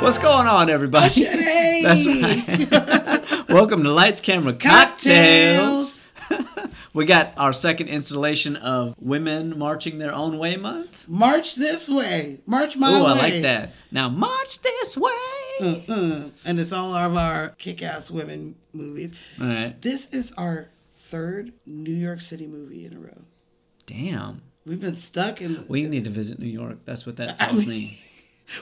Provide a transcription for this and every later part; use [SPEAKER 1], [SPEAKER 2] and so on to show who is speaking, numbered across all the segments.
[SPEAKER 1] What's going on, everybody?
[SPEAKER 2] Machete!
[SPEAKER 1] That's right. Welcome to Lights Camera Cocktails. we got our second installation of Women Marching Their Own Way Month.
[SPEAKER 2] March this way. March my
[SPEAKER 1] Oh,
[SPEAKER 2] way.
[SPEAKER 1] I like that. Now, march this way.
[SPEAKER 2] Uh, and it's all of our kick ass women movies.
[SPEAKER 1] All right.
[SPEAKER 2] This is our third New York City movie in a row.
[SPEAKER 1] Damn.
[SPEAKER 2] We've been stuck in.
[SPEAKER 1] We need to visit New York. That's what that tells me.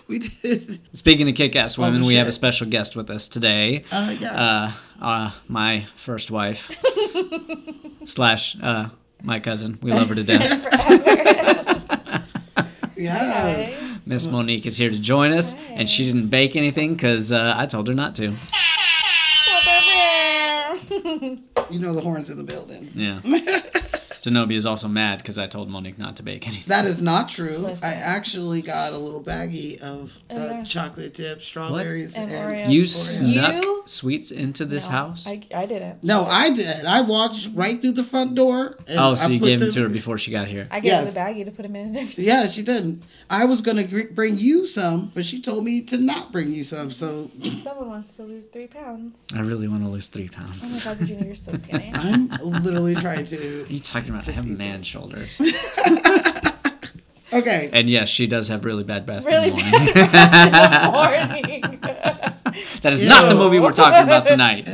[SPEAKER 2] we did.
[SPEAKER 1] Speaking of kick-ass women, we have a
[SPEAKER 2] shit.
[SPEAKER 1] special guest with us today.
[SPEAKER 2] Uh, yeah.
[SPEAKER 1] uh, uh, my first wife slash uh, my cousin. We love her to death.
[SPEAKER 2] yeah.
[SPEAKER 1] Miss Monique is here to join us, and she didn't bake anything because uh, I told her not to.
[SPEAKER 2] You know the horns in the building.
[SPEAKER 1] Yeah. Zenobia is also mad because I told Monique not to bake anything.
[SPEAKER 2] That is not true.
[SPEAKER 3] Listen.
[SPEAKER 2] I actually got a little baggie of uh,
[SPEAKER 3] there.
[SPEAKER 2] chocolate dip, strawberries,
[SPEAKER 3] And
[SPEAKER 2] and
[SPEAKER 3] Oreo.
[SPEAKER 1] You
[SPEAKER 3] Oreo.
[SPEAKER 1] snuck
[SPEAKER 3] You-
[SPEAKER 1] sweets into this
[SPEAKER 3] No,
[SPEAKER 1] house?
[SPEAKER 3] I, I didn't.
[SPEAKER 2] No, I did. I walked right through the front door. And
[SPEAKER 1] oh, so
[SPEAKER 2] I
[SPEAKER 1] you
[SPEAKER 2] put
[SPEAKER 1] gave them
[SPEAKER 2] the-
[SPEAKER 1] to her before she got here.
[SPEAKER 3] I gave her
[SPEAKER 2] Yes.
[SPEAKER 3] the baggie to put him in and everything.
[SPEAKER 2] Yeah, she didn't. I was gonna gr- bring you some, but she told me to not bring you some. So
[SPEAKER 3] Someone wants to lose three pounds.
[SPEAKER 1] I really want to lose three
[SPEAKER 3] Oh my
[SPEAKER 1] pounds.
[SPEAKER 3] god, Virginia, you're so skinny.
[SPEAKER 2] I'm literally trying to.
[SPEAKER 1] What are you talking about? I have man shoulders.
[SPEAKER 2] Okay,
[SPEAKER 1] And yes, she does have really bad breath. in the
[SPEAKER 3] really
[SPEAKER 1] morning.
[SPEAKER 3] bad in the morning.
[SPEAKER 1] That is not the
[SPEAKER 2] Ew.
[SPEAKER 1] movie we're talking about tonight.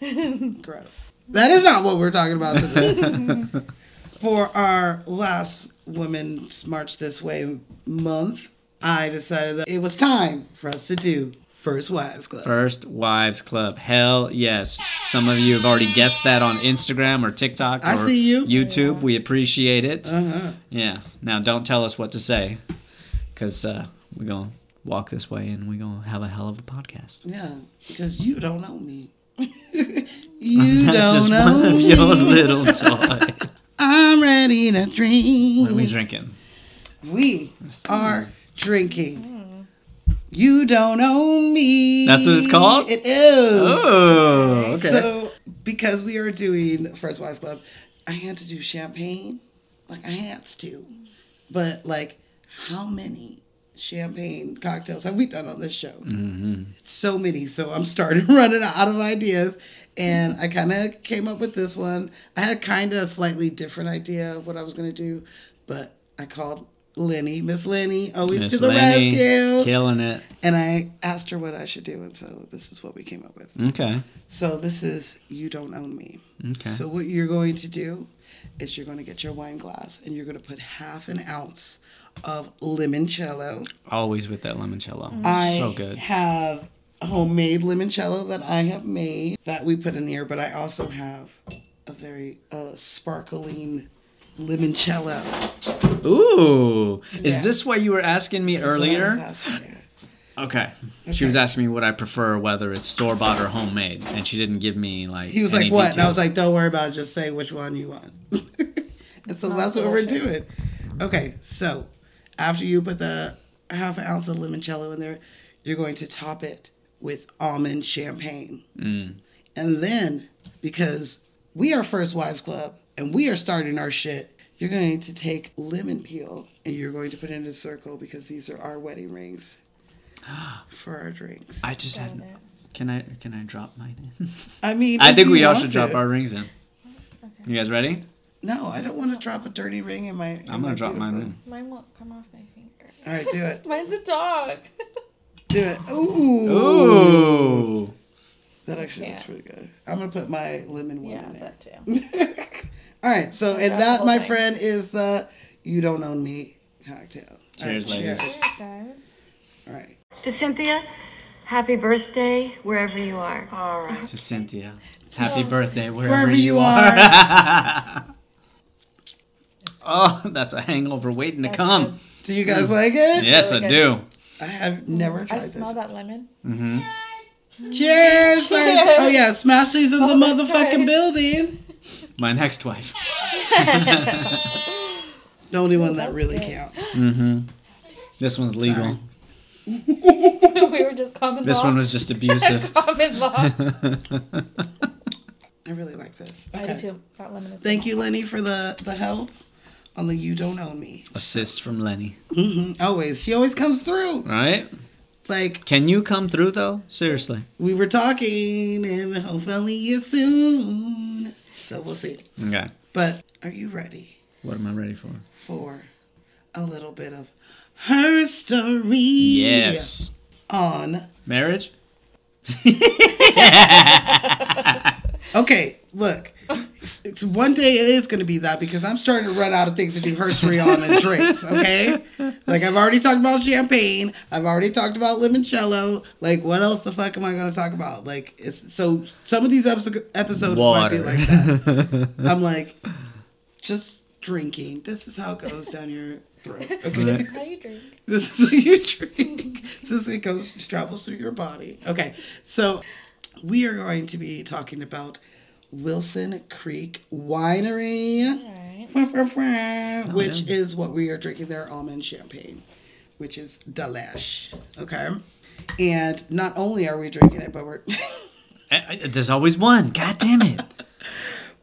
[SPEAKER 2] Ew. gross. That is not what we're talking about today. For our last Women's March This Way month, I decided that it was time for us to do First Wives Club.
[SPEAKER 1] First Wives Club. Hell yes. Some of you have already guessed that on Instagram or TikTok
[SPEAKER 2] I
[SPEAKER 1] or
[SPEAKER 2] see you.
[SPEAKER 1] YouTube. We appreciate
[SPEAKER 3] Uh,
[SPEAKER 1] it.
[SPEAKER 2] Uh-huh.
[SPEAKER 1] Yeah. Now don't tell us what to say because uh, we're going to walk this way and we're going to have a hell of a podcast.
[SPEAKER 2] Yeah, because you don't know me. you don't
[SPEAKER 1] Just
[SPEAKER 2] know
[SPEAKER 1] one of
[SPEAKER 2] me.
[SPEAKER 1] your little toy.
[SPEAKER 2] I'm ready to dream.
[SPEAKER 1] what are we drinking?
[SPEAKER 2] We are drinking. You don't own me.
[SPEAKER 1] That's what it's called?
[SPEAKER 2] It is.
[SPEAKER 1] Oh, okay.
[SPEAKER 2] So, because we are doing First Wives Club, I had to do champagne. Like, I had to. But, like, how many champagne cocktails have we done on this show?
[SPEAKER 1] Mm-hmm.
[SPEAKER 2] So many. So, I'm starting running out of ideas. And I kind of came up with this one. I had kind of a slightly different idea of what I was going to do, but I called Lenny, Miss Lenny, always
[SPEAKER 1] Miss
[SPEAKER 2] to the
[SPEAKER 1] Lenny,
[SPEAKER 2] rescue.
[SPEAKER 1] Killing it.
[SPEAKER 2] And I asked her what I should do. And so, this is what we came up with.
[SPEAKER 1] Okay.
[SPEAKER 2] So this is you don't own me.
[SPEAKER 1] Okay.
[SPEAKER 2] So what you're going to do is you're going to get your wine glass and you're going to put half an ounce of limoncello.
[SPEAKER 1] Always with that limoncello.
[SPEAKER 2] Mm. I
[SPEAKER 1] so good.
[SPEAKER 2] have homemade limoncello that I have made that we put in here, but I also have a very uh, sparkling limoncello.
[SPEAKER 1] Ooh. Is
[SPEAKER 3] Yes.
[SPEAKER 1] this why you were asking me
[SPEAKER 2] That's what I was
[SPEAKER 1] earlier?
[SPEAKER 2] asking you.
[SPEAKER 1] Okay. She was asking me what I prefer, whether it's store bought or homemade, and she didn't give me like.
[SPEAKER 2] He was
[SPEAKER 1] any
[SPEAKER 2] like, "What?" And I
[SPEAKER 1] details.
[SPEAKER 2] was like, "Don't worry about it. Just say which one you want." and so that's what we're doing.
[SPEAKER 3] delicious.
[SPEAKER 2] Okay, so after you put the half an ounce of limoncello in there, you're going to top it with almond champagne,
[SPEAKER 1] Mm.
[SPEAKER 2] and then because we are First Wives Club and we are starting our shit. You're going to take lemon peel and you're going to put it in a circle because these are our wedding rings for our drinks.
[SPEAKER 1] I just had.
[SPEAKER 3] Got it.
[SPEAKER 1] Can I can I drop mine in?
[SPEAKER 2] I mean,
[SPEAKER 1] I
[SPEAKER 2] if
[SPEAKER 1] think
[SPEAKER 2] you
[SPEAKER 1] we all
[SPEAKER 2] want
[SPEAKER 1] should
[SPEAKER 2] to.
[SPEAKER 1] drop our rings in. You guys ready?
[SPEAKER 2] No, I don't want to drop a dirty ring in my. in
[SPEAKER 1] I'm
[SPEAKER 2] my
[SPEAKER 1] gonna drop mine
[SPEAKER 2] beautiful-
[SPEAKER 1] in.
[SPEAKER 3] Mine won't come off my finger.
[SPEAKER 2] All right, do it.
[SPEAKER 3] Mine's a dog.
[SPEAKER 2] Do it. Ooh.
[SPEAKER 1] Ooh.
[SPEAKER 2] That actually looks
[SPEAKER 3] Yeah.
[SPEAKER 2] pretty good. I'm gonna put my lemon one
[SPEAKER 3] yeah,
[SPEAKER 2] in there.
[SPEAKER 3] that too.
[SPEAKER 2] All right. So,
[SPEAKER 3] Drop
[SPEAKER 2] and
[SPEAKER 3] the
[SPEAKER 2] that,
[SPEAKER 3] whole
[SPEAKER 2] my
[SPEAKER 3] thing.
[SPEAKER 2] friend, is the "You Don't Own Me" cocktail. All
[SPEAKER 1] Cheers, ladies.
[SPEAKER 2] Cheers.
[SPEAKER 3] Guys.
[SPEAKER 2] All right.
[SPEAKER 4] To Cynthia, happy birthday wherever you are. All right.
[SPEAKER 1] To Cynthia. Happy birthday wherever,
[SPEAKER 2] Wherever
[SPEAKER 1] you,
[SPEAKER 2] you
[SPEAKER 1] are.
[SPEAKER 2] are.
[SPEAKER 1] Oh, that's a hangover waiting to
[SPEAKER 3] That's
[SPEAKER 1] come.
[SPEAKER 3] good.
[SPEAKER 2] Do you guys like it?
[SPEAKER 1] Yes,
[SPEAKER 3] really
[SPEAKER 1] I
[SPEAKER 3] good.
[SPEAKER 1] do.
[SPEAKER 2] I have never
[SPEAKER 3] I
[SPEAKER 2] tried this.
[SPEAKER 3] smell that lemon.
[SPEAKER 2] Cheers! friends. Oh yeah, smash these in the
[SPEAKER 3] Oh, that's
[SPEAKER 2] motherfucking
[SPEAKER 3] right.
[SPEAKER 2] building.
[SPEAKER 1] My next wife.
[SPEAKER 2] The only one that really
[SPEAKER 3] Oh, good.
[SPEAKER 2] counts.
[SPEAKER 1] This one's legal.
[SPEAKER 2] Sorry.
[SPEAKER 3] we were just common
[SPEAKER 1] This
[SPEAKER 3] law.
[SPEAKER 1] one was just abusive.
[SPEAKER 3] common law.
[SPEAKER 2] I really like this.
[SPEAKER 3] I
[SPEAKER 2] Okay.
[SPEAKER 3] do too. That lemon is
[SPEAKER 2] Thank you, Lenny, for the the help on the "You Don't Own Me."
[SPEAKER 1] Assist from Lenny.
[SPEAKER 2] Always, she always comes through.
[SPEAKER 1] Right?
[SPEAKER 2] Like
[SPEAKER 1] Can you come through though? Seriously.
[SPEAKER 2] we were talking, and hopefully you soon. So we'll see.
[SPEAKER 1] Okay.
[SPEAKER 2] But are you ready
[SPEAKER 1] What am I ready for?
[SPEAKER 2] for a little bit of her story?
[SPEAKER 1] Yes.
[SPEAKER 2] On
[SPEAKER 1] Marriage?
[SPEAKER 2] okay, look. It's one day it is going to be that because I'm starting to run out of things to do herstory on and drinks. Okay, like I've already talked about champagne. I've already talked about limoncello. Like, what else the fuck am I going to talk about? Like, it's, so some of these episo- episodes
[SPEAKER 1] Water.
[SPEAKER 2] might be like that. I'm like, just drinking. This is how it goes down your throat. Okay.
[SPEAKER 3] How you drink?
[SPEAKER 2] This is what you drink. This it goes travels through your body. Okay, so we are going to be talking about Wilson Creek Winery,
[SPEAKER 3] Alright.
[SPEAKER 2] which is what we are drinking their almond champagne, which is delish. Okay, and not only are we drinking it, but we're
[SPEAKER 1] I- I- There's always one. God damn it.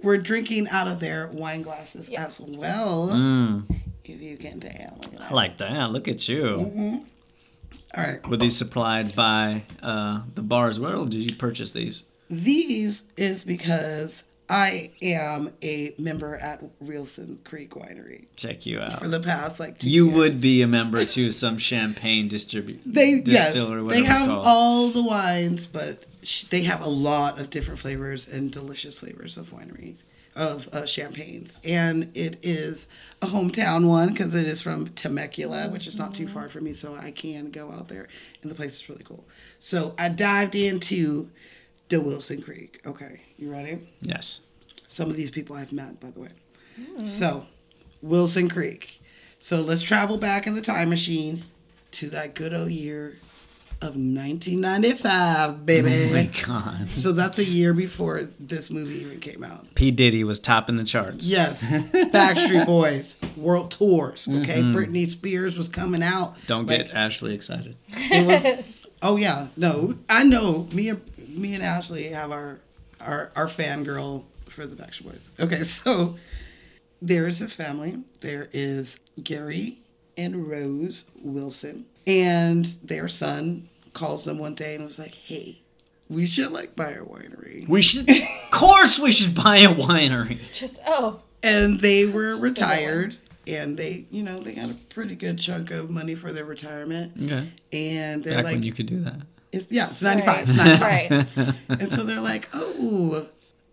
[SPEAKER 2] we're drinking out of their wine glasses
[SPEAKER 3] Yes.
[SPEAKER 2] as well. If you can tell.
[SPEAKER 1] Mm. I like that. Look at you.
[SPEAKER 2] All right.
[SPEAKER 1] Were these supplied by uh, the bars? Where did you purchase these?
[SPEAKER 2] These is because I am a member at Reelson Creek Winery
[SPEAKER 1] Check you
[SPEAKER 2] for
[SPEAKER 1] out.
[SPEAKER 2] the past like two
[SPEAKER 1] You
[SPEAKER 2] years.
[SPEAKER 1] would be a member to some champagne distribu-
[SPEAKER 2] they yes
[SPEAKER 1] distillery, whatever
[SPEAKER 2] they
[SPEAKER 1] it's
[SPEAKER 2] have
[SPEAKER 1] called.
[SPEAKER 2] all the wines, but sh- they have a lot of different flavors and delicious flavors of wineries of uh, champagnes, and it is a hometown one because it is from Temecula, which is not too far from me, so I can go out there, and the place is really cool. So I dived into the Wilson Creek. Okay, you ready?
[SPEAKER 1] yes.
[SPEAKER 2] Some of these people I've met, by the way. So, Wilson Creek. So let's travel back in the time machine to that good old year of 1995, baby.
[SPEAKER 1] Oh my God.
[SPEAKER 2] So that's a year before this movie even came out.
[SPEAKER 1] P. Diddy was topping the charts.
[SPEAKER 2] Yes, Backstreet Boys world tours. Okay, Britney Spears was coming out.
[SPEAKER 1] Mm-hmm. Don't
[SPEAKER 2] Like,
[SPEAKER 1] get Ashley excited.
[SPEAKER 2] it was oh yeah no i know me and me and ashley have our our our fangirl for the backstreet boys okay so there is this family there is gary and rose wilson and their son calls them one day and was like hey we should like buy a winery
[SPEAKER 1] We should, of course, we should buy a winery.
[SPEAKER 3] Just oh.
[SPEAKER 2] and they were retired and they you know they got a pretty good chunk of money for their retirement
[SPEAKER 1] Okay.
[SPEAKER 2] and they're
[SPEAKER 1] Back
[SPEAKER 2] like
[SPEAKER 1] when you could do that.
[SPEAKER 2] it's, yeah it's 95 it's 95
[SPEAKER 3] Right.
[SPEAKER 2] And so they're like, oh,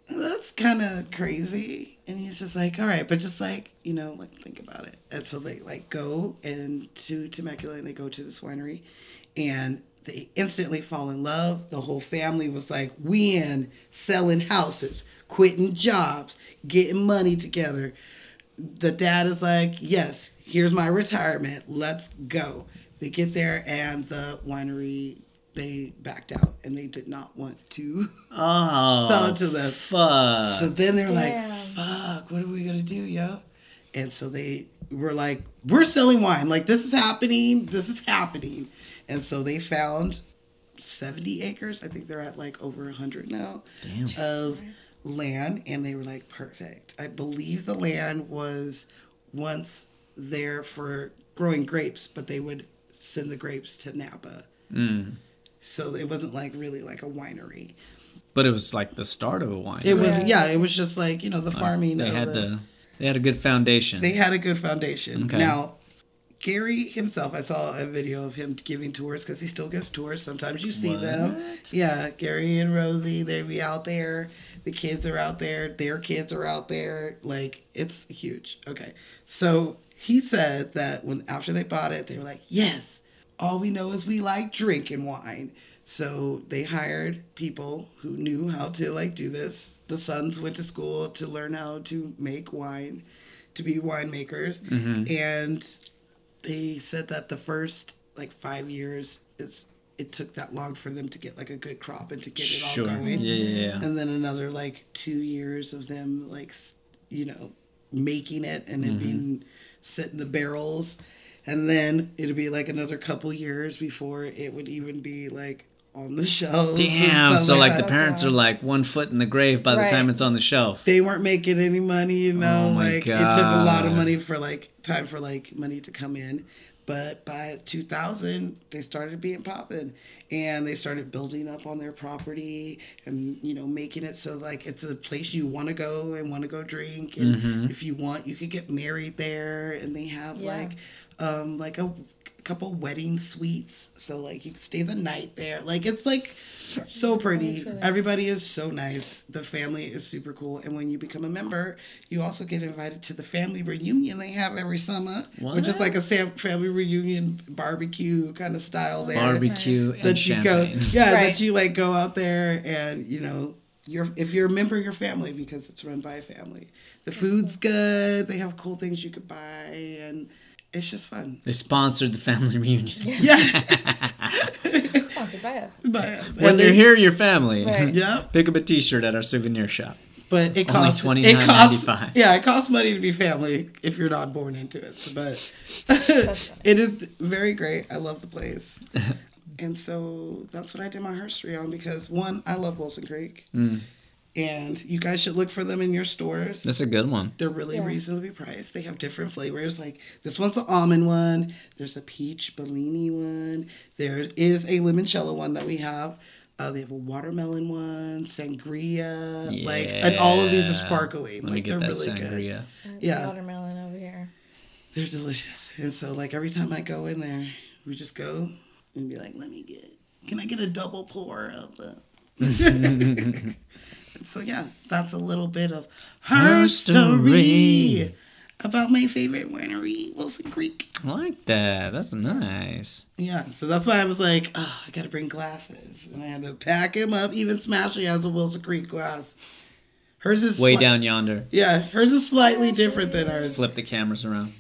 [SPEAKER 2] that's kind of crazy. And he's just like, all right, but just like, you know, like think about it. And so they like go and to Temecula and they go to this winery and they instantly fall in love. The whole family was like, we in selling houses, quitting jobs, getting money together. The dad is like, yes, here's my retirement. Let's go. They get there and the winery, they backed out and they did not want to
[SPEAKER 1] Oh.
[SPEAKER 2] sell it to them.
[SPEAKER 1] fuck.
[SPEAKER 2] So then they're
[SPEAKER 3] Damn.
[SPEAKER 2] like, fuck, what are we gonna do, yo? And so they were like, we're selling wine. Like, this is happening. This is happening. And so they found 70 acres. I think they're at like over 100 now
[SPEAKER 1] Damn.
[SPEAKER 2] of land. And they were like, perfect. I believe the land was once there for growing grapes, but they would send the grapes to Napa.
[SPEAKER 1] Mm.
[SPEAKER 2] So it wasn't like really like a winery.
[SPEAKER 1] But it was like the start of a winery.
[SPEAKER 2] It was
[SPEAKER 3] Yeah.
[SPEAKER 2] yeah. It was just like you know the farming.
[SPEAKER 1] They
[SPEAKER 2] of
[SPEAKER 1] had
[SPEAKER 2] the,
[SPEAKER 1] the, they had a good foundation.
[SPEAKER 2] They had a good foundation.
[SPEAKER 1] Okay.
[SPEAKER 2] Now, Gary himself, I saw a video of him giving tours because he still gives tours. Sometimes you see them. Yeah, Gary and Rosie, they be out there. The kids are out there. Their kids are out there. Like it's huge. Okay, so he said that when after they bought it, they were like, yes, all we know is we like drinking wine. So they hired people who knew how to like do this. The sons went to school to learn how to make wine, to be winemakers, and they said that the first like five years it's it took that long for them to get like a good crop and to get it all
[SPEAKER 1] sure. Yeah,
[SPEAKER 2] going
[SPEAKER 1] yeah, yeah.
[SPEAKER 2] and then another like two years of them like s- you know making it and
[SPEAKER 1] Mm-hmm.
[SPEAKER 2] it being set in the barrels and then it'd be like another couple years before it would even be like on the shelves and
[SPEAKER 1] Damn.
[SPEAKER 2] stuff
[SPEAKER 1] So like the
[SPEAKER 2] that.
[SPEAKER 3] That's
[SPEAKER 1] parents are
[SPEAKER 3] wild.
[SPEAKER 1] like one foot in the grave by the
[SPEAKER 3] Right.
[SPEAKER 1] time it's on the shelf.
[SPEAKER 2] they weren't making any money you know
[SPEAKER 1] Oh my
[SPEAKER 2] like it took a lot of
[SPEAKER 1] God.
[SPEAKER 2] money for like time for like money to come in But by 2000, they started being popping and they started building up on their property and, you know, making it so like it's a place you want to go and want to go drink. And
[SPEAKER 1] Mm-hmm.
[SPEAKER 2] if you want, you could get married there. And they have
[SPEAKER 3] Yeah.
[SPEAKER 2] like, um, like a couple wedding suites. So like you can stay the night there. Like it's like so pretty.
[SPEAKER 3] for that.
[SPEAKER 2] Everybody is so nice. The family is super cool. And when you become a member, you also get invited to the family reunion they have every summer, which is
[SPEAKER 1] What?
[SPEAKER 2] like a sam- family reunion barbecue kind of style there.
[SPEAKER 1] Barbecue
[SPEAKER 3] nice.
[SPEAKER 1] and
[SPEAKER 2] that you go,
[SPEAKER 1] champagne.
[SPEAKER 2] yeah,
[SPEAKER 3] Right.
[SPEAKER 2] that you like go out there and you know. You're, if you're a member, your family because it's run by a family. The food's good. They have cool things you could buy, and it's just fun.
[SPEAKER 1] They sponsored the family reunion.
[SPEAKER 2] Yeah.
[SPEAKER 3] Sponsored by us.
[SPEAKER 2] But
[SPEAKER 1] When you're here, your family.
[SPEAKER 3] Right.
[SPEAKER 2] yeah.
[SPEAKER 1] Pick up a T-shirt at our souvenir shop.
[SPEAKER 2] But it costs it costs
[SPEAKER 1] $29.95.
[SPEAKER 2] yeah, it costs money to be family if you're not born into it. But it is very great. I love the place, and so that's what I did my history on because one, I love Wilson Creek, and you guys should look for them in your stores.
[SPEAKER 1] That's a good one.
[SPEAKER 2] They're really
[SPEAKER 3] Yeah.
[SPEAKER 2] reasonably priced. They have different flavors. Like this one's an almond one. There's a peach Bellini one. There is a limoncello one that we have. Uh, they have a watermelon one, sangria, like, and all of these
[SPEAKER 1] Yeah.
[SPEAKER 2] are sparkling.
[SPEAKER 1] Let me
[SPEAKER 2] like
[SPEAKER 1] get that
[SPEAKER 2] they're really good.
[SPEAKER 1] sangria.
[SPEAKER 2] Yeah.
[SPEAKER 3] Watermelon over here.
[SPEAKER 2] They're delicious. And so, like every time I go in there, we just go and be like, "Let me get, can I get a double pour of the?" so yeah, that's a little bit of her story
[SPEAKER 1] story.
[SPEAKER 2] about my favorite winery, Wilson Creek.
[SPEAKER 1] I like that. That's nice.
[SPEAKER 2] Yeah, so that's why I was like, oh, I gotta bring glasses, and I had to pack him up. Even Smashy has a Wilson Creek glass. Hers is
[SPEAKER 1] Way
[SPEAKER 2] sli-
[SPEAKER 1] down yonder.
[SPEAKER 2] Yeah, hers is slightly different than ours.
[SPEAKER 1] Flip the cameras around.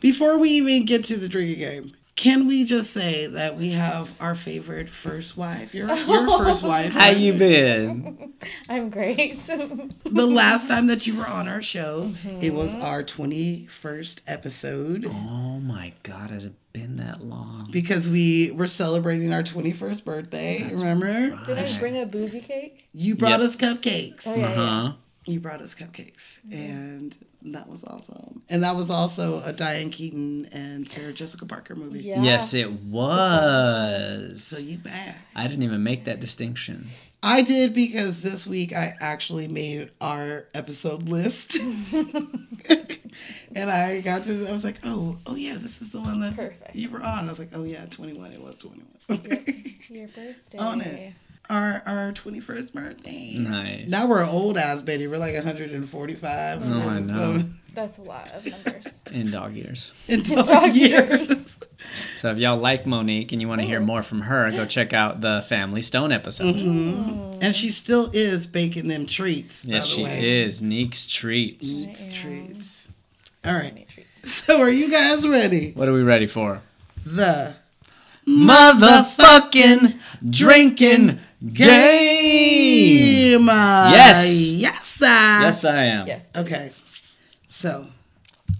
[SPEAKER 2] Before we even get to the drinking game, can we just say that we have our favorite first wife? Your, your first wife.
[SPEAKER 1] How you been?
[SPEAKER 3] I'm great.
[SPEAKER 2] The last time that you were on our show, it was our 21st episode
[SPEAKER 1] Oh my God! Has it been that long?
[SPEAKER 2] because we were celebrating our 21st birthday. remember?
[SPEAKER 3] Did I bring a boozy cake?
[SPEAKER 2] You brought
[SPEAKER 1] Yep.
[SPEAKER 2] us cupcakes.
[SPEAKER 3] Oh yeah,
[SPEAKER 1] Uh huh.
[SPEAKER 2] You brought us cupcakes. And that was awesome. And that was also a Diane Keaton and Sarah Jessica Parker movie.
[SPEAKER 3] yeah. yeah.
[SPEAKER 1] Yes, it
[SPEAKER 2] So
[SPEAKER 1] was.
[SPEAKER 2] you back.
[SPEAKER 1] I didn't even make that distinction.
[SPEAKER 2] I did because this week I actually made our episode list. and I got to, I was like, oh, oh yeah, this is the one that
[SPEAKER 3] Perfect.
[SPEAKER 2] you were on. I was like, oh yeah, 21, it was 21.
[SPEAKER 3] Your birthday.
[SPEAKER 2] On it. our, our 21st birthday.
[SPEAKER 1] Nice.
[SPEAKER 2] Now we're old ass, Betty. We're like 145.
[SPEAKER 1] Oh, I know.
[SPEAKER 3] That's a lot of numbers.
[SPEAKER 1] In dog years.
[SPEAKER 2] In dog,
[SPEAKER 3] Dog
[SPEAKER 2] years.
[SPEAKER 3] years.
[SPEAKER 1] So if y'all like Monique and you want to hear more from her, go check out the Family Stone episode.
[SPEAKER 2] And she still is baking them treats,
[SPEAKER 1] Yes,
[SPEAKER 2] by the
[SPEAKER 1] she
[SPEAKER 2] way.
[SPEAKER 1] is. Neek's treats.
[SPEAKER 2] It's
[SPEAKER 3] I am.
[SPEAKER 2] treats. All right.
[SPEAKER 3] Many treats.
[SPEAKER 2] So are you guys ready?
[SPEAKER 1] What are we ready for?
[SPEAKER 2] The
[SPEAKER 1] Motherfucking drinking game.
[SPEAKER 2] game.
[SPEAKER 1] Yes.
[SPEAKER 2] Yes.
[SPEAKER 1] Yes, I am.
[SPEAKER 3] Yes.
[SPEAKER 2] Okay. So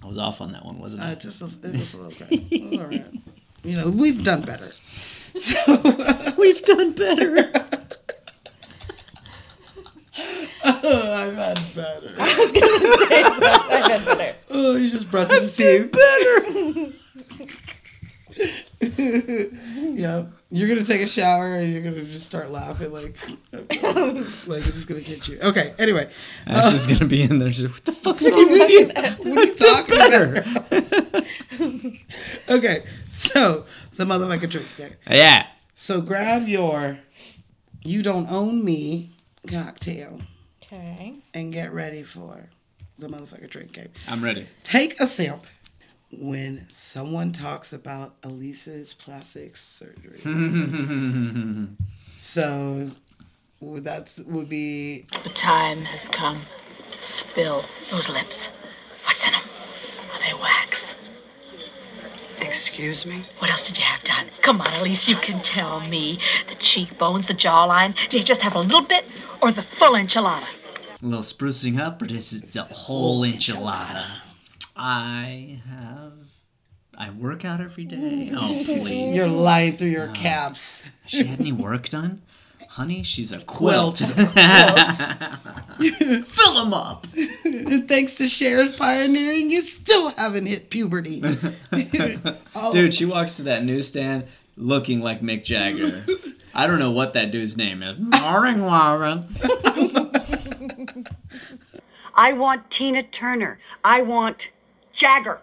[SPEAKER 1] I was off on that one, wasn't
[SPEAKER 2] I
[SPEAKER 1] I?
[SPEAKER 2] just it was a little bit. All right. You know we've done better. So
[SPEAKER 1] We've done better.
[SPEAKER 2] Oh, I've had better.
[SPEAKER 3] I had better.
[SPEAKER 2] Oh, you just brushed his teeth.
[SPEAKER 1] better.
[SPEAKER 2] Yep. You're gonna take a shower and you're gonna just start laughing like like it's just gonna get you. Okay. Anyway,
[SPEAKER 1] Ash is gonna be in there. Just, what the fuck's
[SPEAKER 2] what
[SPEAKER 1] wrong
[SPEAKER 2] are
[SPEAKER 1] with
[SPEAKER 2] you,
[SPEAKER 1] you?
[SPEAKER 2] what are
[SPEAKER 1] I
[SPEAKER 2] you
[SPEAKER 1] did
[SPEAKER 2] talking about?
[SPEAKER 1] better.
[SPEAKER 2] Okay. So the motherfucker drink. Okay.
[SPEAKER 1] yeah.
[SPEAKER 2] So grab your You Don't Own Me cocktail
[SPEAKER 3] Okay.
[SPEAKER 2] and get ready for the motherfucker drink game.
[SPEAKER 1] I'm ready.
[SPEAKER 2] Take a sip when someone talks about Elisa's plastic surgery. so well, that's would be
[SPEAKER 5] The time has come. Spill those lips. What's in them? Are they wax?
[SPEAKER 6] Excuse me?
[SPEAKER 5] What else did you have done? Come on, Elise, you can tell me. The cheekbones, the jawline. Do you just have a little bit or the full enchilada?
[SPEAKER 1] A little sprucing up, or this is the whole enchilada. I have. I work out every day. Oh please.
[SPEAKER 2] you're lying through your caps.
[SPEAKER 1] Has she had any work done? Honey, she's a quilt.
[SPEAKER 2] Quilt.
[SPEAKER 1] Fill them up.
[SPEAKER 2] And thanks to Cher's pioneering, you still haven't hit puberty. Oh.
[SPEAKER 1] Dude, she walks to that newsstand looking like Mick Jagger. I don't know what that dude's name is. Morning, Warren.
[SPEAKER 4] I want Tina Turner. I want Jagger.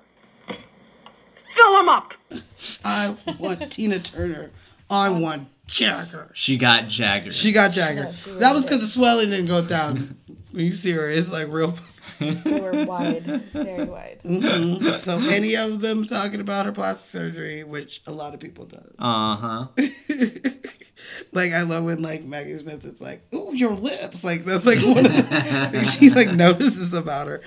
[SPEAKER 4] Fill him up.
[SPEAKER 2] I want Tina Turner. I want Jagger.
[SPEAKER 1] She got Jagger.
[SPEAKER 2] She got Jagger.
[SPEAKER 3] she
[SPEAKER 2] that was because the swelling didn't go down. when you see her, it's like real.
[SPEAKER 3] They were wide, very wide.
[SPEAKER 2] Mhm. so any of them talking about her plastic surgery, which a lot of people does.
[SPEAKER 1] uh huh.
[SPEAKER 2] like I love when like Maggie Smith is like, "Ooh, your lips!" Like that's like one of the, she like notices about her.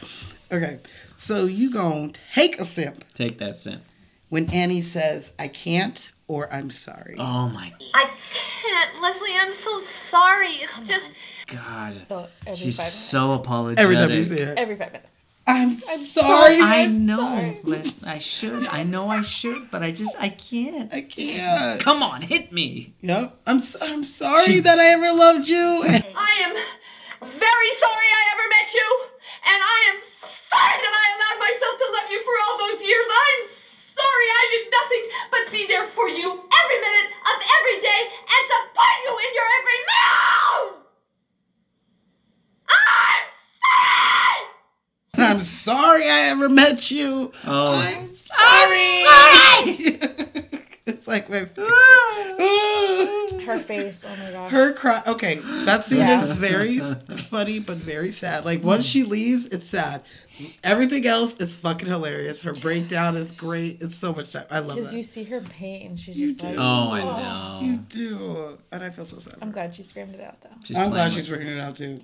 [SPEAKER 2] Okay, so you gonna take a sip
[SPEAKER 1] Take that sip.
[SPEAKER 2] when Annie says, "I can't" or "I'm sorry."
[SPEAKER 1] Oh my
[SPEAKER 6] I can't, Leslie. I'm so sorry. It's just
[SPEAKER 1] god.
[SPEAKER 3] So every
[SPEAKER 1] She's
[SPEAKER 3] five minutes.
[SPEAKER 1] so apologetic.
[SPEAKER 2] Every time you see her,
[SPEAKER 3] every five minutes.
[SPEAKER 2] I'm, sorry.
[SPEAKER 1] I
[SPEAKER 3] I'm
[SPEAKER 1] know.
[SPEAKER 3] sorry.
[SPEAKER 1] Les, I should. I know I should, but I just I can't.
[SPEAKER 2] I can't.
[SPEAKER 1] Come on, hit me.
[SPEAKER 2] Yep. I'm s- I'm sorry
[SPEAKER 1] She-
[SPEAKER 2] that I ever loved you. And
[SPEAKER 6] I am very sorry I ever met you, and I am sorry that I allowed myself to love you for all those years. I'm sorry I did nothing but be there for you every minute of every day and support you in your every move. I'm sorry.
[SPEAKER 2] I'm sorry I ever met you.
[SPEAKER 1] Oh.
[SPEAKER 2] I'm sorry. it's like my favorite.
[SPEAKER 3] Her face, oh my gosh.
[SPEAKER 2] her cry. Okay, that scene
[SPEAKER 3] Yeah.
[SPEAKER 2] is very funny but very sad. Like once she leaves, it's sad. Everything else is fucking hilarious. Her breakdown is great. It's so much time. I love
[SPEAKER 3] Because
[SPEAKER 2] that.
[SPEAKER 3] you see her pain, she's just like,
[SPEAKER 1] Oh, I know.
[SPEAKER 2] You do, and I feel so sad.
[SPEAKER 3] I'm glad she screamed it out though.
[SPEAKER 1] She's
[SPEAKER 2] I'm glad
[SPEAKER 1] playing
[SPEAKER 2] she's working it out too.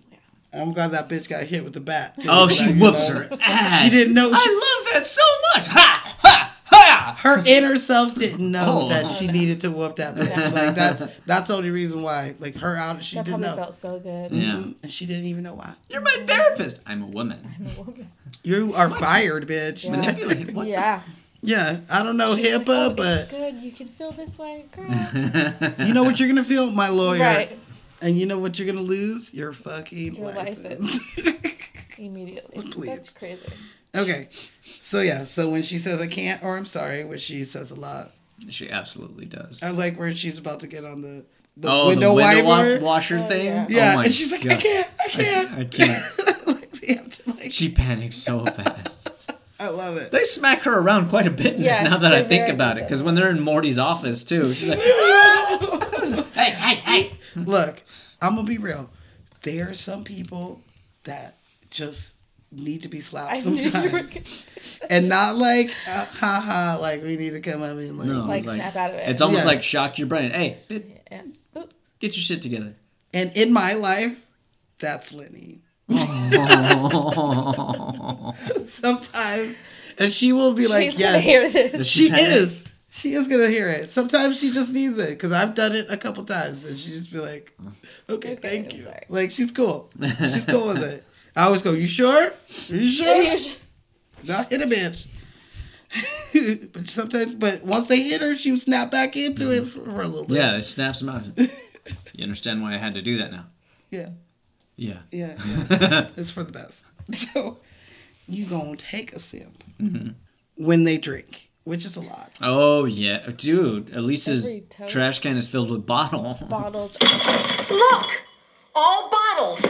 [SPEAKER 2] I'm glad that bitch got hit with the bat. too.
[SPEAKER 1] Oh, she
[SPEAKER 2] Like, you
[SPEAKER 1] whoops
[SPEAKER 2] know?
[SPEAKER 1] her ass.
[SPEAKER 2] She didn't know-
[SPEAKER 1] I love that so much. Ha ha ha.
[SPEAKER 2] her inner self didn't know
[SPEAKER 1] Oh.
[SPEAKER 2] that she needed to whoop that bitch. Like that's that's the only reason why. Like her out, she
[SPEAKER 3] That
[SPEAKER 2] didn't
[SPEAKER 3] probably
[SPEAKER 2] know,
[SPEAKER 3] felt so good.
[SPEAKER 1] Yeah.
[SPEAKER 2] Mm, and she didn't even know why.
[SPEAKER 1] You're my therapist. I'm a woman.
[SPEAKER 3] I'm a woman.
[SPEAKER 2] You are fired, bitch. Yeah,
[SPEAKER 1] Manipulated. What
[SPEAKER 3] Yeah.
[SPEAKER 2] I don't know
[SPEAKER 3] She's like, "Oh,
[SPEAKER 2] HIPAA,
[SPEAKER 3] it's
[SPEAKER 2] but
[SPEAKER 3] good. You can feel this way, girl.
[SPEAKER 2] you know what you're gonna feel, my
[SPEAKER 1] Oh,
[SPEAKER 2] lawyer,
[SPEAKER 3] right.
[SPEAKER 2] and you know what you're gonna lose, your fucking
[SPEAKER 3] Your
[SPEAKER 2] license.
[SPEAKER 3] Immediately.
[SPEAKER 2] Please.
[SPEAKER 3] That's crazy.
[SPEAKER 2] okay, so yeah, so when she says I can't or I'm sorry, which she says a lot,
[SPEAKER 1] She absolutely does.
[SPEAKER 2] I like where she's about to get on the, the
[SPEAKER 1] Oh,
[SPEAKER 2] window,
[SPEAKER 1] the window wa-
[SPEAKER 2] wiper.
[SPEAKER 1] washer
[SPEAKER 3] Oh,
[SPEAKER 1] thing.
[SPEAKER 3] yeah.
[SPEAKER 2] yeah,
[SPEAKER 1] Oh my
[SPEAKER 2] and she's like, I
[SPEAKER 1] God.
[SPEAKER 2] can't, I can't,
[SPEAKER 1] I can't.
[SPEAKER 2] Like, they have to, like,
[SPEAKER 1] She panics so fast.
[SPEAKER 2] I love it.
[SPEAKER 1] They smack her around quite a bit in this
[SPEAKER 3] Yes,
[SPEAKER 1] now that I
[SPEAKER 3] they're
[SPEAKER 1] think
[SPEAKER 3] very
[SPEAKER 1] about it. Because when they're in Morty's office too, she's like, hey, hey, hey.
[SPEAKER 2] Look, I'm gonna be real. There are some people that just need to be slapped
[SPEAKER 3] I knew you were
[SPEAKER 2] sometimes,
[SPEAKER 3] gonna-
[SPEAKER 2] and not like uh, haha, like we need to come up and like.
[SPEAKER 1] No,
[SPEAKER 3] Like, snap out of it.
[SPEAKER 1] Oh, It's almost
[SPEAKER 2] Yeah.
[SPEAKER 1] like shock your brain. Hey, bit,
[SPEAKER 3] Yeah. Oop.
[SPEAKER 1] get your shit together.
[SPEAKER 2] And in my life, that's Lenny.
[SPEAKER 1] Oh.
[SPEAKER 2] sometimes, and she will be like,
[SPEAKER 3] she's gonna
[SPEAKER 2] "Yes,
[SPEAKER 3] hear this.
[SPEAKER 2] she is." She is gonna hear it. Sometimes she just needs it because I've done it a couple times, and she just be like, "Okay, thank
[SPEAKER 3] I'm
[SPEAKER 2] you."
[SPEAKER 3] sorry.
[SPEAKER 2] Like she's cool. She's cool with it. I always go, "You sure? You sure?" not hit a bitch. but sometimes, but once they hit her, she would snap back into it for, for a little bit.
[SPEAKER 1] Yeah, it snaps him out. You understand why I had to do that now?
[SPEAKER 2] Yeah,
[SPEAKER 1] Yeah.
[SPEAKER 2] yeah, yeah. it's for the best. So you gonna take a sip when they drink, which is a lot.
[SPEAKER 1] Oh yeah, dude. Elise's
[SPEAKER 3] Every toast.
[SPEAKER 1] trash can is filled with bottle.
[SPEAKER 3] Bottles.
[SPEAKER 5] Look, all bottles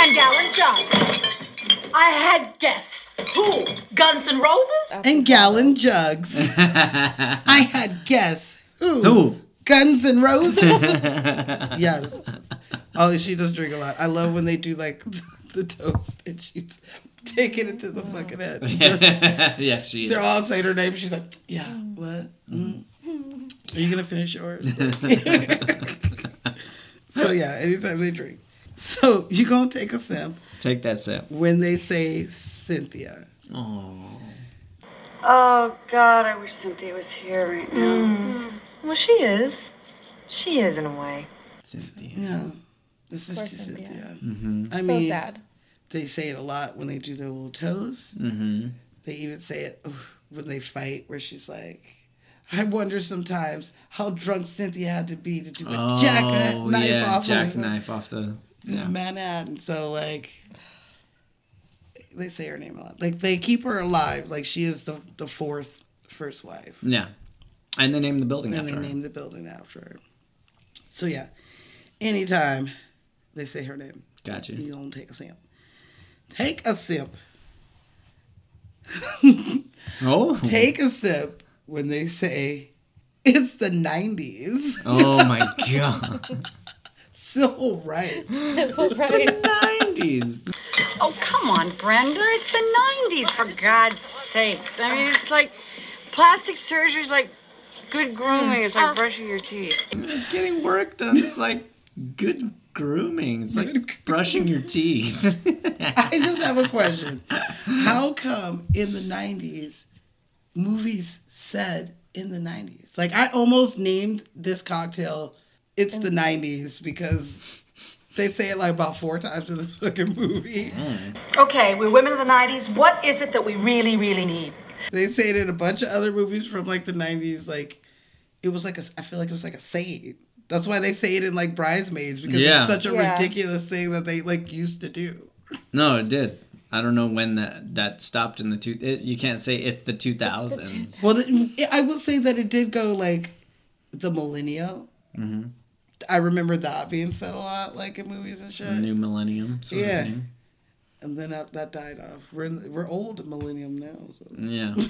[SPEAKER 5] and gallon jugs. I had guests. Who? Guns and Roses?
[SPEAKER 3] after
[SPEAKER 2] And gallon jugs. I had guess who?
[SPEAKER 1] Who?
[SPEAKER 2] Guns and Roses. yes. Oh, she does drink a lot. I love when they do like the toast and she's taking it to the fucking head.
[SPEAKER 1] yeah, she
[SPEAKER 2] They're
[SPEAKER 1] is.
[SPEAKER 2] all saying her name. She's like, yeah, what? Mm. Are you gonna finish yours? so yeah, anytime they drink. So you gonna take a sip
[SPEAKER 1] Take that sip.
[SPEAKER 2] when they say Cynthia.
[SPEAKER 1] Oh.
[SPEAKER 4] Oh, God, I wish Cynthia was here right now. Well, she is. She is, in a way.
[SPEAKER 1] Cynthia.
[SPEAKER 2] Yeah, this is
[SPEAKER 3] Poor
[SPEAKER 2] just Cynthia.
[SPEAKER 3] Cynthia.
[SPEAKER 1] Mm-hmm.
[SPEAKER 2] I
[SPEAKER 3] So
[SPEAKER 2] mean,
[SPEAKER 3] sad.
[SPEAKER 2] they say it a lot when they do their little toes.
[SPEAKER 1] Mm-hmm.
[SPEAKER 2] They even say it when they fight, where she's like, I wonder sometimes how drunk Cynthia had to be to do a
[SPEAKER 1] Oh,
[SPEAKER 2] jackknife
[SPEAKER 1] yeah,
[SPEAKER 2] off of
[SPEAKER 1] jackknife off the. Yeah.
[SPEAKER 2] Manhattan. So like, they say her name a lot. Like they keep her alive. Like she is the the fourth first wife,
[SPEAKER 1] Yeah. And they named the building
[SPEAKER 2] and
[SPEAKER 1] after
[SPEAKER 2] they
[SPEAKER 1] her.
[SPEAKER 2] named the building after her. So yeah, anytime they say her name,
[SPEAKER 1] Got you.
[SPEAKER 2] you gonna take a sip. Take a sip.
[SPEAKER 1] Oh.
[SPEAKER 2] Take a sip when they say it's the nineties.
[SPEAKER 1] Oh my god.
[SPEAKER 2] So right.
[SPEAKER 3] right.
[SPEAKER 1] 90s.
[SPEAKER 4] Oh, come on, Brenda. It's the 90s, for God's sakes. I mean, it's like plastic surgery's like good grooming. It's like brushing your teeth.
[SPEAKER 1] Getting work done is like good grooming. It's like brushing your teeth.
[SPEAKER 2] I just have a question. How come in the 90s, movies said in the 90s? Like, I almost named this cocktail It's the 90s because they say it like about four times in this fucking movie.
[SPEAKER 5] Okay, we're women of the 90s. What is it that we really, really need?
[SPEAKER 2] They say it in a bunch of other movies from like the 90s. Like, it was like a, I feel like it was like a saying. That's why they say it in like Bridesmaids because
[SPEAKER 1] Yeah.
[SPEAKER 2] it's such a
[SPEAKER 3] Yeah.
[SPEAKER 2] ridiculous thing that they like used to do.
[SPEAKER 1] No, it did. I don't know when that that stopped in the two. It, you can't say it's the 2000s.
[SPEAKER 2] Well, it, I will say that it did go like the millennial.
[SPEAKER 1] Mm-hmm.
[SPEAKER 2] I remember that being said a lot, like in movies and shit.
[SPEAKER 1] The new millennium sort
[SPEAKER 2] Yeah.
[SPEAKER 1] of thing.
[SPEAKER 2] and then that, that died off. We're in, we're old millennium now. So.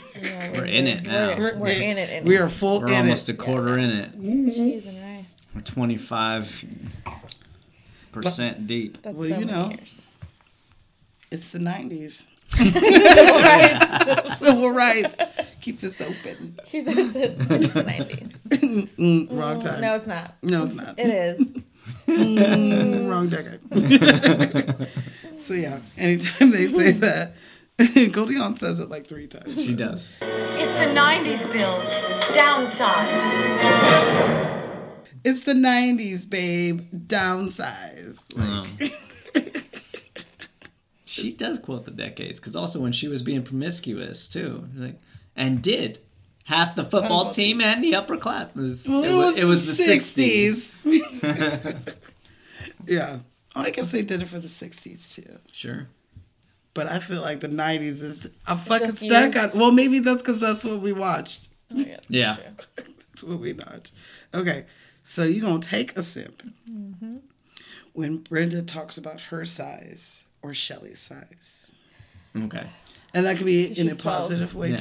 [SPEAKER 1] Yeah. We're in it now.
[SPEAKER 3] We're, we're in it. In
[SPEAKER 2] We are full
[SPEAKER 1] We're
[SPEAKER 2] in
[SPEAKER 1] almost
[SPEAKER 2] it.
[SPEAKER 1] a quarter in it.
[SPEAKER 3] it. cheese and rice.
[SPEAKER 1] We're 25% deep.
[SPEAKER 3] That's
[SPEAKER 2] Well,
[SPEAKER 3] so
[SPEAKER 2] you
[SPEAKER 3] many
[SPEAKER 2] know.
[SPEAKER 3] years.
[SPEAKER 2] it's the nineties.
[SPEAKER 3] Right?
[SPEAKER 2] Civil rights. Keep this open.
[SPEAKER 3] She says it- it's the 90s.
[SPEAKER 2] Mm, wrong time.
[SPEAKER 3] No, it's not.
[SPEAKER 2] No, it's not.
[SPEAKER 3] It is.
[SPEAKER 2] Mm, wrong decade. so yeah, anytime they say that, Goldion says it like three times.
[SPEAKER 1] She does.
[SPEAKER 4] It's the 90s, Bill. Downsize.
[SPEAKER 2] It's the nineties, babe. Downsize.
[SPEAKER 1] Um, she does quote the decades because also when she was being promiscuous too, like and did half the football team and the upper class.
[SPEAKER 2] Well,
[SPEAKER 1] it, was, it was the sixties.
[SPEAKER 2] 60s. yeah. Oh, I guess they did it for the sixties too.
[SPEAKER 1] Sure.
[SPEAKER 2] But I feel like the nineties is I'm fucking
[SPEAKER 3] just
[SPEAKER 2] stuck
[SPEAKER 3] used-
[SPEAKER 2] on. Well, maybe that's because that's what we watched.
[SPEAKER 3] Oh, my God, that's
[SPEAKER 1] Yeah.
[SPEAKER 3] true.
[SPEAKER 2] That's what we watched. Okay, so you're gonna take a sip when Brenda talks about her size or Shelly's size,
[SPEAKER 1] Okay.
[SPEAKER 2] and that could be in a
[SPEAKER 3] she's 12.
[SPEAKER 2] positive way
[SPEAKER 1] Yeah.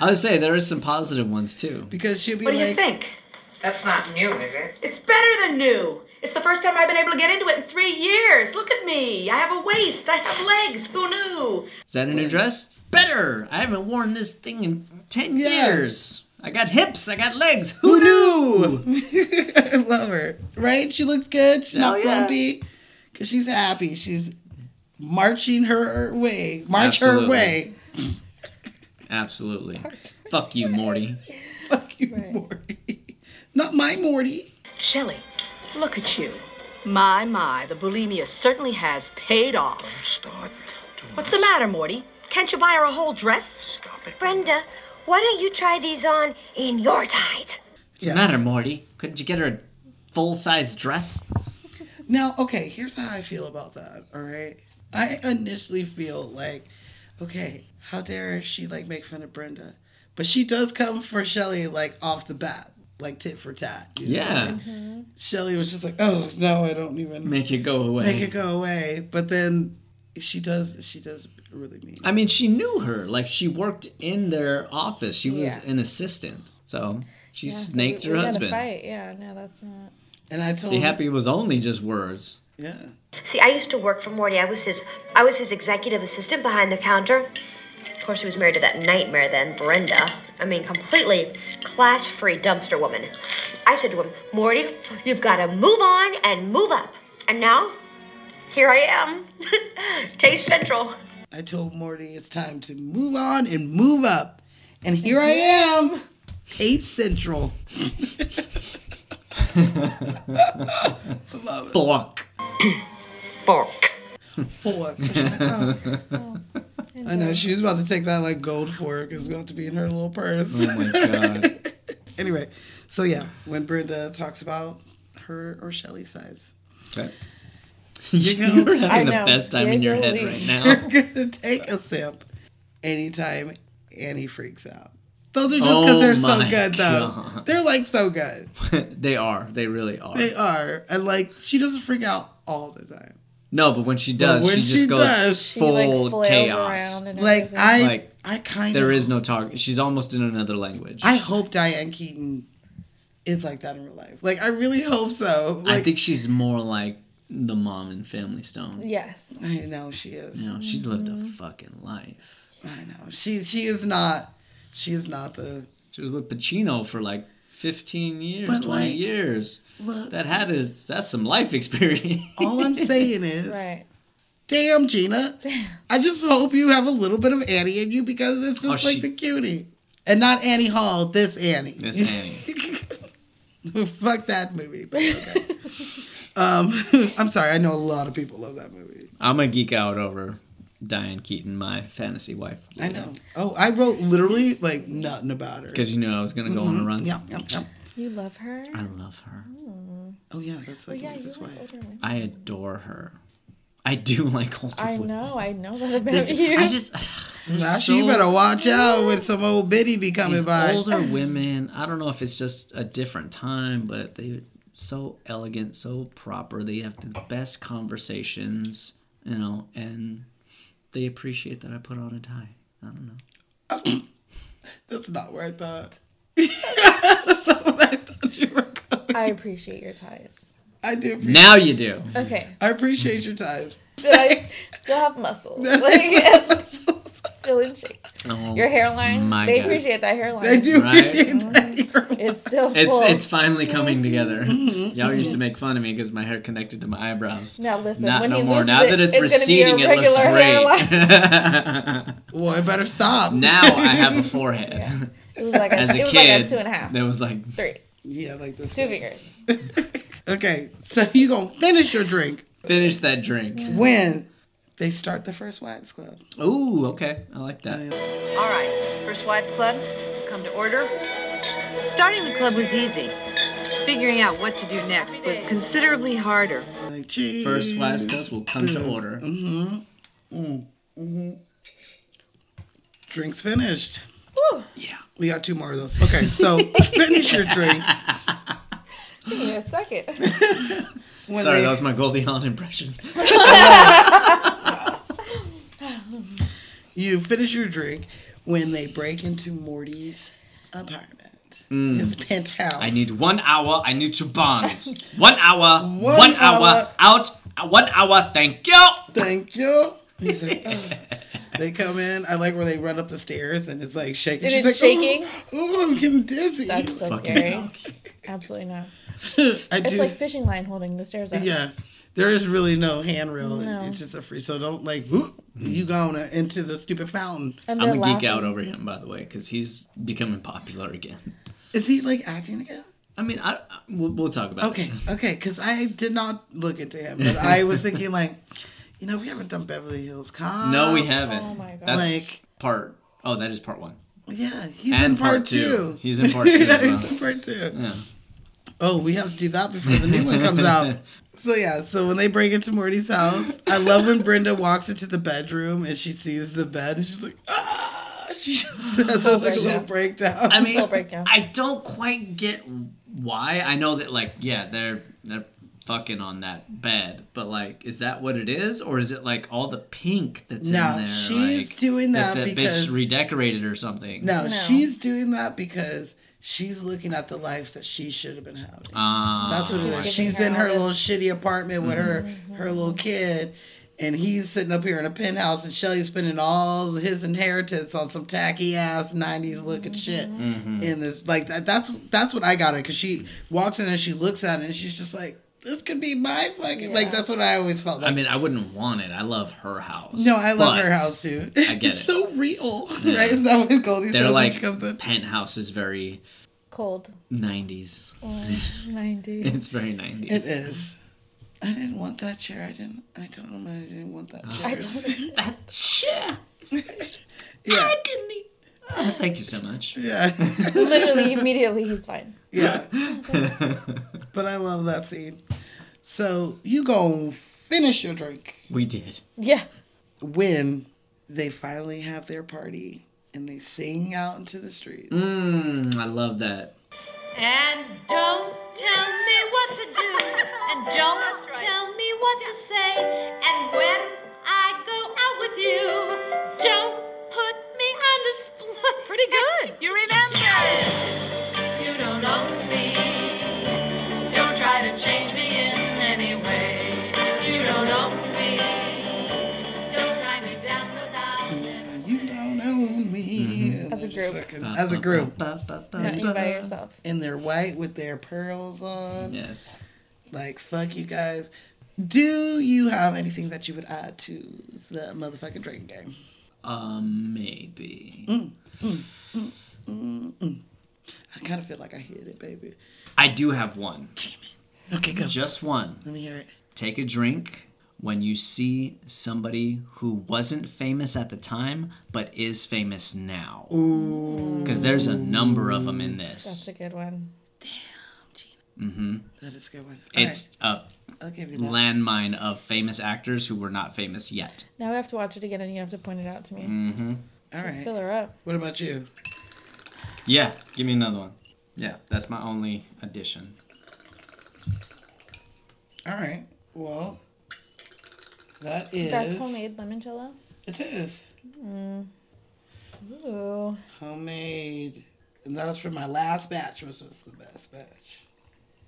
[SPEAKER 1] I would say there is some positive ones too.
[SPEAKER 2] because she'll be
[SPEAKER 5] What do you
[SPEAKER 2] like,
[SPEAKER 5] think?
[SPEAKER 6] That's not new, is it?
[SPEAKER 5] It's better than new. It's the first time I've been able to get into it in three years. Look at me. I have a waist. I have legs. Who knew?
[SPEAKER 1] Is that a new dress? Better. I haven't worn this thing in ten
[SPEAKER 2] Yeah.
[SPEAKER 1] years. I got hips. I got legs. Who
[SPEAKER 2] Who
[SPEAKER 1] knew?
[SPEAKER 2] knew? I love her. Right? She looks good. She's not
[SPEAKER 1] Hell yeah.
[SPEAKER 2] frumpy. Because she's happy. She's marching her way. March
[SPEAKER 1] Absolutely.
[SPEAKER 2] her way.
[SPEAKER 1] Absolutely. Fuck you, Morty.
[SPEAKER 2] Fuck you, Morty. Not my Morty.
[SPEAKER 5] Shelley, look at you. My, my, the bulimia certainly has paid off.
[SPEAKER 7] Start.
[SPEAKER 5] What's the matter, Morty? Can't you buy her a whole dress?
[SPEAKER 7] Stop it.
[SPEAKER 8] Brenda, why don't you try these on in your tight?
[SPEAKER 1] What's the matter, Morty? Couldn't you get her a full size dress?
[SPEAKER 2] Now, okay, here's how I feel about that. All right. I initially feel like, okay, how dare she like make fun of Brenda? But she does come for Shelly like off the bat, like tit for tat. you know?
[SPEAKER 1] Yeah.
[SPEAKER 3] Mm-hmm.
[SPEAKER 2] Shelly was just like, oh, no, I don't even.
[SPEAKER 1] Make it go away.
[SPEAKER 2] make it go away. But then she does. She does really mean.
[SPEAKER 1] I mean, she knew her. Like she worked in their office. She was
[SPEAKER 3] Yeah.
[SPEAKER 1] an assistant. So she
[SPEAKER 3] Yeah, so
[SPEAKER 1] snaked
[SPEAKER 3] we-
[SPEAKER 1] her
[SPEAKER 3] we gotta
[SPEAKER 1] husband.
[SPEAKER 3] Fight. Yeah, no, that's not.
[SPEAKER 2] And I told
[SPEAKER 1] Be happy it was only just words.
[SPEAKER 2] Yeah.
[SPEAKER 8] See, I used to work for Morty. I was his I was his executive assistant behind the counter. Of course, he was married to that nightmare then, Brenda. I mean, completely class-free dumpster woman. I said to him, "Morty, you've got to move on and move up." And now, here I am. Taste Central.
[SPEAKER 2] I told Morty it's time to move on and move up. And here I am, eighth central.
[SPEAKER 1] Fuck.
[SPEAKER 4] Bork.
[SPEAKER 2] Fork. I know she was about to take that like gold fork. It's about to be in her little purse.
[SPEAKER 1] Oh my god.
[SPEAKER 2] So yeah, when Brenda talks about her or Shelly's size,
[SPEAKER 1] Okay. You're having
[SPEAKER 3] I
[SPEAKER 1] the
[SPEAKER 3] know.
[SPEAKER 1] best time in your head
[SPEAKER 3] Giggling.
[SPEAKER 1] right
[SPEAKER 2] you're
[SPEAKER 1] now.
[SPEAKER 2] gonna take a sip anytime Annie freaks out. Those are just because
[SPEAKER 1] Oh
[SPEAKER 2] they're so
[SPEAKER 1] my
[SPEAKER 2] good, though.
[SPEAKER 1] God.
[SPEAKER 2] They're like so good.
[SPEAKER 1] they are. They really are.
[SPEAKER 2] They are, and like she doesn't freak out all the time.
[SPEAKER 1] no, but when she does,
[SPEAKER 2] when
[SPEAKER 1] she just
[SPEAKER 2] she
[SPEAKER 1] goes
[SPEAKER 2] does,
[SPEAKER 3] She
[SPEAKER 1] full
[SPEAKER 3] like flails
[SPEAKER 1] chaos.
[SPEAKER 3] around and
[SPEAKER 2] Like
[SPEAKER 3] everything.
[SPEAKER 2] I,
[SPEAKER 1] Like,
[SPEAKER 2] I kind of
[SPEAKER 1] There is no talk. She's almost in another language. I,
[SPEAKER 2] I hope Diane Keaton is like that in real life. Like I really hope so. Like,
[SPEAKER 1] think she's more like the mom in Family Stone.
[SPEAKER 3] yes.
[SPEAKER 2] I know she is.
[SPEAKER 1] You know, she's lived
[SPEAKER 3] Mm-hmm.
[SPEAKER 1] a fucking life.
[SPEAKER 2] I know she. She is not. She is not the
[SPEAKER 1] She was with Pacino for like 15 years,
[SPEAKER 2] But,
[SPEAKER 1] 20
[SPEAKER 2] like,
[SPEAKER 1] years.
[SPEAKER 2] look.
[SPEAKER 1] That had is that's some life experience.
[SPEAKER 2] all I'm saying is,
[SPEAKER 3] Right.
[SPEAKER 2] damn Gina. I just hope you have a little bit of Annie in you because it's just
[SPEAKER 1] Oh,
[SPEAKER 2] like
[SPEAKER 1] she-
[SPEAKER 2] the cutie, and not Annie Hall. This Annie.
[SPEAKER 1] Miss Annie.
[SPEAKER 2] Fuck that movie. But okay. um, I'm sorry. I know a lot of people love that movie.
[SPEAKER 1] I'm a geek out over Diane Keaton, my fantasy wife.
[SPEAKER 2] I know. Oh, I wrote literally like nothing about her.
[SPEAKER 1] Because you knew I was gonna go on a run.
[SPEAKER 2] Mm-hmm. Yeah, yeah, yeah.
[SPEAKER 3] You love her?
[SPEAKER 1] I love her.
[SPEAKER 2] Oh yeah, that's like
[SPEAKER 3] yeah, you
[SPEAKER 2] his
[SPEAKER 3] like
[SPEAKER 2] wife.
[SPEAKER 3] older women.
[SPEAKER 1] I adore her. I do like older
[SPEAKER 3] I
[SPEAKER 1] women.
[SPEAKER 3] know, I know that about
[SPEAKER 1] There's-
[SPEAKER 3] you.
[SPEAKER 1] I just there's
[SPEAKER 2] Actually,
[SPEAKER 1] so-
[SPEAKER 2] you better watch out with some old biddy be coming
[SPEAKER 1] these
[SPEAKER 2] by.
[SPEAKER 1] older women. I don't know if it's just a different time, but they so elegant, so proper. They have the best conversations, you know, and they appreciate that I put on a tie. I don't know.
[SPEAKER 2] That's not where I thought. that's not what I thought you were going.
[SPEAKER 3] I appreciate your ties.
[SPEAKER 2] I do. Appreciate,
[SPEAKER 1] Now you do.
[SPEAKER 3] Okay.
[SPEAKER 2] I appreciate your ties.
[SPEAKER 3] Did I still have muscles? Like, still in shape.
[SPEAKER 1] Oh,
[SPEAKER 3] Your hairline,
[SPEAKER 1] My
[SPEAKER 3] they
[SPEAKER 1] God.
[SPEAKER 3] appreciate that hairline.
[SPEAKER 2] I do
[SPEAKER 1] Right.
[SPEAKER 2] appreciate
[SPEAKER 3] Mm-hmm.
[SPEAKER 2] that.
[SPEAKER 3] It's still
[SPEAKER 1] It's
[SPEAKER 3] full.
[SPEAKER 1] it's finally coming together. Y'all used to make fun of me because my hair connected to my eyebrows.
[SPEAKER 3] Mm-hmm, Now listen,
[SPEAKER 1] Not
[SPEAKER 3] when
[SPEAKER 1] no
[SPEAKER 3] he
[SPEAKER 1] more.
[SPEAKER 3] loses
[SPEAKER 1] Now
[SPEAKER 3] it,
[SPEAKER 1] that it's,
[SPEAKER 3] it's gonna be a
[SPEAKER 1] receding, it looks
[SPEAKER 3] regular
[SPEAKER 1] great.
[SPEAKER 2] Well, I better stop.
[SPEAKER 1] now I have a forehead.
[SPEAKER 3] Yeah. It was like a,
[SPEAKER 1] As a
[SPEAKER 3] it was
[SPEAKER 1] kid,
[SPEAKER 3] like a two and a half,
[SPEAKER 1] That was like
[SPEAKER 3] three,
[SPEAKER 2] yeah, like this.
[SPEAKER 3] two
[SPEAKER 2] one.
[SPEAKER 3] fingers.
[SPEAKER 2] okay, so you gonna finish your drink
[SPEAKER 1] finish that drink.
[SPEAKER 2] when they start the first wives club.
[SPEAKER 1] Ooh, okay, I like that.
[SPEAKER 4] All right, First Wives Club, come to order. Starting the club was easy. Figuring out what to do next was considerably harder.
[SPEAKER 2] Like, cheese.
[SPEAKER 1] First wives cup will come to order.
[SPEAKER 2] Drinks finished.
[SPEAKER 1] Yeah.
[SPEAKER 2] We got two more of those. Okay, so finish your drink.
[SPEAKER 3] Give me a second.
[SPEAKER 2] When
[SPEAKER 1] Sorry,
[SPEAKER 2] they,
[SPEAKER 1] that was my Goldie Hawn impression.
[SPEAKER 2] you finish your drink when they break into Morty's apartment, his penthouse.
[SPEAKER 1] Mm. I need one hour. I need to bond. One hour. One, hour.
[SPEAKER 2] hour.
[SPEAKER 1] out. uh, One hour. Thank you.
[SPEAKER 2] Thank you. He's like, oh. they come in. I like where they run up the stairs and it's like shaking.
[SPEAKER 3] And
[SPEAKER 2] She's
[SPEAKER 3] it's
[SPEAKER 2] like,
[SPEAKER 3] shaking?
[SPEAKER 2] Oh, I'm getting dizzy.
[SPEAKER 3] That's so
[SPEAKER 1] Fucking
[SPEAKER 3] scary.
[SPEAKER 1] hell.
[SPEAKER 3] Absolutely not.
[SPEAKER 2] I
[SPEAKER 3] It's
[SPEAKER 2] do.
[SPEAKER 3] like fishing line holding the stairs up.
[SPEAKER 2] yeah. There is really no handrail.
[SPEAKER 3] No.
[SPEAKER 2] It's just a free. So don't like, whoop,
[SPEAKER 1] Mm.
[SPEAKER 2] you going into the stupid fountain.
[SPEAKER 3] And
[SPEAKER 1] I'm
[SPEAKER 3] they're
[SPEAKER 1] a geek
[SPEAKER 3] laughing.
[SPEAKER 1] out over him, by the way, because he's becoming popular again.
[SPEAKER 2] Is he like acting again?
[SPEAKER 1] I mean, I, I- we'll, we'll talk about
[SPEAKER 2] Okay,
[SPEAKER 1] it.
[SPEAKER 2] okay, because I did not look into him, but I was thinking like, you know, we haven't done Beverly Hills Cop.
[SPEAKER 1] No, we haven't.
[SPEAKER 3] Oh my God.
[SPEAKER 1] That's
[SPEAKER 2] Like,
[SPEAKER 1] part. Oh, that is part one.
[SPEAKER 2] yeah, he's in
[SPEAKER 1] And
[SPEAKER 2] part,
[SPEAKER 1] part two.
[SPEAKER 2] two.
[SPEAKER 1] He's in part two
[SPEAKER 2] yeah,
[SPEAKER 1] as well.
[SPEAKER 2] he's in part two.
[SPEAKER 1] Yeah.
[SPEAKER 2] Oh, we have to do that before the new one comes out. So yeah, so when they break into Morty's house, I love when Brenda walks into the bedroom and she sees the bed and she's like, ah, she just has like a little
[SPEAKER 3] breakdown.
[SPEAKER 2] breakdown.
[SPEAKER 1] Oh, I mean,
[SPEAKER 3] Full breakdown.
[SPEAKER 1] I don't quite get why. I know that, like, yeah, they're they're fucking on that bed, but like, is that what it is, or is it like all the pink that's
[SPEAKER 2] No,
[SPEAKER 1] in there?
[SPEAKER 2] she's
[SPEAKER 1] like,
[SPEAKER 2] doing that
[SPEAKER 1] that
[SPEAKER 2] because-
[SPEAKER 1] bitch redecorated or something.
[SPEAKER 2] no,
[SPEAKER 3] No.
[SPEAKER 2] she's doing that because she's looking at the life that she should have been having.
[SPEAKER 1] Ah.
[SPEAKER 2] That's what it is.
[SPEAKER 3] giving
[SPEAKER 2] She's
[SPEAKER 3] her
[SPEAKER 2] in her
[SPEAKER 3] all
[SPEAKER 2] little
[SPEAKER 3] this- Mm-hmm.
[SPEAKER 2] shitty apartment with her her little kid, and he's sitting up here in a penthouse, and Shelly's spending all his inheritance on some tacky ass '90s looking shit.
[SPEAKER 3] Mm-hmm.
[SPEAKER 1] Mm-hmm.
[SPEAKER 2] In this, like that, that's that's what I got it because she walks in and she looks at it and she's just like, "This could be my fucking." Like
[SPEAKER 3] Yeah.
[SPEAKER 2] that's what I always felt. Like.
[SPEAKER 1] I mean, I wouldn't want it. I love her house.
[SPEAKER 2] no, I love her
[SPEAKER 1] but
[SPEAKER 2] house too.
[SPEAKER 1] I get
[SPEAKER 2] it's
[SPEAKER 1] it.
[SPEAKER 2] so real,
[SPEAKER 1] Yeah.
[SPEAKER 2] right? Is that what Goldie
[SPEAKER 1] They're
[SPEAKER 2] says when
[SPEAKER 1] like
[SPEAKER 2] she comes in?
[SPEAKER 1] penthouse is very
[SPEAKER 3] Cold.
[SPEAKER 1] 90s. It's
[SPEAKER 3] Nineties.
[SPEAKER 1] very 90s.
[SPEAKER 2] It is. I didn't want that chair. I didn't. I told him
[SPEAKER 1] Ah.
[SPEAKER 2] I didn't want that chair.
[SPEAKER 3] I don't.
[SPEAKER 1] That shit.
[SPEAKER 2] yeah.
[SPEAKER 1] Agony. "Ah, thank you so much.
[SPEAKER 2] Yeah.
[SPEAKER 3] Literally, immediately, he's fine.
[SPEAKER 2] Yeah. but I love that scene. So you gonna finish your drink
[SPEAKER 1] We did.
[SPEAKER 3] Yeah.
[SPEAKER 2] when they finally have their party and they sing out into the street.
[SPEAKER 1] Mm, I love that.
[SPEAKER 6] And don't tell me what to do. And don't tell me what to say. And when I go out with you, don't put me on display. Pretty good. you remember. You don't own me. Don't try to change me in any way. You don't own me. Don't tie me down 'cause I'll never
[SPEAKER 2] You don't own me. And
[SPEAKER 3] As a
[SPEAKER 2] they're just
[SPEAKER 3] group.
[SPEAKER 2] fucking- as a group.
[SPEAKER 3] Not you by yourself.
[SPEAKER 2] And they're white with their pearls on.
[SPEAKER 1] Yes.
[SPEAKER 2] Like, fuck you guys. Do you have anything that you would add to the motherfucking drink game?
[SPEAKER 1] Um, maybe.
[SPEAKER 2] Mm. I kind of feel like I hit it, baby.
[SPEAKER 1] I do have one.
[SPEAKER 2] Okay, go.
[SPEAKER 1] Just one.
[SPEAKER 2] Let me hear it.
[SPEAKER 1] Take a drink when you see somebody who wasn't famous at the time but is famous now. Because there's a number of them in
[SPEAKER 3] That's
[SPEAKER 1] this.
[SPEAKER 3] a good one.
[SPEAKER 2] That is a good one. All right,
[SPEAKER 1] It's a
[SPEAKER 2] I'll give you that.
[SPEAKER 1] landmine of famous actors who were not famous yet.
[SPEAKER 3] Now I have to watch it again, and you have to point it out to me.
[SPEAKER 1] Mm.
[SPEAKER 2] All right.
[SPEAKER 3] Fill her up.
[SPEAKER 2] What about you?
[SPEAKER 1] Yeah, give me another one. Yeah, that's my only addition.
[SPEAKER 2] All right. Well, that is.
[SPEAKER 3] That's homemade limoncello.
[SPEAKER 2] It is
[SPEAKER 3] Ooh.
[SPEAKER 2] homemade, and that was from my last batch, which was the best batch.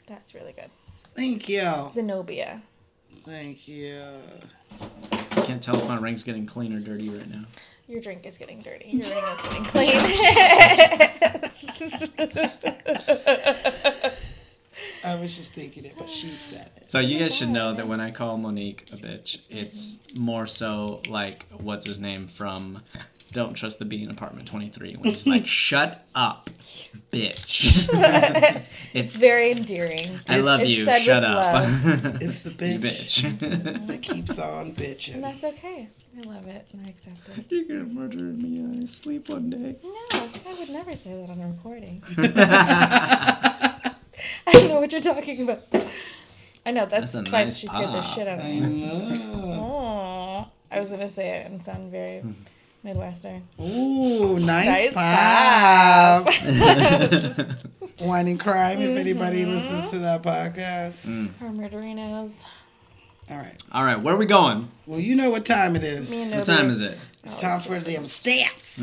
[SPEAKER 3] That's really good.
[SPEAKER 2] Thank you.
[SPEAKER 3] Zenobia.
[SPEAKER 2] Thank you.
[SPEAKER 1] I can't tell if my ring's getting clean or dirty right now.
[SPEAKER 3] Your drink is getting dirty. Your ring is getting clean.
[SPEAKER 2] I was just thinking it, but she said it.
[SPEAKER 1] So you guys should know that when I call Monique a bitch, it's more so like what's his name from Don't Trust the Bee in Apartment 23 when he's like, "Shut up, bitch." it's
[SPEAKER 3] Very endearing.
[SPEAKER 1] I love
[SPEAKER 3] it's
[SPEAKER 1] you.
[SPEAKER 3] said
[SPEAKER 1] Shut
[SPEAKER 3] with
[SPEAKER 1] up,
[SPEAKER 2] It's the
[SPEAKER 1] you
[SPEAKER 2] bitch,
[SPEAKER 1] bitch.
[SPEAKER 2] that keeps on
[SPEAKER 3] And
[SPEAKER 2] bitching.
[SPEAKER 3] that's okay. I love it. And I accept it.
[SPEAKER 1] You're gonna murder me and I sleep one day.
[SPEAKER 3] No, I would never say that on a recording. I don't know what you're talking about. I know, that's,
[SPEAKER 1] That's a
[SPEAKER 3] twice
[SPEAKER 1] nice
[SPEAKER 3] she scared the
[SPEAKER 1] pop.
[SPEAKER 3] shit out of me.
[SPEAKER 2] Ooh,
[SPEAKER 3] Aw. I was gonna say it and sound very
[SPEAKER 1] Hmm.
[SPEAKER 3] Midwestern.
[SPEAKER 2] Ooh, nice,
[SPEAKER 3] Nice
[SPEAKER 2] pop. Wine and crime, if anybody
[SPEAKER 3] Mm-hmm.
[SPEAKER 2] listens to that podcast.
[SPEAKER 3] Or murderinos.
[SPEAKER 2] All right.
[SPEAKER 1] All right, where are we going?
[SPEAKER 2] Well, you know what time it is.
[SPEAKER 3] Me and
[SPEAKER 1] What
[SPEAKER 3] Nobu.
[SPEAKER 1] time is it?
[SPEAKER 2] It's time for them stats.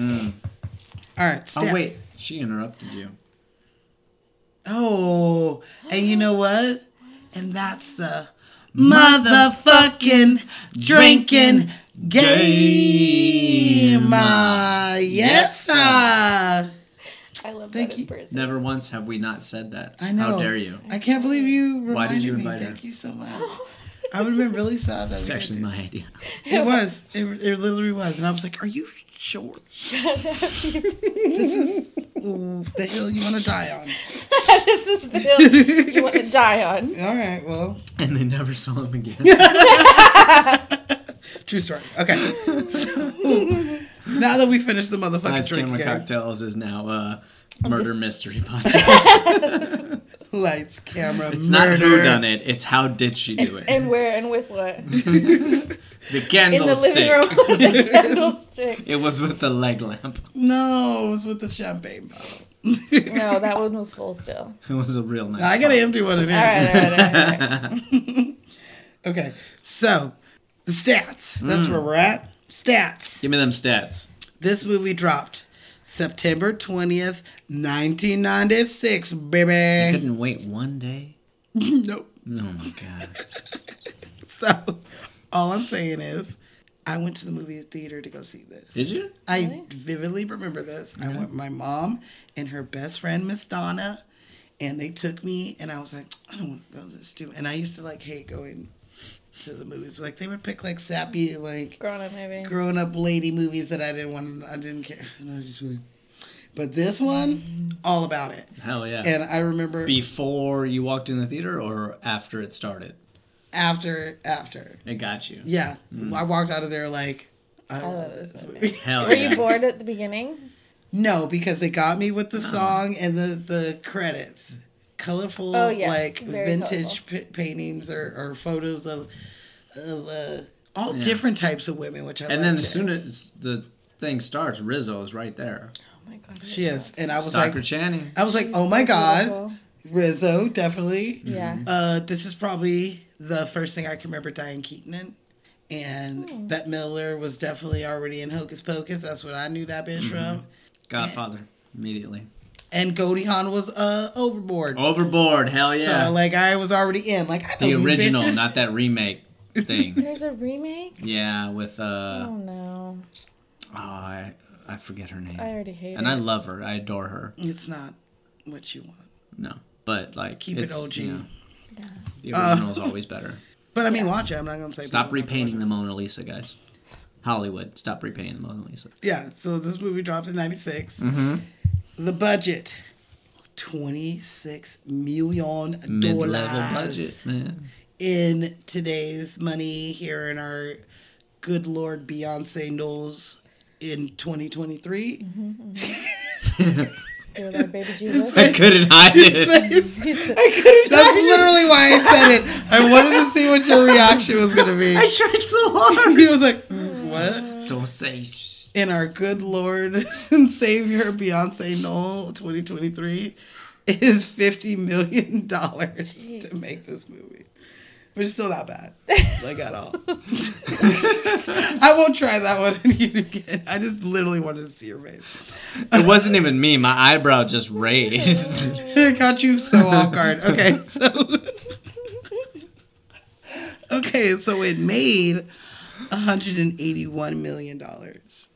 [SPEAKER 2] All right.
[SPEAKER 1] Mm. Oh
[SPEAKER 2] stats.
[SPEAKER 1] wait, she interrupted you.
[SPEAKER 2] Oh, and you know what? And that's the motherfucking drinking game. Ah, yes, ah.
[SPEAKER 3] I love
[SPEAKER 2] Thank
[SPEAKER 3] that in
[SPEAKER 2] you.
[SPEAKER 3] person.
[SPEAKER 1] Never once have we not said that.
[SPEAKER 2] I know.
[SPEAKER 1] How dare you?
[SPEAKER 2] I can't believe you reminded
[SPEAKER 1] Why did you
[SPEAKER 2] me.
[SPEAKER 1] invite her?
[SPEAKER 2] Thank you so much. I would have been really sad. That
[SPEAKER 1] It's
[SPEAKER 2] we
[SPEAKER 1] actually
[SPEAKER 2] didn't
[SPEAKER 1] my idea.
[SPEAKER 2] do- It was. It, it literally was. And I was like, "Are you sure? Ooh, the hill you want to die on?"
[SPEAKER 3] this is the hill you want to die on.
[SPEAKER 2] All right. Well,
[SPEAKER 1] And they never saw him again.
[SPEAKER 2] True story. Okay. So, now that we finished the motherfucking
[SPEAKER 1] Last
[SPEAKER 2] drink
[SPEAKER 1] Camera
[SPEAKER 2] game,
[SPEAKER 1] Cocktails is now a murder
[SPEAKER 3] just-
[SPEAKER 1] mystery podcast.
[SPEAKER 2] lights, camera,
[SPEAKER 1] It's not
[SPEAKER 2] murder.
[SPEAKER 1] who done it, it's how did she do it.
[SPEAKER 3] And where and with what?
[SPEAKER 1] The
[SPEAKER 3] In the living
[SPEAKER 1] candlestick.
[SPEAKER 3] room with a candlestick.
[SPEAKER 1] It was with the leg lamp.
[SPEAKER 2] No, it was with the champagne bottle.
[SPEAKER 3] No, that one was full still.
[SPEAKER 1] It was a real nice.
[SPEAKER 2] I gotta empty one of
[SPEAKER 3] All
[SPEAKER 2] them.
[SPEAKER 3] right, all right, all right. All right.
[SPEAKER 2] Okay, so the stats. That's
[SPEAKER 1] Hmm.
[SPEAKER 2] where we're at. Stats.
[SPEAKER 1] Give me them stats.
[SPEAKER 2] This movie dropped September twentieth, nineteen ninety six, baby.
[SPEAKER 1] Couldn't wait one day.
[SPEAKER 2] nope.
[SPEAKER 1] Oh my god.
[SPEAKER 2] So all I'm saying is, I went to the movie theater to go see this.
[SPEAKER 1] Did you?
[SPEAKER 2] I vividly remember this. I went with my mom and her best friend, Miss Donna, and they took me, and I was like, I don't want to go to this too. And I used to like hate going to the movies. Like they would pick like sappy, like
[SPEAKER 3] Grown up maybe.
[SPEAKER 2] grown up lady movies that I didn't want. I didn't care. And I just really. But this one, all about it.
[SPEAKER 1] Hell yeah.
[SPEAKER 2] And I remember
[SPEAKER 1] Before you walked in the theater or after it started?
[SPEAKER 2] after after.
[SPEAKER 1] It got you.
[SPEAKER 2] Yeah, I walked out of there like. I, love
[SPEAKER 3] this
[SPEAKER 2] this movie.
[SPEAKER 1] Hell
[SPEAKER 3] Were
[SPEAKER 1] yeah.
[SPEAKER 3] you bored at the beginning?
[SPEAKER 2] No, because they got me with the
[SPEAKER 1] Uh-huh.
[SPEAKER 2] song and the, the credits. Colorful,
[SPEAKER 3] Oh, yes,
[SPEAKER 2] like
[SPEAKER 3] very
[SPEAKER 2] vintage p- paintings or, or photos of, of uh, all different types of women, which I
[SPEAKER 1] And then
[SPEAKER 2] liked
[SPEAKER 1] as
[SPEAKER 2] it.
[SPEAKER 1] soon as the thing starts, Rizzo is right there.
[SPEAKER 3] Oh my god.
[SPEAKER 2] She is. And I was
[SPEAKER 1] Dr.
[SPEAKER 2] like,
[SPEAKER 1] Channing.
[SPEAKER 2] I was like,
[SPEAKER 3] She's
[SPEAKER 2] oh
[SPEAKER 3] so
[SPEAKER 2] my God, Mm-hmm.
[SPEAKER 3] beautiful.
[SPEAKER 2] Rizzo, definitely.
[SPEAKER 1] Mm.
[SPEAKER 3] Yeah.
[SPEAKER 2] Uh, this is probably the first thing I can remember Diane Keaton in. And
[SPEAKER 3] Hmm.
[SPEAKER 2] Bette Miller was definitely already in Hocus Pocus. That's what I knew that
[SPEAKER 1] Mm-hmm.
[SPEAKER 2] bitch from.
[SPEAKER 1] Godfather. Immediately.
[SPEAKER 2] And Goldie Hawn was uh, Overboard.
[SPEAKER 1] Overboard. Hell yeah.
[SPEAKER 2] So, like, I was already in. Like, I
[SPEAKER 1] the
[SPEAKER 2] know these
[SPEAKER 1] original,
[SPEAKER 2] bitches.
[SPEAKER 1] not that remake thing.
[SPEAKER 3] There's a remake?
[SPEAKER 1] yeah, with uh,
[SPEAKER 3] Oh no.
[SPEAKER 1] oh, I, I forget her name.
[SPEAKER 3] I already hate
[SPEAKER 1] and
[SPEAKER 3] it.
[SPEAKER 1] I love her. I adore her.
[SPEAKER 2] It's not what you want.
[SPEAKER 1] No, but like
[SPEAKER 2] Keep it
[SPEAKER 1] it's,
[SPEAKER 2] OG.
[SPEAKER 1] you know, the original is always better.
[SPEAKER 2] But I mean, watch it. I'm not going to say.
[SPEAKER 1] Stop
[SPEAKER 2] people don't watch
[SPEAKER 1] repainting the Mona Lisa, guys. Hollywood, stop repainting the Mona Lisa.
[SPEAKER 2] it. Yeah, so this movie dropped in 96.
[SPEAKER 1] Mm-hmm.
[SPEAKER 2] The budget. $26 million.
[SPEAKER 1] Mid-level budget, man.
[SPEAKER 2] in today's money here in our good lord Beyonce Knowles in 2023.
[SPEAKER 1] Mm-hmm.
[SPEAKER 3] Do that baby Jesus.
[SPEAKER 1] I couldn't hide it.
[SPEAKER 2] That's literally why I said it. I wanted to see what your reaction was going to be. I tried so hard. He was like, "Mm, what?
[SPEAKER 1] Don't say. Sh-
[SPEAKER 2] In our good lord and savior Beyonce Knoll 2023 is $50 million to make this movie. But it's still not bad. Like at all. I won't try that one on you again. I just literally wanted to see your face.
[SPEAKER 1] it wasn't even me. My eyebrow just raised.
[SPEAKER 2] It caught you so off guard. Okay, so okay, so it made 181 million dollars,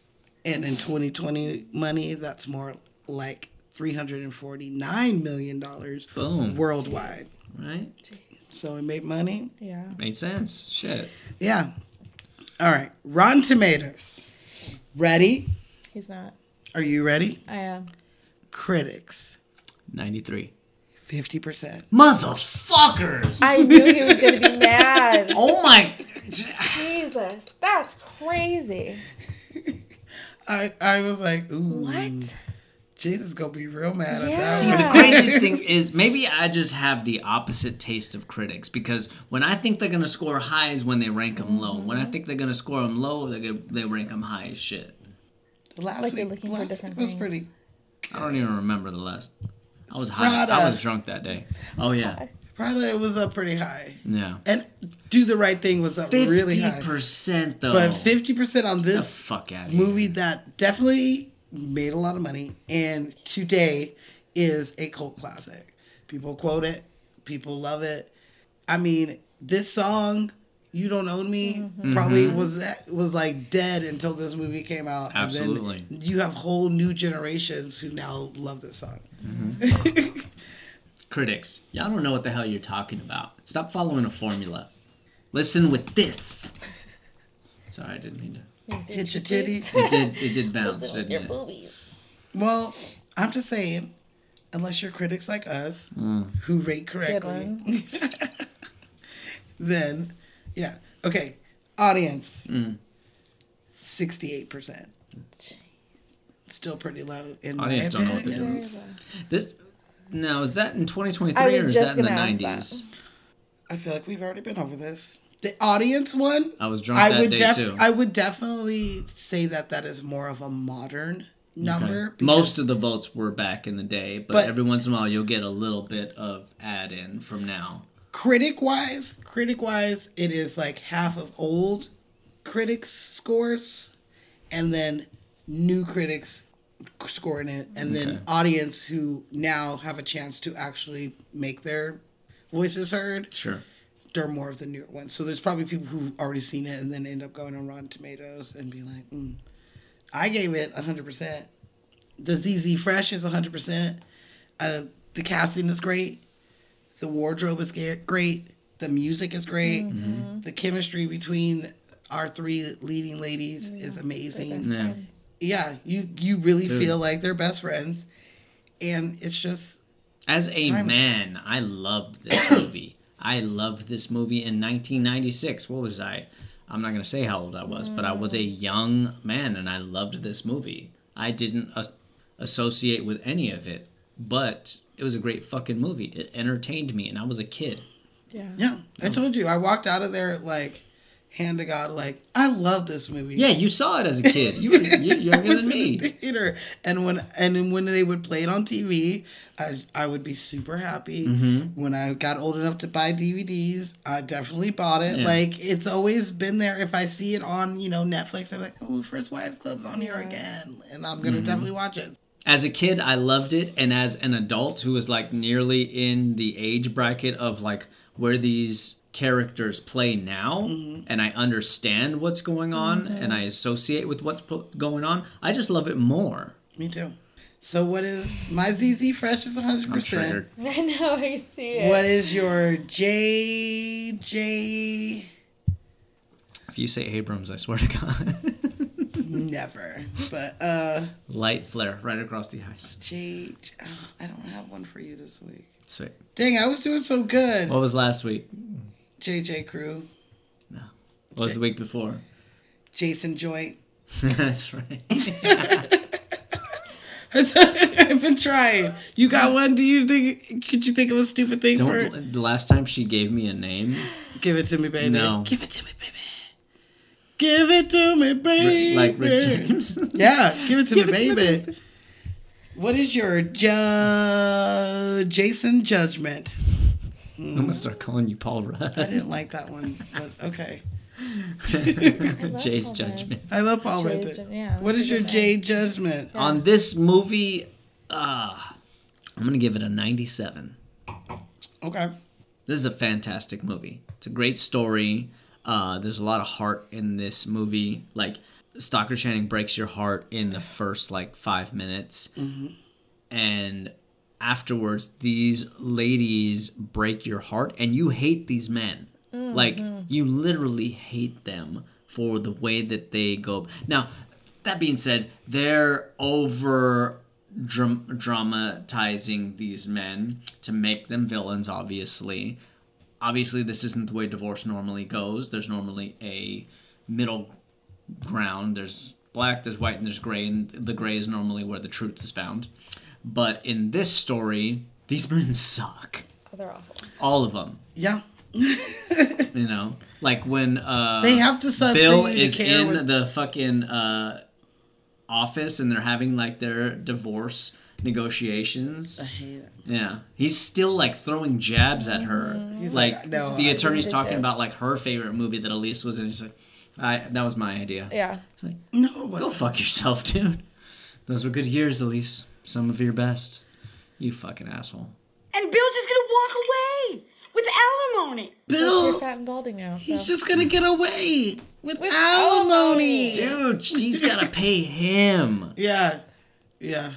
[SPEAKER 2] and in 2020 money, that's more like 349 million dollars
[SPEAKER 1] Boom.
[SPEAKER 2] worldwide.
[SPEAKER 1] right?
[SPEAKER 2] So it made money.
[SPEAKER 3] yeah.
[SPEAKER 1] Made sense. Shit.
[SPEAKER 2] Yeah. All right. Rotten Tomatoes. Ready?
[SPEAKER 3] He's not.
[SPEAKER 2] Are you ready?
[SPEAKER 3] I am.
[SPEAKER 2] Critics.
[SPEAKER 1] 93.
[SPEAKER 2] 50%.
[SPEAKER 1] Motherfuckers!
[SPEAKER 3] I knew he was gonna be mad.
[SPEAKER 1] oh my.
[SPEAKER 3] Jesus. That's crazy.
[SPEAKER 2] I, I was like, ooh.
[SPEAKER 3] What?
[SPEAKER 2] Jesus gonna be real mad at that
[SPEAKER 1] See,
[SPEAKER 2] one.
[SPEAKER 1] the
[SPEAKER 3] Yeah.
[SPEAKER 1] crazy thing is, maybe I just have the opposite taste of critics because when I think they're gonna score high is when they rank them low. When I think they're gonna score them low, they they rank them high as shit.
[SPEAKER 2] Last
[SPEAKER 3] Like you're
[SPEAKER 2] week,
[SPEAKER 3] looking for
[SPEAKER 2] last
[SPEAKER 3] different
[SPEAKER 2] week was
[SPEAKER 3] things.
[SPEAKER 2] pretty.
[SPEAKER 1] I don't even remember the last. I was high.
[SPEAKER 2] Prada.
[SPEAKER 1] I was drunk that day. Oh yeah,
[SPEAKER 2] Prada was up pretty high,
[SPEAKER 1] yeah.
[SPEAKER 2] and Do the Right Thing was up
[SPEAKER 1] Fifty
[SPEAKER 2] really high.
[SPEAKER 1] percent though.
[SPEAKER 2] But fifty percent on
[SPEAKER 1] the
[SPEAKER 2] this
[SPEAKER 1] fuck out of
[SPEAKER 2] movie that definitely made a lot of money, and today is a cult classic. People quote it, people love it. I mean, this song. You don't own me.
[SPEAKER 3] Mm-hmm.
[SPEAKER 2] Probably was that was like dead until this movie came out. and then
[SPEAKER 1] Absolutely.
[SPEAKER 2] you have whole new generations who now love this song.
[SPEAKER 1] Critics, y'all don't know what the hell you're talking about. Stop following a formula. Listen with this. Sorry, I didn't mean to.
[SPEAKER 2] Hit your titties.
[SPEAKER 1] It did. It did bounce,
[SPEAKER 2] Mm.
[SPEAKER 1] didn't
[SPEAKER 3] Your
[SPEAKER 1] it?
[SPEAKER 3] boobies.
[SPEAKER 2] Well, I'm just saying, unless you're critics like us
[SPEAKER 1] Mm.
[SPEAKER 2] who rate
[SPEAKER 3] Good
[SPEAKER 2] correctly,
[SPEAKER 3] ones.
[SPEAKER 2] then yeah. Okay, audience,
[SPEAKER 1] Mm.
[SPEAKER 2] sixty-eight percent. Still pretty low in
[SPEAKER 1] Audience
[SPEAKER 2] my
[SPEAKER 1] don't know what to
[SPEAKER 2] opinion.
[SPEAKER 1] do. This now is that in 2023
[SPEAKER 3] I
[SPEAKER 1] or
[SPEAKER 3] was
[SPEAKER 1] is
[SPEAKER 3] just
[SPEAKER 1] that in the
[SPEAKER 3] gonna ask
[SPEAKER 1] 90s?
[SPEAKER 3] that.
[SPEAKER 2] I feel like we've already been over this. The audience one.
[SPEAKER 1] I was drunk that
[SPEAKER 2] would
[SPEAKER 1] day,
[SPEAKER 2] def-
[SPEAKER 1] too.
[SPEAKER 2] I would definitely say that that is more of a modern number.
[SPEAKER 1] Okay. Most of the votes were back in the day, but,
[SPEAKER 2] But-
[SPEAKER 1] every once in a while you'll get a little bit of add in from now.
[SPEAKER 2] critic wise, critic wise, it is like half of old critics scores, and then new critics scoring it, and
[SPEAKER 1] Okay.
[SPEAKER 2] then audience who now have a chance to actually make their voices heard.
[SPEAKER 1] Sure.
[SPEAKER 2] They're more of the newer ones, so there's probably people who've already seen it and then end up going on Rotten Tomatoes and be like, mm, "I gave it 100 percent." The ZZ Fresh is 100 percent. Uh, the casting is great. The wardrobe is ge- great. The music is great. The chemistry between our three leading ladies is amazing.
[SPEAKER 1] Yeah.
[SPEAKER 2] Yeah, you you really
[SPEAKER 1] Dude.
[SPEAKER 2] feel like they're best friends, and it's just
[SPEAKER 1] As a man, I loved this movie. I loved this movie in 1996. What was I? I'm not going to say
[SPEAKER 3] Mm.
[SPEAKER 1] how old I was, but I was a young man and I loved this movie. I didn't. Uh, associate with any of it, but it was a great fucking movie. It entertained me, and I was a kid.
[SPEAKER 2] Yeah,
[SPEAKER 1] Oh.
[SPEAKER 2] I told you. I walked out of there like, hand to God, like I love this movie.
[SPEAKER 1] Yeah, you saw it as a kid. You were you're
[SPEAKER 2] I
[SPEAKER 1] younger
[SPEAKER 2] was
[SPEAKER 1] than
[SPEAKER 2] in the
[SPEAKER 1] me.
[SPEAKER 2] theater, and when and then when they would play it on TV, I I would be super happy.
[SPEAKER 1] Mm-hmm.
[SPEAKER 2] When I got old enough to buy DVDs, I definitely bought it.
[SPEAKER 1] Yeah.
[SPEAKER 2] Like it's always been there. If I see it on you know Netflix, I'm like, oh, First Wives Club's on here again, and I'm
[SPEAKER 1] Mm-hmm.
[SPEAKER 2] gonna definitely watch it.
[SPEAKER 1] As a kid, I loved it, and as an adult who was like nearly in the age bracket of like where these characters play now, and I understand what's going on, and I associate with what's po- going on, I just love it more.
[SPEAKER 2] Me too. So what is my ZZ Fresh is 100.
[SPEAKER 1] I'm
[SPEAKER 2] percent
[SPEAKER 1] triggered.
[SPEAKER 3] I know, I see it.
[SPEAKER 2] What is your J J?
[SPEAKER 1] If you say Abrams, I swear to God.
[SPEAKER 2] Never, but uh,
[SPEAKER 1] Light flare right across the eyes.
[SPEAKER 2] J. J- oh, I don't have one for you this week.
[SPEAKER 1] Sweet.
[SPEAKER 2] Dang, I was doing so good.
[SPEAKER 1] What was last week?
[SPEAKER 2] JJ Crew,
[SPEAKER 1] What was the week before?
[SPEAKER 2] Jason Joint.
[SPEAKER 1] That's right.
[SPEAKER 2] I've been trying. You got one? Do you think? Could you think of a stupid thing for?
[SPEAKER 1] Don't the last time she gave me a name.
[SPEAKER 2] Give it to me, baby.
[SPEAKER 1] No.
[SPEAKER 2] Give it to me, baby. Give it to me, baby.
[SPEAKER 1] like Rick James.
[SPEAKER 2] Yeah, give it to
[SPEAKER 1] Give
[SPEAKER 2] me,
[SPEAKER 1] it to me,
[SPEAKER 2] baby. What is your ju- Jason judgment?
[SPEAKER 1] I'm gonna start calling you Paul
[SPEAKER 2] I
[SPEAKER 1] Rudd.
[SPEAKER 2] didn't like that one, but okay.
[SPEAKER 1] Jay's judgment.
[SPEAKER 2] I love Paul
[SPEAKER 3] Jay's
[SPEAKER 2] with it.
[SPEAKER 3] ju- yeah,
[SPEAKER 2] what
[SPEAKER 3] that's
[SPEAKER 2] is
[SPEAKER 3] a
[SPEAKER 2] your
[SPEAKER 3] good
[SPEAKER 2] J judgment?
[SPEAKER 1] On this movie, uh, I'm gonna give it a 97. Uh,
[SPEAKER 2] Okay.
[SPEAKER 1] this is a fantastic movie. It's a great story. Uh, there's a lot of heart in this movie. Like Stalker Channing breaks your heart in the first like five minutes, and afterwards these ladies break your heart, and you hate these men. Like you literally hate them for the way that they go. Now, that being said, they're over dram- dramatizing these men to make them villains, obviously. Obviously, this isn't the way divorce normally goes. There's normally a middle ground. There's black, there's white, and there's gray, and the gray is normally where the truth is found. But in this story, these men suck.
[SPEAKER 3] Oh, they're awful.
[SPEAKER 1] All of them,
[SPEAKER 2] Yeah.
[SPEAKER 1] you know? Like when. Uh,
[SPEAKER 2] They have to sub
[SPEAKER 1] Bill
[SPEAKER 2] for you
[SPEAKER 1] is
[SPEAKER 2] to care
[SPEAKER 1] in
[SPEAKER 2] what-
[SPEAKER 1] the fucking uh, office and they're having like their divorce negotiations. Yeah, he's still like throwing jabs at her. like,
[SPEAKER 2] like, "No,
[SPEAKER 1] the
[SPEAKER 2] I
[SPEAKER 1] attorney's
[SPEAKER 3] didn't
[SPEAKER 1] talking
[SPEAKER 3] do it."
[SPEAKER 1] about like her favorite movie that Elise was in. She's like, I that was my idea.
[SPEAKER 3] Yeah.
[SPEAKER 1] It's like,
[SPEAKER 2] No, it
[SPEAKER 1] go
[SPEAKER 2] wasn't.
[SPEAKER 1] fuck yourself, dude. Those were good years, Elise. Some of your best. You fucking asshole.
[SPEAKER 4] And Bill's just gonna walk away with alimony.
[SPEAKER 3] You're
[SPEAKER 2] Bill.
[SPEAKER 3] fat and balding now, so.
[SPEAKER 2] Oh. He's just gonna get away with,
[SPEAKER 3] With
[SPEAKER 2] alimony.
[SPEAKER 1] Dude, she's gotta pay him.
[SPEAKER 2] Yeah, yeah.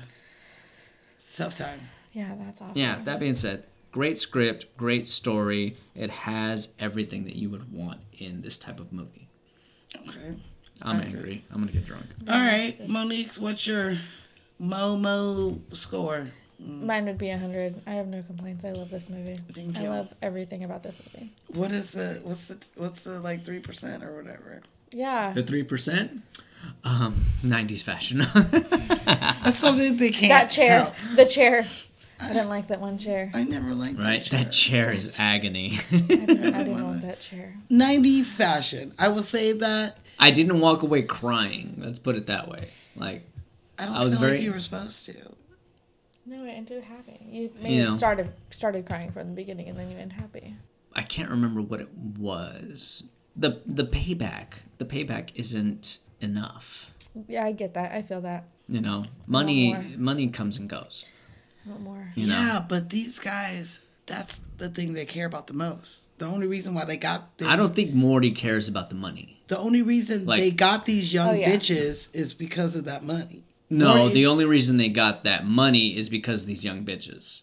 [SPEAKER 2] It's tough time.
[SPEAKER 3] yeah, that's awful.
[SPEAKER 1] Yeah, that being said, great script, great story. It has everything that you would want in this type of movie.
[SPEAKER 2] Okay.
[SPEAKER 1] I'm angry. I'm gonna get drunk.
[SPEAKER 2] All right, Monique, what's your Momo score?
[SPEAKER 3] Mine would be 100. I have no complaints. I love this movie.
[SPEAKER 2] Thank
[SPEAKER 3] I
[SPEAKER 2] you.
[SPEAKER 3] love everything about this movie.
[SPEAKER 2] What is the what's the what's the like three percent or whatever?
[SPEAKER 3] Yeah.
[SPEAKER 1] The three percent, um, '90s fashion.
[SPEAKER 2] That's something they can't.
[SPEAKER 3] That chair.
[SPEAKER 2] help.
[SPEAKER 3] The chair. I didn't like that one chair.
[SPEAKER 2] I never liked
[SPEAKER 1] right? That chair is agony.
[SPEAKER 3] I didn't, I didn't want that chair.
[SPEAKER 2] Ninety fashion. I will say that.
[SPEAKER 1] I didn't walk away crying. Let's put it that way. Like,
[SPEAKER 2] I don't
[SPEAKER 1] I was
[SPEAKER 2] feel like
[SPEAKER 1] very-
[SPEAKER 2] you were supposed to.
[SPEAKER 3] No, it ended happy. You,
[SPEAKER 1] You
[SPEAKER 3] you
[SPEAKER 1] know.
[SPEAKER 3] started started crying from the beginning, and then you end happy.
[SPEAKER 1] I can't remember what it was. the The payback. The payback isn't enough.
[SPEAKER 3] Yeah, I get that. I feel that.
[SPEAKER 1] You know, money
[SPEAKER 3] more.
[SPEAKER 1] money comes and goes.
[SPEAKER 3] I want more.
[SPEAKER 1] You know.
[SPEAKER 2] Yeah, but these guys, that's the thing they care about the most. The only reason why they got the,
[SPEAKER 1] I don't think Morty cares about the money.
[SPEAKER 2] the only reason
[SPEAKER 1] Like-
[SPEAKER 2] they got these young
[SPEAKER 3] Oh, yeah.
[SPEAKER 2] bitches is because of that money.
[SPEAKER 1] No,
[SPEAKER 2] Morty-
[SPEAKER 1] the only reason they got that money is because of these young bitches.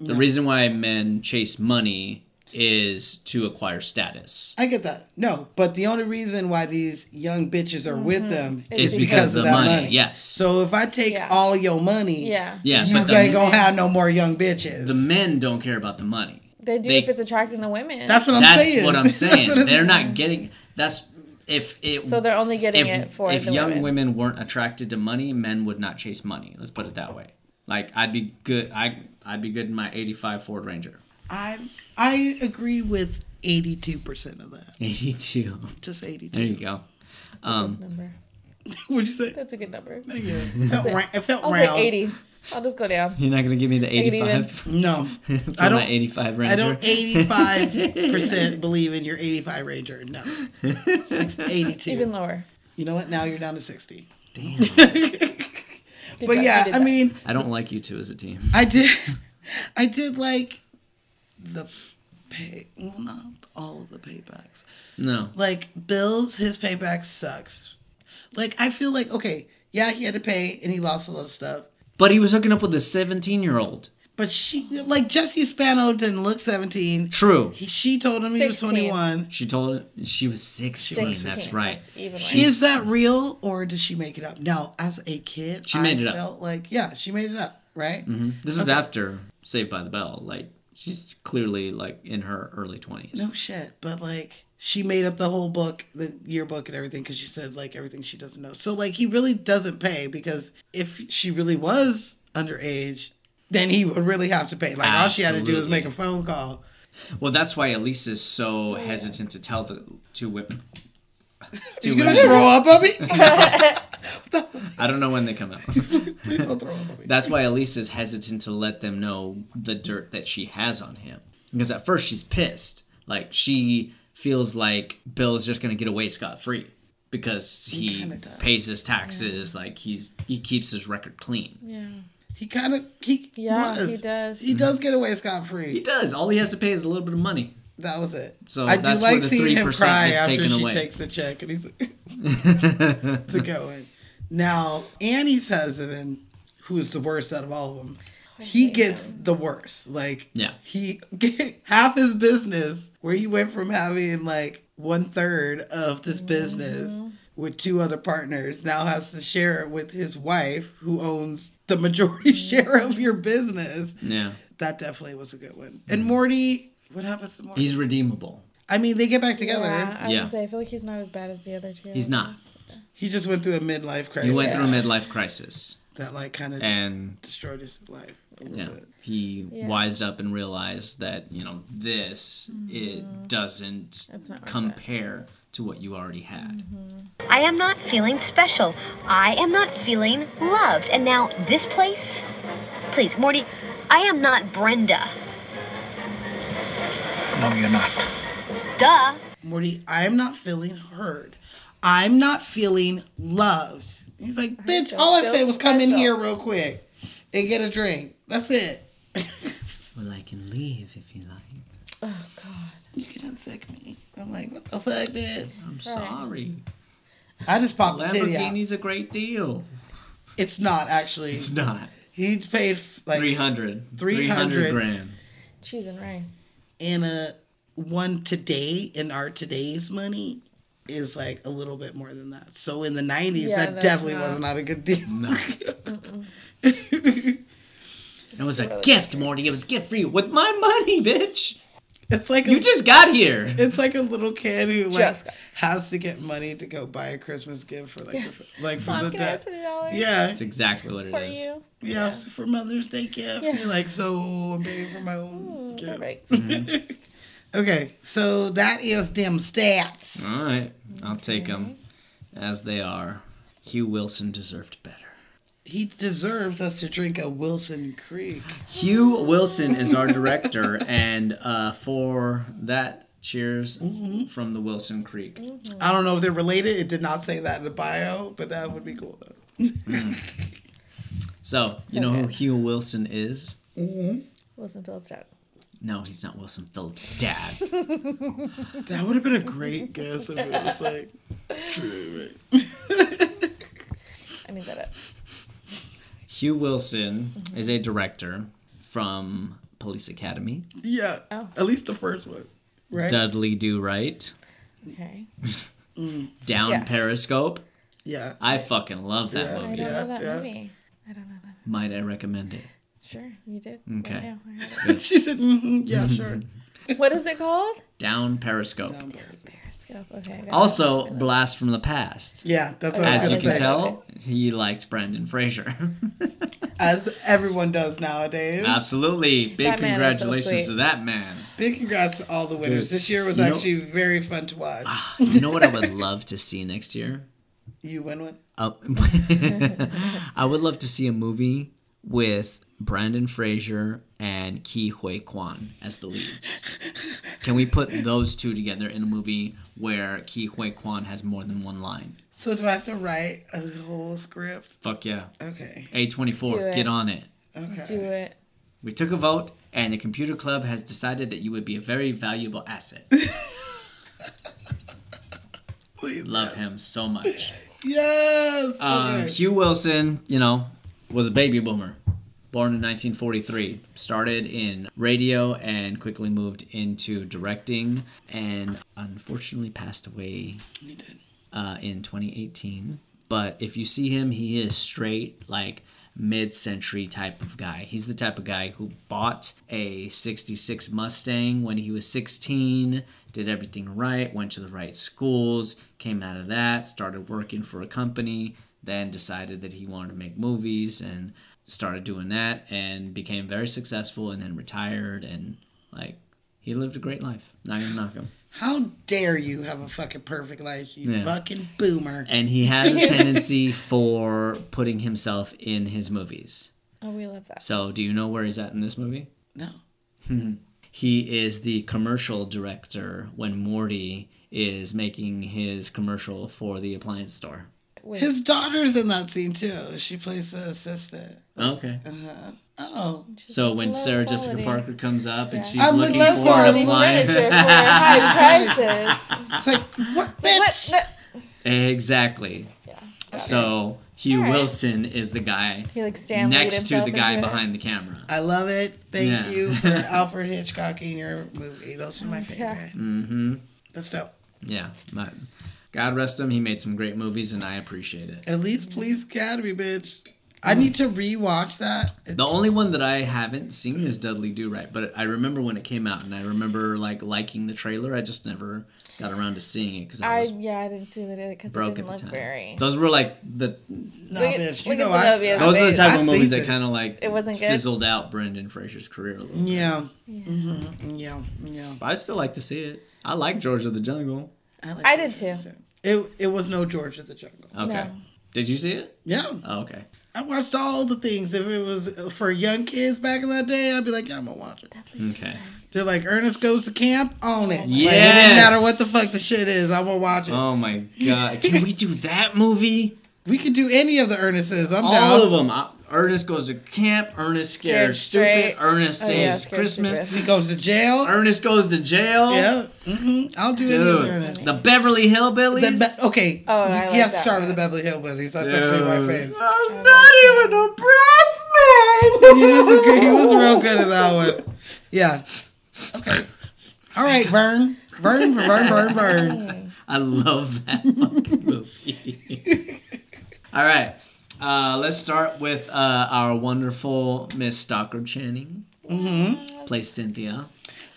[SPEAKER 1] The reason why men chase money is to acquire status.
[SPEAKER 2] I get that. No, but the only reason why these young bitches are with them
[SPEAKER 1] It's
[SPEAKER 2] is
[SPEAKER 1] because of
[SPEAKER 2] because, of
[SPEAKER 1] the
[SPEAKER 2] that
[SPEAKER 1] money,
[SPEAKER 2] money.
[SPEAKER 1] yes.
[SPEAKER 2] So if I take
[SPEAKER 3] Mm-hmm. Yeah.
[SPEAKER 2] all your money,
[SPEAKER 3] Yeah.
[SPEAKER 1] Yeah,
[SPEAKER 2] you
[SPEAKER 1] but
[SPEAKER 2] ain't
[SPEAKER 1] the,
[SPEAKER 2] gonna have no more young bitches.
[SPEAKER 1] the men don't care about the money.
[SPEAKER 3] They do
[SPEAKER 1] They-
[SPEAKER 3] if it's attracting the women.
[SPEAKER 2] that's what I'm
[SPEAKER 1] That's
[SPEAKER 2] saying.
[SPEAKER 1] what I'm saying.
[SPEAKER 2] That's what I'm-
[SPEAKER 1] They're not getting. That's if it
[SPEAKER 3] So they're only
[SPEAKER 1] if,
[SPEAKER 3] getting it for
[SPEAKER 1] if
[SPEAKER 3] the
[SPEAKER 1] young
[SPEAKER 3] women.
[SPEAKER 1] women. weren't attracted to money, men would not chase money. Let's put it that way. Like I'd be good. I I'd be good in my '85 Ford Ranger.
[SPEAKER 2] I I agree with eighty-two percent of that.
[SPEAKER 1] '82.
[SPEAKER 2] Just
[SPEAKER 1] There
[SPEAKER 2] eighty-two.
[SPEAKER 1] you go. Um,
[SPEAKER 3] number.
[SPEAKER 2] What'd you say?
[SPEAKER 3] That's a good number. I
[SPEAKER 2] Yeah, it felt, ra- it felt
[SPEAKER 3] was
[SPEAKER 2] round.
[SPEAKER 3] like 80. I'll just go down.
[SPEAKER 1] You're not gonna give me the
[SPEAKER 3] it even.
[SPEAKER 1] '85.
[SPEAKER 2] No,
[SPEAKER 1] I
[SPEAKER 2] I
[SPEAKER 1] don't.
[SPEAKER 2] don't-
[SPEAKER 1] '85 Ranger.
[SPEAKER 2] I don't eighty-five percent believe in your eighty-five Ranger. No, Six- eighty-two.
[SPEAKER 3] Even lower.
[SPEAKER 2] you know what? Now you're down to sixty.
[SPEAKER 1] Damn.
[SPEAKER 3] Good
[SPEAKER 2] But
[SPEAKER 3] job, you
[SPEAKER 2] yeah,
[SPEAKER 3] did
[SPEAKER 2] I
[SPEAKER 3] that.
[SPEAKER 2] mean,
[SPEAKER 1] I don't like you two as a team.
[SPEAKER 2] I did, I did like the pay. Well, not all of the paybacks.
[SPEAKER 1] No.
[SPEAKER 2] Like Bill's, his payback sucks. Like I feel like okay, yeah, he had to pay and he lost a lot of stuff.
[SPEAKER 1] But he was hooking up with a 17 year old.
[SPEAKER 2] But she, like Jesse Spano, didn't look seventeen.
[SPEAKER 1] True.
[SPEAKER 2] He, she told him he was
[SPEAKER 3] 16.
[SPEAKER 2] twenty one.
[SPEAKER 1] She told she was 16. That's
[SPEAKER 3] 16.
[SPEAKER 1] right.
[SPEAKER 3] That's even like,
[SPEAKER 2] Is that real or did she make it up? No, as a kid,
[SPEAKER 1] She made
[SPEAKER 2] I
[SPEAKER 1] it up. Mm-hmm.
[SPEAKER 2] Felt like yeah, she made it up, right?
[SPEAKER 1] This is after Saved by the Bell. Like she's clearly like in her early 20s.
[SPEAKER 2] No shit, but like she made up the whole book, the yearbook and everything, because she said like everything she doesn't know. So like he really doesn't pay because if she really was underage, then he would really have to pay. Like all she had to do was
[SPEAKER 1] Absolutely.
[SPEAKER 2] make a phone call.
[SPEAKER 1] Well, that's why Elise is so hesitant to tell the two women. Two
[SPEAKER 2] You gonna
[SPEAKER 1] women.
[SPEAKER 2] throw up on me?
[SPEAKER 1] I don't know when they come out.
[SPEAKER 2] Please don't throw up on me.
[SPEAKER 1] That's why Elise is hesitant to let them know the dirt that she has on him. Because at first she's pissed. Like she feels like Bill's just gonna get away scot free because he,
[SPEAKER 2] kinda does.
[SPEAKER 1] pays his taxes. Like he's he keeps his record clean.
[SPEAKER 3] yeah.
[SPEAKER 2] He kind of he
[SPEAKER 3] Yeah,
[SPEAKER 2] was.
[SPEAKER 3] he does.
[SPEAKER 2] He does get away scot
[SPEAKER 1] He
[SPEAKER 2] free.
[SPEAKER 1] does. All he has to pay is a little bit of money.
[SPEAKER 2] That was it.
[SPEAKER 1] So
[SPEAKER 2] So I do
[SPEAKER 1] that's where
[SPEAKER 2] like
[SPEAKER 1] the
[SPEAKER 2] seeing him
[SPEAKER 1] 3%
[SPEAKER 2] cry
[SPEAKER 1] gets
[SPEAKER 2] after
[SPEAKER 1] taken
[SPEAKER 2] she
[SPEAKER 1] away.
[SPEAKER 2] takes the check and he's like, to go in. Now Annie's husband, who is the worst out of all of them, he gets the worst. Like
[SPEAKER 1] Yeah.
[SPEAKER 2] he half his business where he went from having like one third of this business with two other partners now has to share it with his wife who owns the majority share of your business
[SPEAKER 1] Yeah.
[SPEAKER 2] that definitely was a good one. And Morty, what happens to Morty?
[SPEAKER 1] Mm. He's redeemable.
[SPEAKER 2] I mean, they get back together.
[SPEAKER 3] Yeah, I
[SPEAKER 1] Yeah.
[SPEAKER 3] would say I feel like he's not as bad as the other two.
[SPEAKER 1] He's not.
[SPEAKER 2] He just went through a midlife crisis.
[SPEAKER 1] He went through a midlife crisis
[SPEAKER 2] that like kind of
[SPEAKER 1] and
[SPEAKER 2] destroyed his life. a little
[SPEAKER 1] yeah,
[SPEAKER 2] bit.
[SPEAKER 1] he
[SPEAKER 3] Yeah.
[SPEAKER 1] wised up and realized that you know this it doesn't
[SPEAKER 3] It's Mm-hmm. not worth it.
[SPEAKER 1] compare to what you already had.
[SPEAKER 7] I am not feeling special. I am not feeling loved. And now this place? Please, Morty, I am not Brenda.
[SPEAKER 9] No, you're not.
[SPEAKER 7] Duh.
[SPEAKER 2] Morty, I'm not feeling heard. I'm not feeling loved. He's like, bitch.
[SPEAKER 3] don't
[SPEAKER 2] All I
[SPEAKER 3] feel
[SPEAKER 2] said was come in
[SPEAKER 3] special."
[SPEAKER 2] here real quick and get a drink. That's it.
[SPEAKER 1] Well, I can leave if you like.
[SPEAKER 2] you can unsick me. I'm like, what the fuck, bitch?
[SPEAKER 1] I'm sorry.
[SPEAKER 2] I just popped the titty out.
[SPEAKER 1] Lamborghini's a great deal.
[SPEAKER 2] It's not actually.
[SPEAKER 1] It's not
[SPEAKER 2] He paid like
[SPEAKER 1] 300.
[SPEAKER 2] 300.
[SPEAKER 1] grand.
[SPEAKER 3] Cheese and rice.
[SPEAKER 2] in a one today in our today's money is like a little bit more than that. So in the nineties,
[SPEAKER 3] Yeah,
[SPEAKER 2] that
[SPEAKER 3] that's
[SPEAKER 2] definitely
[SPEAKER 3] not-
[SPEAKER 2] was not a good deal.
[SPEAKER 1] It was a gift, Morty. It was a gift for you with my money, bitch.
[SPEAKER 2] it's like
[SPEAKER 1] You
[SPEAKER 2] a,
[SPEAKER 1] just got here.
[SPEAKER 2] it's like a little kid who like
[SPEAKER 3] Just got-
[SPEAKER 2] has to get money to go buy a Christmas gift for like the, like for
[SPEAKER 3] Mom,
[SPEAKER 2] the
[SPEAKER 3] can I have
[SPEAKER 2] dad.
[SPEAKER 3] twenty dollars?
[SPEAKER 2] Yeah,
[SPEAKER 1] That's exactly what it
[SPEAKER 3] For
[SPEAKER 1] is.
[SPEAKER 3] you.
[SPEAKER 2] yeah, it's for Mother's Day gift.
[SPEAKER 3] Yeah. Mm,
[SPEAKER 2] You're like, so I'm paying for my own gift.
[SPEAKER 3] Perfect.
[SPEAKER 1] Mm-hmm.
[SPEAKER 2] Okay, so that is them stats.
[SPEAKER 1] All right, I'll take them as they are. Hugh Wilson deserved better.
[SPEAKER 2] He deserves us to drink a Wilson Creek.
[SPEAKER 1] Hugh Wilson is our director, and uh, for that, cheers from the Wilson Creek.
[SPEAKER 2] I don't know if they're related. It did not say that in the bio, but that would be cool though.
[SPEAKER 1] So, you know who
[SPEAKER 3] good.
[SPEAKER 1] Hugh Wilson is?
[SPEAKER 3] Wilson Phillips out.
[SPEAKER 1] No, he's not Wilson Phillips' dad.
[SPEAKER 2] That would have been a great guess if it was like true.
[SPEAKER 3] I made that up.
[SPEAKER 1] Hugh Wilson is a director from Police Academy,
[SPEAKER 2] Yeah. At least the first one. Oh. Right?
[SPEAKER 1] Dudley Do Right,
[SPEAKER 3] Okay.
[SPEAKER 1] Oh, Down
[SPEAKER 3] Yeah.
[SPEAKER 1] Periscope.
[SPEAKER 2] Yeah.
[SPEAKER 1] I fucking love that
[SPEAKER 2] Yeah.
[SPEAKER 3] I
[SPEAKER 1] movie.
[SPEAKER 3] don't
[SPEAKER 2] Yeah,
[SPEAKER 3] know that
[SPEAKER 2] yeah.
[SPEAKER 3] movie. I don't know that. Movie.
[SPEAKER 1] Might I recommend it?
[SPEAKER 3] Sure, you did.
[SPEAKER 1] Okay.
[SPEAKER 3] I know, I got
[SPEAKER 2] she said, mm yeah, sure.
[SPEAKER 3] it. what is it called?
[SPEAKER 1] Down Periscope.
[SPEAKER 3] Embarrassing. Scope. Okay. I got
[SPEAKER 1] Also, blast from the past.
[SPEAKER 2] Yeah, that's what I was
[SPEAKER 1] As you
[SPEAKER 2] gonna
[SPEAKER 1] can
[SPEAKER 2] say.
[SPEAKER 1] tell, he liked Brandon Fraser.
[SPEAKER 2] As everyone does nowadays.
[SPEAKER 1] Absolutely. Big
[SPEAKER 3] That man is so
[SPEAKER 1] congratulations
[SPEAKER 3] sweet.
[SPEAKER 1] to that man.
[SPEAKER 2] Big congrats to all the winners.
[SPEAKER 1] Dude,
[SPEAKER 2] this year was
[SPEAKER 1] you know-
[SPEAKER 2] actually very fun to watch.
[SPEAKER 1] You know what I would love to see next year?
[SPEAKER 2] You win one.
[SPEAKER 1] Uh, I would love to see a movie with Brandon Fraser and Ki Hui Kwan as the leads. Can we put those two together in a movie where Ki Hui Kwan has more than one line?
[SPEAKER 2] So do I have to write a whole script?
[SPEAKER 1] Fuck yeah.
[SPEAKER 2] Okay.
[SPEAKER 3] Do
[SPEAKER 1] A24,
[SPEAKER 3] it.
[SPEAKER 1] get on it.
[SPEAKER 2] Okay.
[SPEAKER 3] Do it.
[SPEAKER 1] We took a vote, and the computer club has decided that you would be a very valuable asset. Love him so much.
[SPEAKER 2] Yes.
[SPEAKER 1] Um,
[SPEAKER 2] okay.
[SPEAKER 1] Hugh Wilson, you know, was a baby boomer. Born in 1943, started in radio and quickly moved into directing, and unfortunately passed away
[SPEAKER 2] You did.
[SPEAKER 1] uh, in 2018. But if you see him, he is straight, like mid century type of guy. He's the type of guy who bought a 66 Mustang when he was 16, did everything right, went to the right schools, came out of that, started working for a company, then decided that he wanted to make movies and started doing that and became very successful and then retired and like he lived a great life. Not gonna knock him.
[SPEAKER 2] How dare you have a fucking perfect life, you
[SPEAKER 1] Yeah.
[SPEAKER 2] fucking boomer.
[SPEAKER 1] and he has a tendency for putting himself in his movies.
[SPEAKER 3] Oh, we love that.
[SPEAKER 1] So, do you know where he's at in this movie?
[SPEAKER 2] No.
[SPEAKER 1] He is the commercial director when Morty is making his commercial for the appliance store.
[SPEAKER 2] His daughter's in that scene too. She plays the assistant.
[SPEAKER 1] Okay.
[SPEAKER 2] Oh.
[SPEAKER 1] So when
[SPEAKER 3] Low
[SPEAKER 1] Sarah Jessica
[SPEAKER 3] quality.
[SPEAKER 1] Parker comes up and she's
[SPEAKER 2] I would
[SPEAKER 1] looking
[SPEAKER 2] love
[SPEAKER 1] for
[SPEAKER 2] for
[SPEAKER 1] an
[SPEAKER 2] any
[SPEAKER 1] appliance,
[SPEAKER 3] furniture for high prices.
[SPEAKER 2] It's like, what
[SPEAKER 3] What?
[SPEAKER 2] bitch?
[SPEAKER 3] No.
[SPEAKER 1] exactly. So Hugh
[SPEAKER 3] Alright.
[SPEAKER 1] Wilson is the guy
[SPEAKER 3] He like Stan Lee'd
[SPEAKER 1] next to
[SPEAKER 3] himself
[SPEAKER 1] the guy
[SPEAKER 3] into it.
[SPEAKER 1] behind the camera.
[SPEAKER 2] I love it. Thank
[SPEAKER 1] Yeah.
[SPEAKER 2] you for Alfred Hitchcock in your movie. Those are my favorite. Mm-hmm. That's dope.
[SPEAKER 1] Yeah, but God rest him. He made some great movies, and I appreciate it.
[SPEAKER 2] At least Police Academy, bitch. I need to rewatch that.
[SPEAKER 1] The only one that I haven't seen is Dudley Do Right, but I remember when it came out, and I remember like liking the trailer. I just never got around to seeing it because I
[SPEAKER 3] I
[SPEAKER 1] was
[SPEAKER 3] yeah, I didn't see that either because it
[SPEAKER 1] broke at
[SPEAKER 3] didn't
[SPEAKER 1] the
[SPEAKER 3] look
[SPEAKER 1] time.
[SPEAKER 3] very.
[SPEAKER 1] Those were like the
[SPEAKER 2] no,
[SPEAKER 3] Look at-
[SPEAKER 2] bitch. You
[SPEAKER 3] look
[SPEAKER 2] know
[SPEAKER 3] at
[SPEAKER 2] I,
[SPEAKER 3] Zenobia.
[SPEAKER 1] those are the
[SPEAKER 3] Amazing.
[SPEAKER 1] type
[SPEAKER 2] I
[SPEAKER 1] of movies
[SPEAKER 2] seen
[SPEAKER 1] that
[SPEAKER 2] it.
[SPEAKER 1] kind of like
[SPEAKER 3] It wasn't good?
[SPEAKER 1] fizzled out Brendan Fraser's career a little.
[SPEAKER 2] yeah. Mm-hmm. Yeah. Yeah.
[SPEAKER 1] But I still like to see it. I like George of the Jungle.
[SPEAKER 2] like
[SPEAKER 3] I
[SPEAKER 2] George
[SPEAKER 3] did
[SPEAKER 2] of the Jungle. It it was no George of the Jungle.
[SPEAKER 1] Okay,
[SPEAKER 3] No.
[SPEAKER 1] did you see it?
[SPEAKER 2] Yeah.
[SPEAKER 1] Oh, okay,
[SPEAKER 2] I watched all the things. If it was for young kids back in that day, I'd be like, yeah, I'm gonna watch it.
[SPEAKER 1] okay.
[SPEAKER 2] They're like, Ernest goes to camp, own it. Yeah. it
[SPEAKER 1] Yes.
[SPEAKER 2] didn't matter what the fuck the shit is, I'm gonna watch it.
[SPEAKER 1] Oh my god, can we do that movie?
[SPEAKER 2] we could do any of the Ernest's. I'm down.
[SPEAKER 1] All of them. I, Ernest goes to camp. Ernest scared
[SPEAKER 3] Scared
[SPEAKER 1] stupid.
[SPEAKER 3] straight.
[SPEAKER 1] Ernest
[SPEAKER 3] Oh,
[SPEAKER 1] saves
[SPEAKER 3] yeah, Scared
[SPEAKER 1] Christmas.
[SPEAKER 3] Stupid.
[SPEAKER 2] He goes to jail.
[SPEAKER 1] Ernest goes to jail.
[SPEAKER 2] yeah. Mm-hmm. I'll do any of the Ernest.
[SPEAKER 1] Dude, the Beverly Hillbillies.
[SPEAKER 2] The Be- okay,
[SPEAKER 3] Oh,
[SPEAKER 2] you
[SPEAKER 3] I like
[SPEAKER 2] you have to
[SPEAKER 3] that
[SPEAKER 2] start with
[SPEAKER 3] one.
[SPEAKER 2] the Beverly Hillbillies. That's
[SPEAKER 1] Dude.
[SPEAKER 2] actually my favorite.
[SPEAKER 1] I was not even a bridesmaid.
[SPEAKER 2] He was, a good, he was real good at that one. Yeah. Okay. All right, Vern. Vern, Vern, Vern, Vern.
[SPEAKER 1] I love that fucking movie. All right, uh, let's start with uh, our wonderful Miss Stockard Channing. Mm-hmm. Plays Cynthia.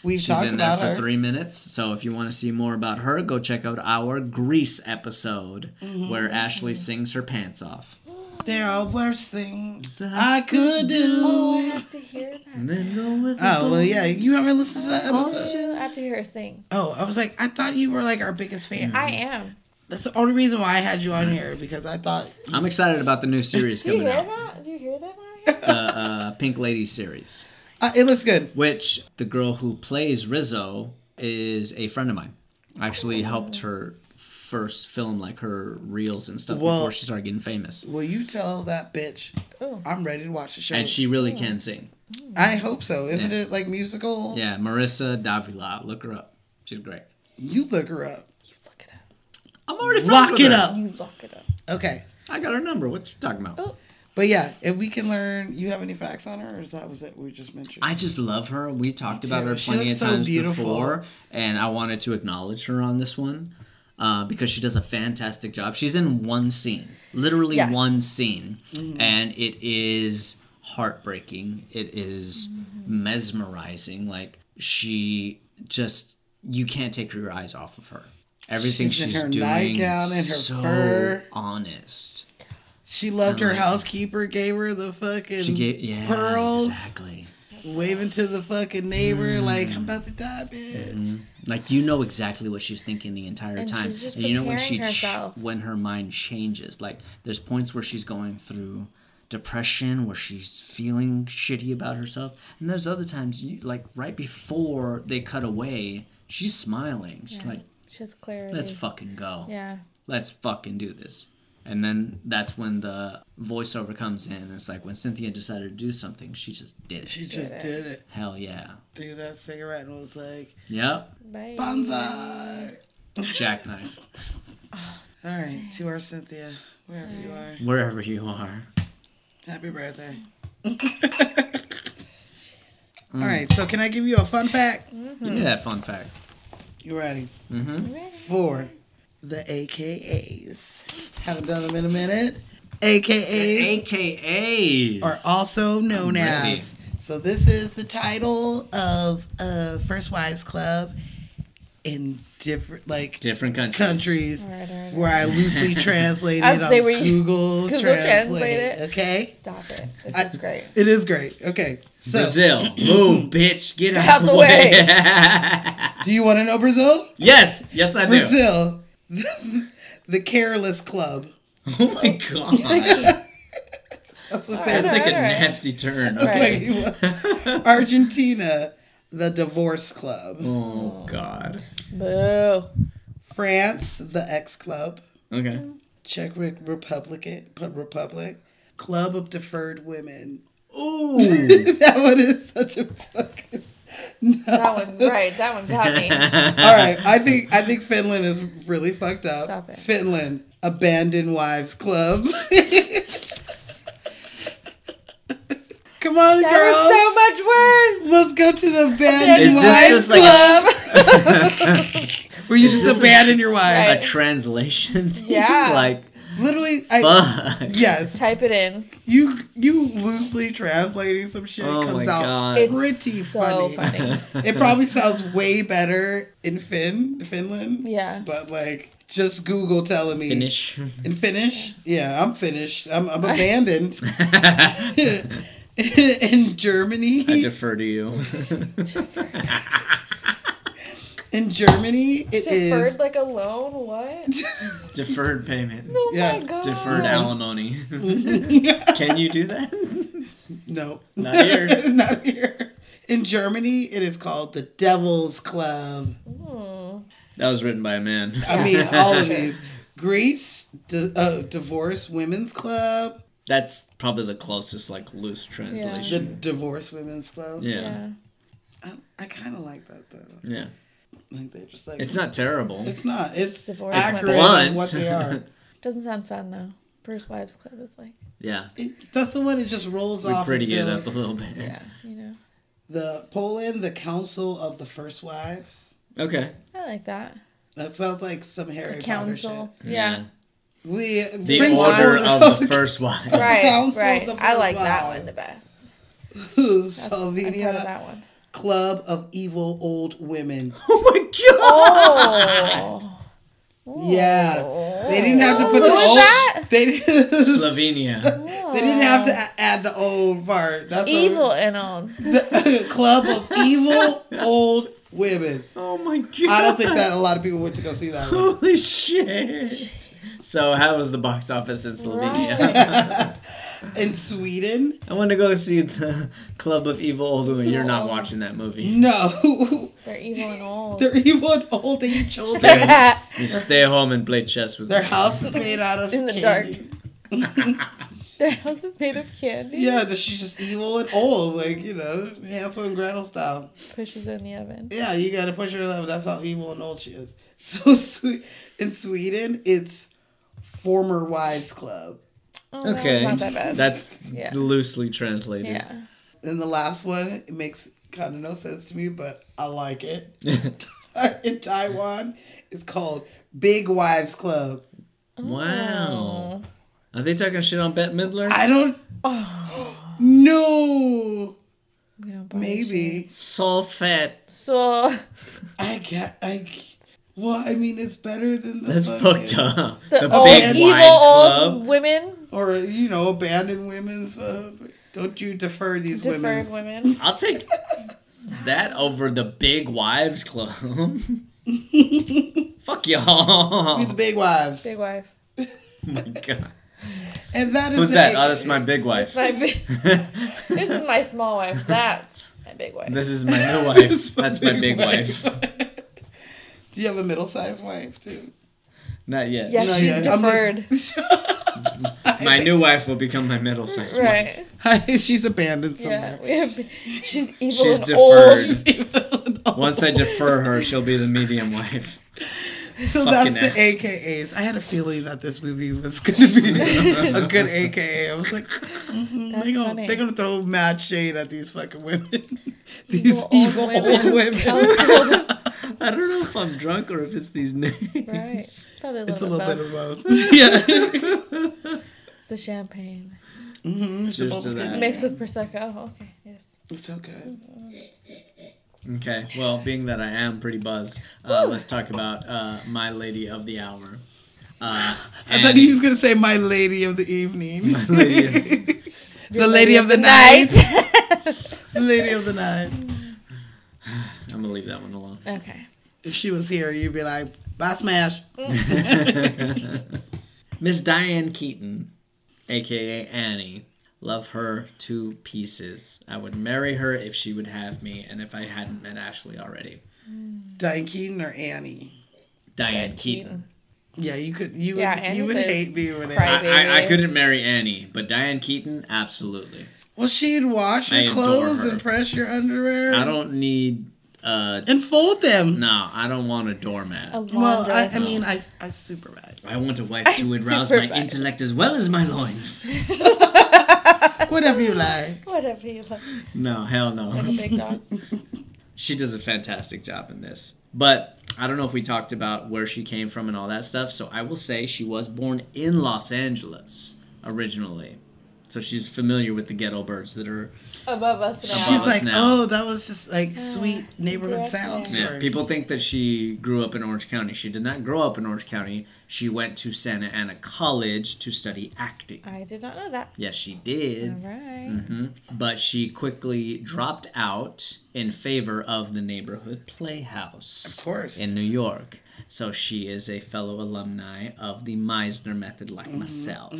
[SPEAKER 2] We've
[SPEAKER 1] She's
[SPEAKER 2] talked
[SPEAKER 1] in there
[SPEAKER 2] about
[SPEAKER 1] for
[SPEAKER 2] her.
[SPEAKER 1] three minutes. So if you want to see more about her, go check out our Grease episode
[SPEAKER 2] Mm-hmm.
[SPEAKER 1] where Ashley sings her pants off.
[SPEAKER 2] There are worse things I could do.
[SPEAKER 3] Oh, I have to hear that.
[SPEAKER 1] And then go with
[SPEAKER 2] Oh, well, yeah. You haven't listened to that
[SPEAKER 3] Oh,
[SPEAKER 2] episode?
[SPEAKER 3] too, I have to hear her sing.
[SPEAKER 2] Oh, I was like, I thought you were like our biggest fan.
[SPEAKER 3] I am.
[SPEAKER 2] That's the only reason why I had you on here because I thought
[SPEAKER 1] I'm excited about the new series
[SPEAKER 3] Do you
[SPEAKER 1] coming
[SPEAKER 3] hear
[SPEAKER 1] out,
[SPEAKER 3] that? Do you hear that? Mario?
[SPEAKER 1] the uh, Pink Lady series,
[SPEAKER 2] uh, it looks good.
[SPEAKER 1] which the girl who plays Rizzo is a friend of mine. I actually helped her first film like her reels and stuff
[SPEAKER 2] Well-
[SPEAKER 1] before she started getting famous.
[SPEAKER 2] Will you tell that bitch I'm ready to watch the show?
[SPEAKER 1] And she really can sing.
[SPEAKER 2] I hope so. Isn't it like musical?
[SPEAKER 1] Yeah, Marissa Davila, look her up. She's great.
[SPEAKER 2] You look her up.
[SPEAKER 3] Look it up.
[SPEAKER 1] I'm already friends
[SPEAKER 2] Lock
[SPEAKER 1] with
[SPEAKER 2] it
[SPEAKER 1] her.
[SPEAKER 2] up.
[SPEAKER 3] You lock it up.
[SPEAKER 2] Okay.
[SPEAKER 1] I got her number. What you talking about?
[SPEAKER 3] Oh.
[SPEAKER 2] But yeah, if we can learn, you have any facts on her, or is that was it we just mentioned?
[SPEAKER 1] I just love her. We talked about
[SPEAKER 2] too.
[SPEAKER 1] her
[SPEAKER 2] She
[SPEAKER 1] plenty
[SPEAKER 2] looks
[SPEAKER 1] of
[SPEAKER 2] so
[SPEAKER 1] times
[SPEAKER 2] beautiful.
[SPEAKER 1] before, and I wanted to acknowledge her on this one uh, because she does a fantastic job. She's in one scene, literally
[SPEAKER 3] Yes.
[SPEAKER 1] one scene,
[SPEAKER 2] Mm-hmm.
[SPEAKER 1] and it is heartbreaking. It is
[SPEAKER 2] Mm-hmm.
[SPEAKER 1] mesmerizing. Like she just, you can't take your eyes off of her. everything she's,
[SPEAKER 2] She's in her
[SPEAKER 1] doing
[SPEAKER 2] nightgown and her
[SPEAKER 1] so
[SPEAKER 2] fur.
[SPEAKER 1] honest.
[SPEAKER 2] She loved
[SPEAKER 1] I
[SPEAKER 2] her
[SPEAKER 1] like it.
[SPEAKER 2] housekeeper, gave her the fucking
[SPEAKER 1] She gave yeah
[SPEAKER 2] pearls,
[SPEAKER 1] exactly.
[SPEAKER 2] waving to the fucking neighbor like, I'm about to die, bitch.
[SPEAKER 1] Like you know exactly what she's thinking the entire
[SPEAKER 3] And
[SPEAKER 1] time,
[SPEAKER 3] she's just
[SPEAKER 1] and you know when she
[SPEAKER 3] preparing
[SPEAKER 1] ch-
[SPEAKER 3] herself.
[SPEAKER 1] when her mind changes. Like there's points where she's going through depression, where she's feeling shitty about herself, and there's other times you, like right before they cut away, she's smiling. She's like,
[SPEAKER 3] She's clear.
[SPEAKER 1] "Let's fucking go.
[SPEAKER 3] Yeah.
[SPEAKER 1] Let's fucking do this." And then that's when the voiceover comes in. It's like when Cynthia decided to do something, she just did it.
[SPEAKER 2] She just did it.
[SPEAKER 1] Hell yeah.
[SPEAKER 2] Threw that cigarette and was like,
[SPEAKER 1] Yep.
[SPEAKER 3] Bye.
[SPEAKER 2] Banzai!
[SPEAKER 1] Jackknife.
[SPEAKER 2] All right, to our Cynthia, wherever you are,
[SPEAKER 1] Wherever you are.
[SPEAKER 2] happy birthday. All right, so can I give you a fun fact?
[SPEAKER 1] Give
[SPEAKER 3] Hmm.
[SPEAKER 1] me that fun fact.
[SPEAKER 2] You ready? Mm-hmm. For the AKAs. Haven't done them in a minute. AKAs
[SPEAKER 1] AKAs.
[SPEAKER 2] are also known
[SPEAKER 1] I'm ready.
[SPEAKER 2] as. So this is the title of uh, First Wives Club in different like
[SPEAKER 1] different countries.
[SPEAKER 2] countries
[SPEAKER 3] Right, right,
[SPEAKER 2] where I loosely translated
[SPEAKER 3] I'd
[SPEAKER 2] on
[SPEAKER 3] say where you-
[SPEAKER 2] Google,
[SPEAKER 3] Google
[SPEAKER 2] Translate.
[SPEAKER 3] Translate it.
[SPEAKER 2] Okay,
[SPEAKER 3] Stop it. This
[SPEAKER 2] I-
[SPEAKER 3] is great.
[SPEAKER 2] it is great. Okay, so
[SPEAKER 1] Brazil. Move, bitch. Get out,
[SPEAKER 3] out
[SPEAKER 1] the
[SPEAKER 3] the
[SPEAKER 1] way.
[SPEAKER 2] do you want to know Brazil?
[SPEAKER 1] yes. Yes, I do.
[SPEAKER 2] Brazil, the Careless Club.
[SPEAKER 1] Oh my god. That
[SPEAKER 2] That's what
[SPEAKER 1] took
[SPEAKER 2] they're
[SPEAKER 3] Alright,
[SPEAKER 1] a
[SPEAKER 3] alright.
[SPEAKER 1] nasty turn.
[SPEAKER 3] Right.
[SPEAKER 2] Argentina, the Divorce Club.
[SPEAKER 1] Oh god.
[SPEAKER 3] Boo.
[SPEAKER 2] France, the X Club.
[SPEAKER 1] Okay.
[SPEAKER 2] Czech Re- Republic, Republic, Club of Deferred Women.
[SPEAKER 1] Ooh.
[SPEAKER 2] That one is such a fucking.
[SPEAKER 3] That one, right. That one got me.
[SPEAKER 2] All right, I think I think Finland is really fucked up.
[SPEAKER 3] Stop it.
[SPEAKER 2] Finland, Abandoned Wives Club. Come on,
[SPEAKER 3] That was
[SPEAKER 2] girls.
[SPEAKER 3] so much worse.
[SPEAKER 2] Let's go to the
[SPEAKER 1] Is
[SPEAKER 2] abandoned
[SPEAKER 1] this
[SPEAKER 2] wives
[SPEAKER 1] just like a-
[SPEAKER 2] club. Where you just
[SPEAKER 1] this a-
[SPEAKER 2] abandon your wife.
[SPEAKER 1] a
[SPEAKER 3] Right.
[SPEAKER 1] translation thing?
[SPEAKER 3] Yeah.
[SPEAKER 1] like
[SPEAKER 2] Literally, I
[SPEAKER 1] fuck.
[SPEAKER 2] yes,
[SPEAKER 3] Type it in.
[SPEAKER 2] you you loosely translating some shit
[SPEAKER 1] Oh
[SPEAKER 2] comes
[SPEAKER 1] my
[SPEAKER 2] out
[SPEAKER 1] God.
[SPEAKER 3] It's
[SPEAKER 2] pretty
[SPEAKER 3] so
[SPEAKER 2] funny.
[SPEAKER 3] funny.
[SPEAKER 2] It probably sounds way better in Finn, Finland.
[SPEAKER 3] Yeah.
[SPEAKER 2] But like, just Google telling me
[SPEAKER 1] Finish.
[SPEAKER 2] in Finnish. Yeah, I'm finished. I'm, I'm abandoned
[SPEAKER 1] I
[SPEAKER 2] in Germany.
[SPEAKER 1] defer to you.
[SPEAKER 2] in Germany, it is
[SPEAKER 3] Deferred like a loan? What?
[SPEAKER 1] Deferred payment.
[SPEAKER 3] Oh
[SPEAKER 2] Yeah.
[SPEAKER 3] my god.
[SPEAKER 1] Deferred alimony. Can you do that?
[SPEAKER 2] no,
[SPEAKER 1] Not here.
[SPEAKER 2] not here. In Germany, it is called the Devil's Club.
[SPEAKER 1] That was written by a man.
[SPEAKER 2] I mean, all of these. Greece, di- uh, Divorce Women's Club,
[SPEAKER 1] That's probably the closest like loose
[SPEAKER 2] the
[SPEAKER 1] translation.
[SPEAKER 2] Divorce Women's Club.
[SPEAKER 1] Yeah. Yeah.
[SPEAKER 3] Yeah.
[SPEAKER 2] I, I kind of like that though. Like they're just like
[SPEAKER 1] It's not terrible.
[SPEAKER 2] It's not. It's
[SPEAKER 3] Divorce
[SPEAKER 2] accurate
[SPEAKER 1] Women's Club.
[SPEAKER 2] on what they are.
[SPEAKER 3] Doesn't sound fun though. First Wives Club is like,
[SPEAKER 1] Yeah.
[SPEAKER 2] It- that's the one. It just rolls
[SPEAKER 1] We
[SPEAKER 2] off. of
[SPEAKER 1] pretty it
[SPEAKER 2] the-
[SPEAKER 1] up a little bit.
[SPEAKER 3] yeah, you know.
[SPEAKER 2] The Poland, the Council of the First Wives.
[SPEAKER 1] Okay.
[SPEAKER 3] I like that.
[SPEAKER 2] That sounds like some Harry Potter shit.
[SPEAKER 3] Council. Yeah.
[SPEAKER 2] We
[SPEAKER 1] The
[SPEAKER 2] Prince
[SPEAKER 1] order
[SPEAKER 2] Charles
[SPEAKER 1] of the first wife.
[SPEAKER 3] Right.
[SPEAKER 2] Council
[SPEAKER 3] Right.
[SPEAKER 2] of the
[SPEAKER 3] I like
[SPEAKER 2] First
[SPEAKER 3] that
[SPEAKER 2] Wives.
[SPEAKER 3] one the best. That's, I'm proud of
[SPEAKER 2] Slovenia
[SPEAKER 3] that one.
[SPEAKER 2] Club of Evil Old Women.
[SPEAKER 1] Oh my god.
[SPEAKER 3] Oh.
[SPEAKER 2] Yeah, they didn't have to put
[SPEAKER 3] Who
[SPEAKER 2] the
[SPEAKER 3] was
[SPEAKER 2] old.
[SPEAKER 3] that?
[SPEAKER 2] They didn't.
[SPEAKER 1] Slovenia.
[SPEAKER 2] They didn't have to a- add the old part. That's what-
[SPEAKER 3] Evil and on.
[SPEAKER 2] the Club of Evil Old Women.
[SPEAKER 1] Oh my god.
[SPEAKER 2] I don't think that a lot of people went to go see that one.
[SPEAKER 1] Holy shit. So how was the box office in Slovenia?
[SPEAKER 2] In Sweden,
[SPEAKER 1] I want to go see the Club of Evil Old Women. You're not watching that movie.
[SPEAKER 2] no,
[SPEAKER 3] They're evil and old.
[SPEAKER 2] they're evil and old. They eat children.
[SPEAKER 1] You stay home and play chess with
[SPEAKER 2] Their
[SPEAKER 1] me.
[SPEAKER 2] house is made out of
[SPEAKER 3] In the
[SPEAKER 2] candy.
[SPEAKER 3] Their house is made of candy.
[SPEAKER 2] Yeah, that she's just evil and old, like you know, Hansel and Gretel style.
[SPEAKER 3] Pushes her in the oven.
[SPEAKER 2] Yeah, you gotta push her level. That's how evil and old she is. So swe- in Sweden, it's former wives club,
[SPEAKER 3] Oh, no,
[SPEAKER 1] Okay.
[SPEAKER 3] it's not that bad.
[SPEAKER 1] That's
[SPEAKER 3] Yeah.
[SPEAKER 1] loosely translated.
[SPEAKER 3] yeah.
[SPEAKER 2] and the last one it makes kind of no sense to me, but I like it. in Taiwan, it's called Big Wives Club.
[SPEAKER 1] wow. Are they talking shit on Bette Midler?
[SPEAKER 2] I don't. no,
[SPEAKER 3] We don't bother shit.
[SPEAKER 2] maybe
[SPEAKER 1] so fat.
[SPEAKER 3] So
[SPEAKER 2] I got I. c- Well, I mean, it's better than the
[SPEAKER 1] That's
[SPEAKER 2] fucking-
[SPEAKER 1] fucked up. The,
[SPEAKER 3] The old
[SPEAKER 1] big
[SPEAKER 3] evil
[SPEAKER 1] wives
[SPEAKER 3] old
[SPEAKER 1] club.
[SPEAKER 3] women,
[SPEAKER 2] Or you know, abandoned women's. Uh, don't you defer these
[SPEAKER 3] deferred
[SPEAKER 2] women?
[SPEAKER 3] women.
[SPEAKER 1] I'll take that over the big wives club. Fuck y'all.
[SPEAKER 2] We the big wives.
[SPEAKER 3] Big wife.
[SPEAKER 1] Oh my God.
[SPEAKER 2] And that is
[SPEAKER 1] Who's
[SPEAKER 2] the
[SPEAKER 1] that?
[SPEAKER 2] big-
[SPEAKER 1] Oh, that's my big wife.
[SPEAKER 3] My big, this is my small wife. That's my big wife.
[SPEAKER 1] This is my new wife.
[SPEAKER 2] It's
[SPEAKER 1] That's my big wife.
[SPEAKER 2] Do you have a middle-sized wife too?
[SPEAKER 1] Not yet.
[SPEAKER 3] yeah,
[SPEAKER 2] No,
[SPEAKER 3] she's
[SPEAKER 2] yeah, I'm like-
[SPEAKER 3] deferred.
[SPEAKER 1] My new wife will become my middle size.
[SPEAKER 3] right.
[SPEAKER 2] She's abandoned
[SPEAKER 3] Yeah.
[SPEAKER 2] somewhere.
[SPEAKER 3] We have, she's evil
[SPEAKER 1] She's
[SPEAKER 3] and
[SPEAKER 1] deferred.
[SPEAKER 3] old.
[SPEAKER 1] Once I defer her, she'll be the medium wife.
[SPEAKER 2] so
[SPEAKER 1] fucking
[SPEAKER 2] that's the AKAs. I had a feeling that this movie was going to be a good AKA. I was like, mhm,
[SPEAKER 3] That's
[SPEAKER 2] they gonna,
[SPEAKER 3] funny.
[SPEAKER 2] they're going to throw mad shade at these fucking women. these
[SPEAKER 3] old
[SPEAKER 2] evil old
[SPEAKER 3] women.
[SPEAKER 2] women.
[SPEAKER 3] Counsel.
[SPEAKER 1] I don't know if I'm drunk or if it's these names.
[SPEAKER 3] right. Probably a little,
[SPEAKER 2] It's a little
[SPEAKER 3] bit,
[SPEAKER 2] bit
[SPEAKER 3] both.
[SPEAKER 2] of both. yeah.
[SPEAKER 3] It's the champagne
[SPEAKER 2] Mhm, it's the
[SPEAKER 1] Cheers
[SPEAKER 2] bubble
[SPEAKER 1] to
[SPEAKER 2] skin.
[SPEAKER 1] that.
[SPEAKER 3] mixed with prosecco. Oh, okay. Yes.
[SPEAKER 2] It's so good.
[SPEAKER 1] Okay. Well, being that I am pretty buzzed, uh, let's talk about uh, my lady of the hour. Uh,
[SPEAKER 2] I thought he was going to say, My Lady of the Evening.
[SPEAKER 1] Lady of-
[SPEAKER 2] the Lady of the Night. lady of the Night.
[SPEAKER 1] I'm gonna leave that one alone.
[SPEAKER 3] okay.
[SPEAKER 2] If she was here, you'd be like, Bye, Smash.
[SPEAKER 1] Miss Diane Keaton, aka Annie. Love her to pieces. I would marry her if she would have me and if I hadn't met Ashley already.
[SPEAKER 2] Diane Keaton or Annie?
[SPEAKER 1] Diane Keaton.
[SPEAKER 2] Yeah, you could. You
[SPEAKER 3] Yeah,
[SPEAKER 2] would, you
[SPEAKER 3] Annie's
[SPEAKER 2] would
[SPEAKER 3] a
[SPEAKER 2] hate being with
[SPEAKER 3] cry-
[SPEAKER 2] Annie.
[SPEAKER 1] I, I, I
[SPEAKER 3] Baby.
[SPEAKER 1] couldn't marry Annie, but Diane Keaton, absolutely.
[SPEAKER 2] Well, she'd wash
[SPEAKER 1] I
[SPEAKER 2] your
[SPEAKER 1] adore
[SPEAKER 2] clothes
[SPEAKER 1] her.
[SPEAKER 2] and press your underwear.
[SPEAKER 1] I don't need uh
[SPEAKER 2] and fold them.
[SPEAKER 1] no, I don't want a doormat.
[SPEAKER 3] A laundress.
[SPEAKER 2] Well, I, I mean, I I supervise.
[SPEAKER 1] I want a wife to arouse
[SPEAKER 3] super
[SPEAKER 1] my
[SPEAKER 3] bad.
[SPEAKER 1] intellect as well as my loins.
[SPEAKER 2] Whatever you like.
[SPEAKER 3] whatever you like.
[SPEAKER 1] No, hell
[SPEAKER 3] Like
[SPEAKER 1] no.
[SPEAKER 3] a big dog.
[SPEAKER 1] She does a fantastic job in this. But I don't know if we talked about where she came from and all that stuff, so I will say she was born in Los Angeles originally. So she's familiar with the ghetto birds that are
[SPEAKER 3] Above us now.
[SPEAKER 1] Above
[SPEAKER 2] She's
[SPEAKER 1] us
[SPEAKER 2] like,
[SPEAKER 1] now.
[SPEAKER 2] oh, that was just like sweet neighborhood
[SPEAKER 3] Direct
[SPEAKER 2] sounds.
[SPEAKER 1] Yeah,
[SPEAKER 2] for-
[SPEAKER 1] people think that she grew up in Orange County. She did not grow up in Orange County. She went to Santa Ana College to study acting.
[SPEAKER 3] I did not know that.
[SPEAKER 1] Yes, she did.
[SPEAKER 3] All right.
[SPEAKER 1] But she quickly dropped out in favor of the neighborhood playhouse.
[SPEAKER 2] Of course.
[SPEAKER 1] In New York. So she is a fellow alumni of the Meisner method, like
[SPEAKER 2] Mm-hmm,
[SPEAKER 1] myself.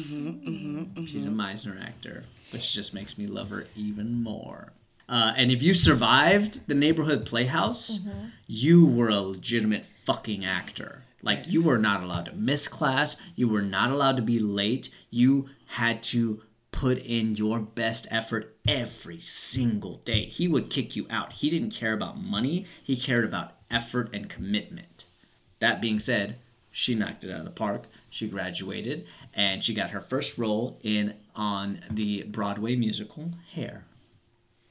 [SPEAKER 1] She's a Meisner actor, which just makes me love her even more. Uh, and if you survived the neighborhood playhouse, you were a legitimate fucking actor. Like, you were not allowed to miss class, you were not allowed to be late, you had to put in your best effort every single day. He would kick you out. He didn't care about money, he cared about effort and commitment. That being said, she knocked it out of the park. She graduated and she got her first role in on the Broadway musical Hair.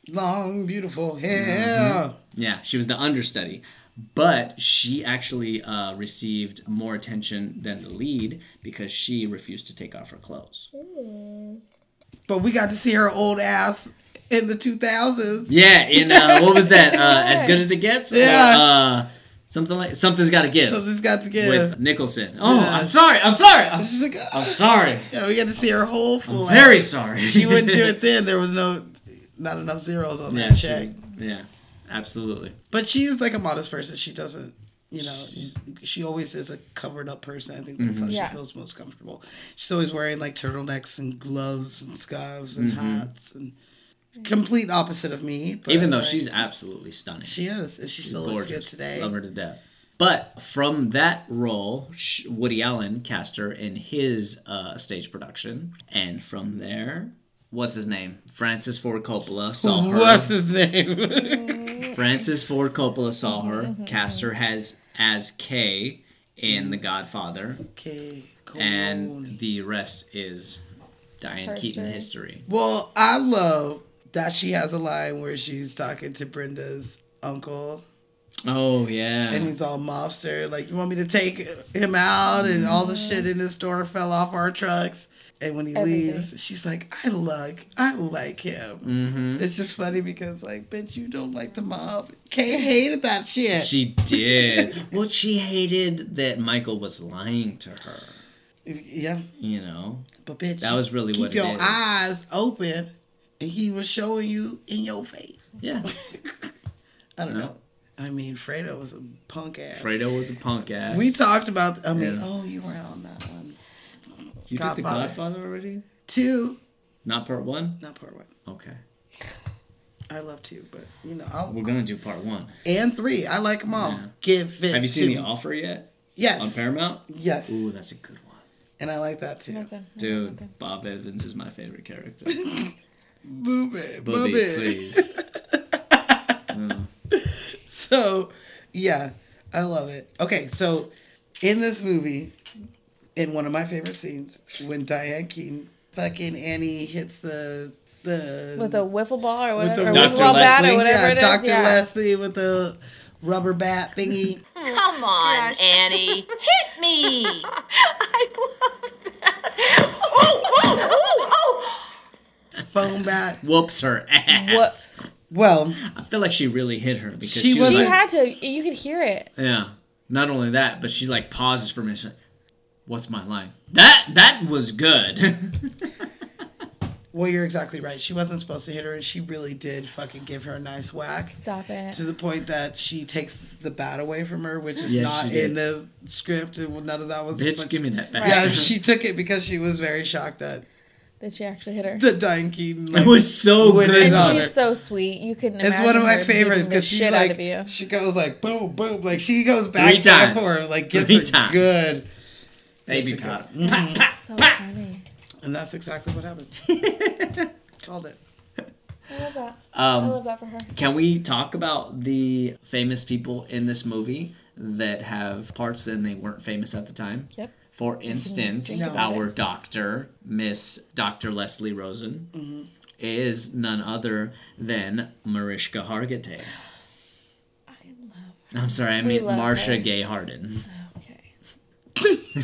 [SPEAKER 2] Long, beautiful hair.
[SPEAKER 1] Mm-hmm. Yeah, she was the understudy. But she actually uh, received more attention than the lead because she refused to take off her clothes.
[SPEAKER 2] But we got to see her old ass in the 2000s.
[SPEAKER 1] Yeah, in uh, what was that? Uh, as good as it gets.
[SPEAKER 2] Yeah.
[SPEAKER 1] Uh, something like something's got to give
[SPEAKER 2] Something's got to give.
[SPEAKER 1] with Nicholson. Oh,
[SPEAKER 2] Yeah.
[SPEAKER 1] I'm sorry. I'm sorry. I'm,
[SPEAKER 2] She's like,
[SPEAKER 1] I'm
[SPEAKER 2] "Ah."
[SPEAKER 1] sorry.
[SPEAKER 2] yeah, we got to see her whole full ass.
[SPEAKER 1] Very sorry.
[SPEAKER 2] She wouldn't do it then. There was no, not enough zeros on
[SPEAKER 1] Yeah,
[SPEAKER 2] that
[SPEAKER 1] she-
[SPEAKER 2] check.
[SPEAKER 1] yeah, absolutely.
[SPEAKER 2] But she is like a modest person. She doesn't, you know,
[SPEAKER 1] She's-
[SPEAKER 2] she always is a covered up person. I think that's how
[SPEAKER 3] Yeah.
[SPEAKER 2] she feels most comfortable. She's always wearing like turtlenecks and gloves and scarves and hats and complete opposite of me. But
[SPEAKER 1] Mm-hmm. Even though
[SPEAKER 2] like,
[SPEAKER 1] she's absolutely stunning.
[SPEAKER 2] she is, and she still looks good today.
[SPEAKER 1] Love her to death. But from that role, sh- Woody Allen cast her in his uh, stage production, and from there, what's his name? Francis Ford Coppola saw her.
[SPEAKER 2] What's his name?
[SPEAKER 1] Francis Ford Coppola saw her,
[SPEAKER 3] Mm-hmm.
[SPEAKER 1] cast her as as Kay in The Godfather,
[SPEAKER 2] okay, cool.
[SPEAKER 1] and the rest is Diane
[SPEAKER 3] Her
[SPEAKER 1] Keaton
[SPEAKER 3] story.
[SPEAKER 1] history.
[SPEAKER 2] well, I love that she has a line where she's talking to Brenda's uncle.
[SPEAKER 1] Oh yeah,
[SPEAKER 2] and he's all mobster. Like, you want me to take him out? And all the shit in his store fell off our trucks. And when he
[SPEAKER 3] Everything.
[SPEAKER 2] leaves, she's like, I like, I like him.
[SPEAKER 1] Mm-hmm.
[SPEAKER 2] It's just funny because, like, bitch, you don't like the mob. Kay hated that shit.
[SPEAKER 1] She did. well, she hated that Michael was lying to her.
[SPEAKER 2] yeah,
[SPEAKER 1] You know,
[SPEAKER 2] but bitch,
[SPEAKER 1] that was really
[SPEAKER 2] keep
[SPEAKER 1] what it
[SPEAKER 2] your
[SPEAKER 1] is.
[SPEAKER 2] eyes open, and he was showing you in your face.
[SPEAKER 1] Yeah,
[SPEAKER 2] I don't know. I mean, Fredo was a punk ass.
[SPEAKER 1] Fredo was a punk ass.
[SPEAKER 2] We talked about. I mean,
[SPEAKER 1] Yeah.
[SPEAKER 2] oh, you were on that one.
[SPEAKER 1] you did the
[SPEAKER 2] Godfather.
[SPEAKER 1] Godfather already?
[SPEAKER 2] Two,
[SPEAKER 1] Not part one.
[SPEAKER 2] not part one.
[SPEAKER 1] Okay,
[SPEAKER 2] I love two, but you know, I'll,
[SPEAKER 1] we're gonna do part one.
[SPEAKER 2] and three. I like them all.
[SPEAKER 1] Yeah.
[SPEAKER 2] Give it.
[SPEAKER 1] Have you
[SPEAKER 2] to
[SPEAKER 1] seen
[SPEAKER 2] me.
[SPEAKER 1] the offer yet
[SPEAKER 2] Yes.
[SPEAKER 1] on Paramount?
[SPEAKER 2] Yes.
[SPEAKER 1] Ooh, that's a good one.
[SPEAKER 2] And I like that too.
[SPEAKER 3] Okay.
[SPEAKER 1] Dude, Bob Evans is my favorite character.
[SPEAKER 2] Booby,
[SPEAKER 1] Booby,
[SPEAKER 2] booby.
[SPEAKER 1] please.
[SPEAKER 2] So, yeah, I love it. Okay, so in this movie, in one of my favorite scenes, when Diane Keaton, fucking Annie hits the the
[SPEAKER 3] With a wiffle ball or
[SPEAKER 2] with
[SPEAKER 3] whatever,
[SPEAKER 2] the
[SPEAKER 3] or
[SPEAKER 2] rubber-
[SPEAKER 3] wiffle ball bat
[SPEAKER 1] Leslie?
[SPEAKER 3] or whatever
[SPEAKER 2] yeah,
[SPEAKER 3] it is.
[SPEAKER 2] Dr.
[SPEAKER 3] yeah.
[SPEAKER 2] Leslie with the rubber bat thingy.
[SPEAKER 5] Come on, Annie. Hit me.
[SPEAKER 6] I love that. Oh, oh, oh, oh.
[SPEAKER 2] phone bat.
[SPEAKER 1] Whoops her ass.
[SPEAKER 2] Well,
[SPEAKER 1] I feel like she really hit her because
[SPEAKER 2] She
[SPEAKER 1] she,
[SPEAKER 2] was
[SPEAKER 1] was
[SPEAKER 3] She
[SPEAKER 1] like,
[SPEAKER 3] had to. You could hear it.
[SPEAKER 1] yeah. Not only that, but she like pauses for a minute. She's like, "What's my line?" That that was good.
[SPEAKER 2] well, you're exactly right. She wasn't supposed to hit her, and she really did fucking give her a nice whack.
[SPEAKER 3] Stop it.
[SPEAKER 2] to the point that she takes the bat away from her, which is
[SPEAKER 1] Yes,
[SPEAKER 2] not
[SPEAKER 1] she did.
[SPEAKER 2] in the script, and none of that was.
[SPEAKER 1] Bitch,
[SPEAKER 2] but-
[SPEAKER 1] give me that back.
[SPEAKER 2] Yeah, she took it because she was very shocked that
[SPEAKER 3] That she actually hit her.
[SPEAKER 2] the Diane Keaton. Like,
[SPEAKER 1] it was so
[SPEAKER 2] Went
[SPEAKER 1] good.
[SPEAKER 2] in
[SPEAKER 3] And
[SPEAKER 2] on
[SPEAKER 1] on
[SPEAKER 2] her.
[SPEAKER 1] her.
[SPEAKER 3] she's so sweet. You couldn't.
[SPEAKER 2] it's
[SPEAKER 3] imagine
[SPEAKER 2] one of my
[SPEAKER 3] her
[SPEAKER 2] favorites
[SPEAKER 3] beating the
[SPEAKER 2] because she
[SPEAKER 3] shit
[SPEAKER 2] like
[SPEAKER 3] out of you.
[SPEAKER 2] she goes like boom boom like she goes back
[SPEAKER 1] Three
[SPEAKER 2] back
[SPEAKER 1] times.
[SPEAKER 2] forth like gets
[SPEAKER 1] Three
[SPEAKER 2] her
[SPEAKER 1] times.
[SPEAKER 2] good
[SPEAKER 1] Baby
[SPEAKER 2] That's a
[SPEAKER 1] powder.
[SPEAKER 3] so funny.
[SPEAKER 2] and that's exactly what happened. Called it.
[SPEAKER 3] I love that. I
[SPEAKER 1] Um,
[SPEAKER 3] love that for her.
[SPEAKER 1] Can we talk about the famous people in this movie that have parts and they weren't famous at the time?
[SPEAKER 3] Yep.
[SPEAKER 1] For instance,
[SPEAKER 2] about
[SPEAKER 1] our doctor, Miss Dr. Leslie Rosen,
[SPEAKER 3] Mm-hmm.
[SPEAKER 1] is none other than Mariska Hargitay.
[SPEAKER 3] I love.
[SPEAKER 1] I'm sorry, I
[SPEAKER 3] We
[SPEAKER 1] mean
[SPEAKER 3] love
[SPEAKER 1] Marcia
[SPEAKER 3] her.
[SPEAKER 1] Gay Harden.
[SPEAKER 3] Okay.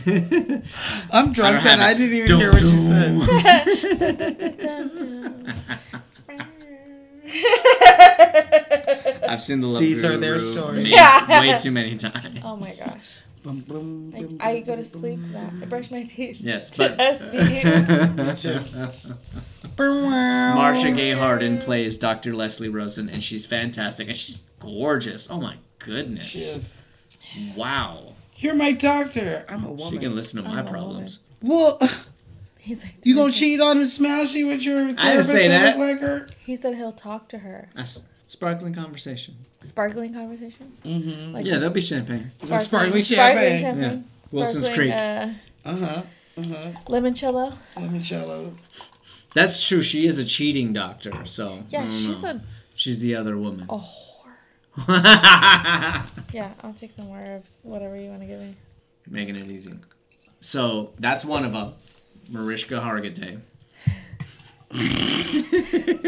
[SPEAKER 2] I'm drunk
[SPEAKER 1] have
[SPEAKER 2] and I
[SPEAKER 1] it.
[SPEAKER 2] didn't even
[SPEAKER 1] Dum
[SPEAKER 2] hear what you
[SPEAKER 1] dum.
[SPEAKER 2] said.
[SPEAKER 1] I've seen the Love
[SPEAKER 2] These are
[SPEAKER 1] Guru
[SPEAKER 2] their stories.
[SPEAKER 1] made
[SPEAKER 3] Yeah.
[SPEAKER 1] way too many times.
[SPEAKER 3] Oh my gosh.
[SPEAKER 2] Boom, boom, boom,
[SPEAKER 3] I
[SPEAKER 2] boom,
[SPEAKER 3] go to
[SPEAKER 2] boom,
[SPEAKER 3] sleep to that. I brush my teeth.
[SPEAKER 1] Yes,
[SPEAKER 3] To
[SPEAKER 1] but uh,
[SPEAKER 3] SVU.
[SPEAKER 2] boom.
[SPEAKER 1] Marsha Gay Harden plays Dr. Leslie Rosen, and she's fantastic, and she's gorgeous. Oh my goodness!
[SPEAKER 2] Yes.
[SPEAKER 1] Wow,
[SPEAKER 2] You're my doctor. I'm a woman.
[SPEAKER 1] she can listen to my
[SPEAKER 3] a
[SPEAKER 1] problems.
[SPEAKER 2] well,
[SPEAKER 3] He's like,
[SPEAKER 2] you gonna cheat on and smash you with your therapist?
[SPEAKER 1] I didn't say
[SPEAKER 2] that
[SPEAKER 1] that.
[SPEAKER 2] look Like her?
[SPEAKER 3] He said he'll talk to her.
[SPEAKER 1] That's sparkling conversation.
[SPEAKER 3] Sparkling conversation. Mm-hmm. Like
[SPEAKER 1] Yeah,
[SPEAKER 3] just
[SPEAKER 1] that'll be champagne.
[SPEAKER 3] sparkling,
[SPEAKER 2] Sparkly
[SPEAKER 3] sparkling
[SPEAKER 2] champagne.
[SPEAKER 3] champagne.
[SPEAKER 1] Yeah, Wilson's
[SPEAKER 3] Sparkling,
[SPEAKER 1] Creek.
[SPEAKER 3] Uh,
[SPEAKER 2] Uh huh. Uh huh.
[SPEAKER 3] limoncello.
[SPEAKER 2] Limoncello.
[SPEAKER 1] That's true. She is a cheating doctor. So I
[SPEAKER 3] Yeah,
[SPEAKER 1] don't
[SPEAKER 2] Mm.
[SPEAKER 3] she's
[SPEAKER 1] know.
[SPEAKER 3] a
[SPEAKER 1] she's the other woman.
[SPEAKER 3] a whore. Yeah, I'll take some herbs. Whatever you want to give me.
[SPEAKER 1] Making it easy. So that's one of them. Mariska Hargitay.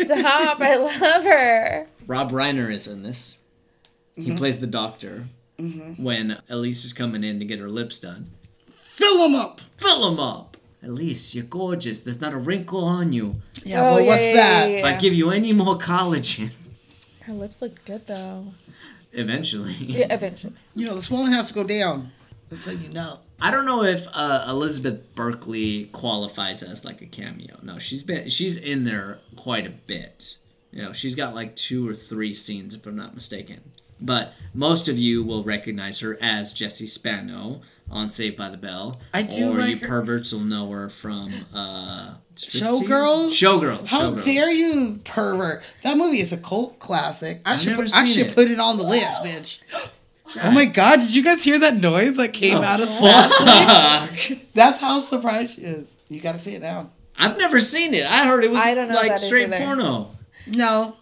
[SPEAKER 3] Stop! I love her.
[SPEAKER 1] Rob Reiner is in this. He
[SPEAKER 3] Mm-hmm.
[SPEAKER 1] plays the doctor when Elise is coming in to get her lips done.
[SPEAKER 2] Fill them up.
[SPEAKER 1] Fill them up! Elise, you're gorgeous. There's not a wrinkle on you.
[SPEAKER 2] Yeah.
[SPEAKER 3] Oh,
[SPEAKER 2] well,
[SPEAKER 3] yeah,
[SPEAKER 2] what's
[SPEAKER 3] yeah,
[SPEAKER 2] that?
[SPEAKER 3] yeah, yeah.
[SPEAKER 1] If I give you any more collagen,
[SPEAKER 3] Her lips look good though.
[SPEAKER 1] eventually.
[SPEAKER 3] Yeah, eventually.
[SPEAKER 2] You know, the swelling has to go down. That's how you know.
[SPEAKER 1] I don't know if uh, Elizabeth Berkley qualifies as like a cameo. No, she's been she's in there quite a bit. You know, she's got like two or three scenes if I'm not mistaken. But most of you will recognize her as Jessie Spano on Saved by the Bell.
[SPEAKER 2] I do
[SPEAKER 1] or
[SPEAKER 2] like
[SPEAKER 1] you
[SPEAKER 2] her-
[SPEAKER 1] perverts will know her from uh Striptease?
[SPEAKER 2] Showgirls?
[SPEAKER 1] Showgirls.
[SPEAKER 2] How
[SPEAKER 1] Showgirls.
[SPEAKER 2] dare you, pervert? That movie is a cult classic. I
[SPEAKER 1] I've
[SPEAKER 2] should
[SPEAKER 1] never
[SPEAKER 2] put, I
[SPEAKER 1] seen
[SPEAKER 2] should
[SPEAKER 1] it.
[SPEAKER 2] put it on the list, bitch. Oh my god, did you guys hear that noise that came out of that?
[SPEAKER 1] Fuck.
[SPEAKER 2] That's how surprised she is. You gotta see it now.
[SPEAKER 1] I've never seen it. I heard it was
[SPEAKER 3] I don't know
[SPEAKER 1] like
[SPEAKER 3] that is
[SPEAKER 1] straight
[SPEAKER 3] either.
[SPEAKER 1] porno.
[SPEAKER 2] No.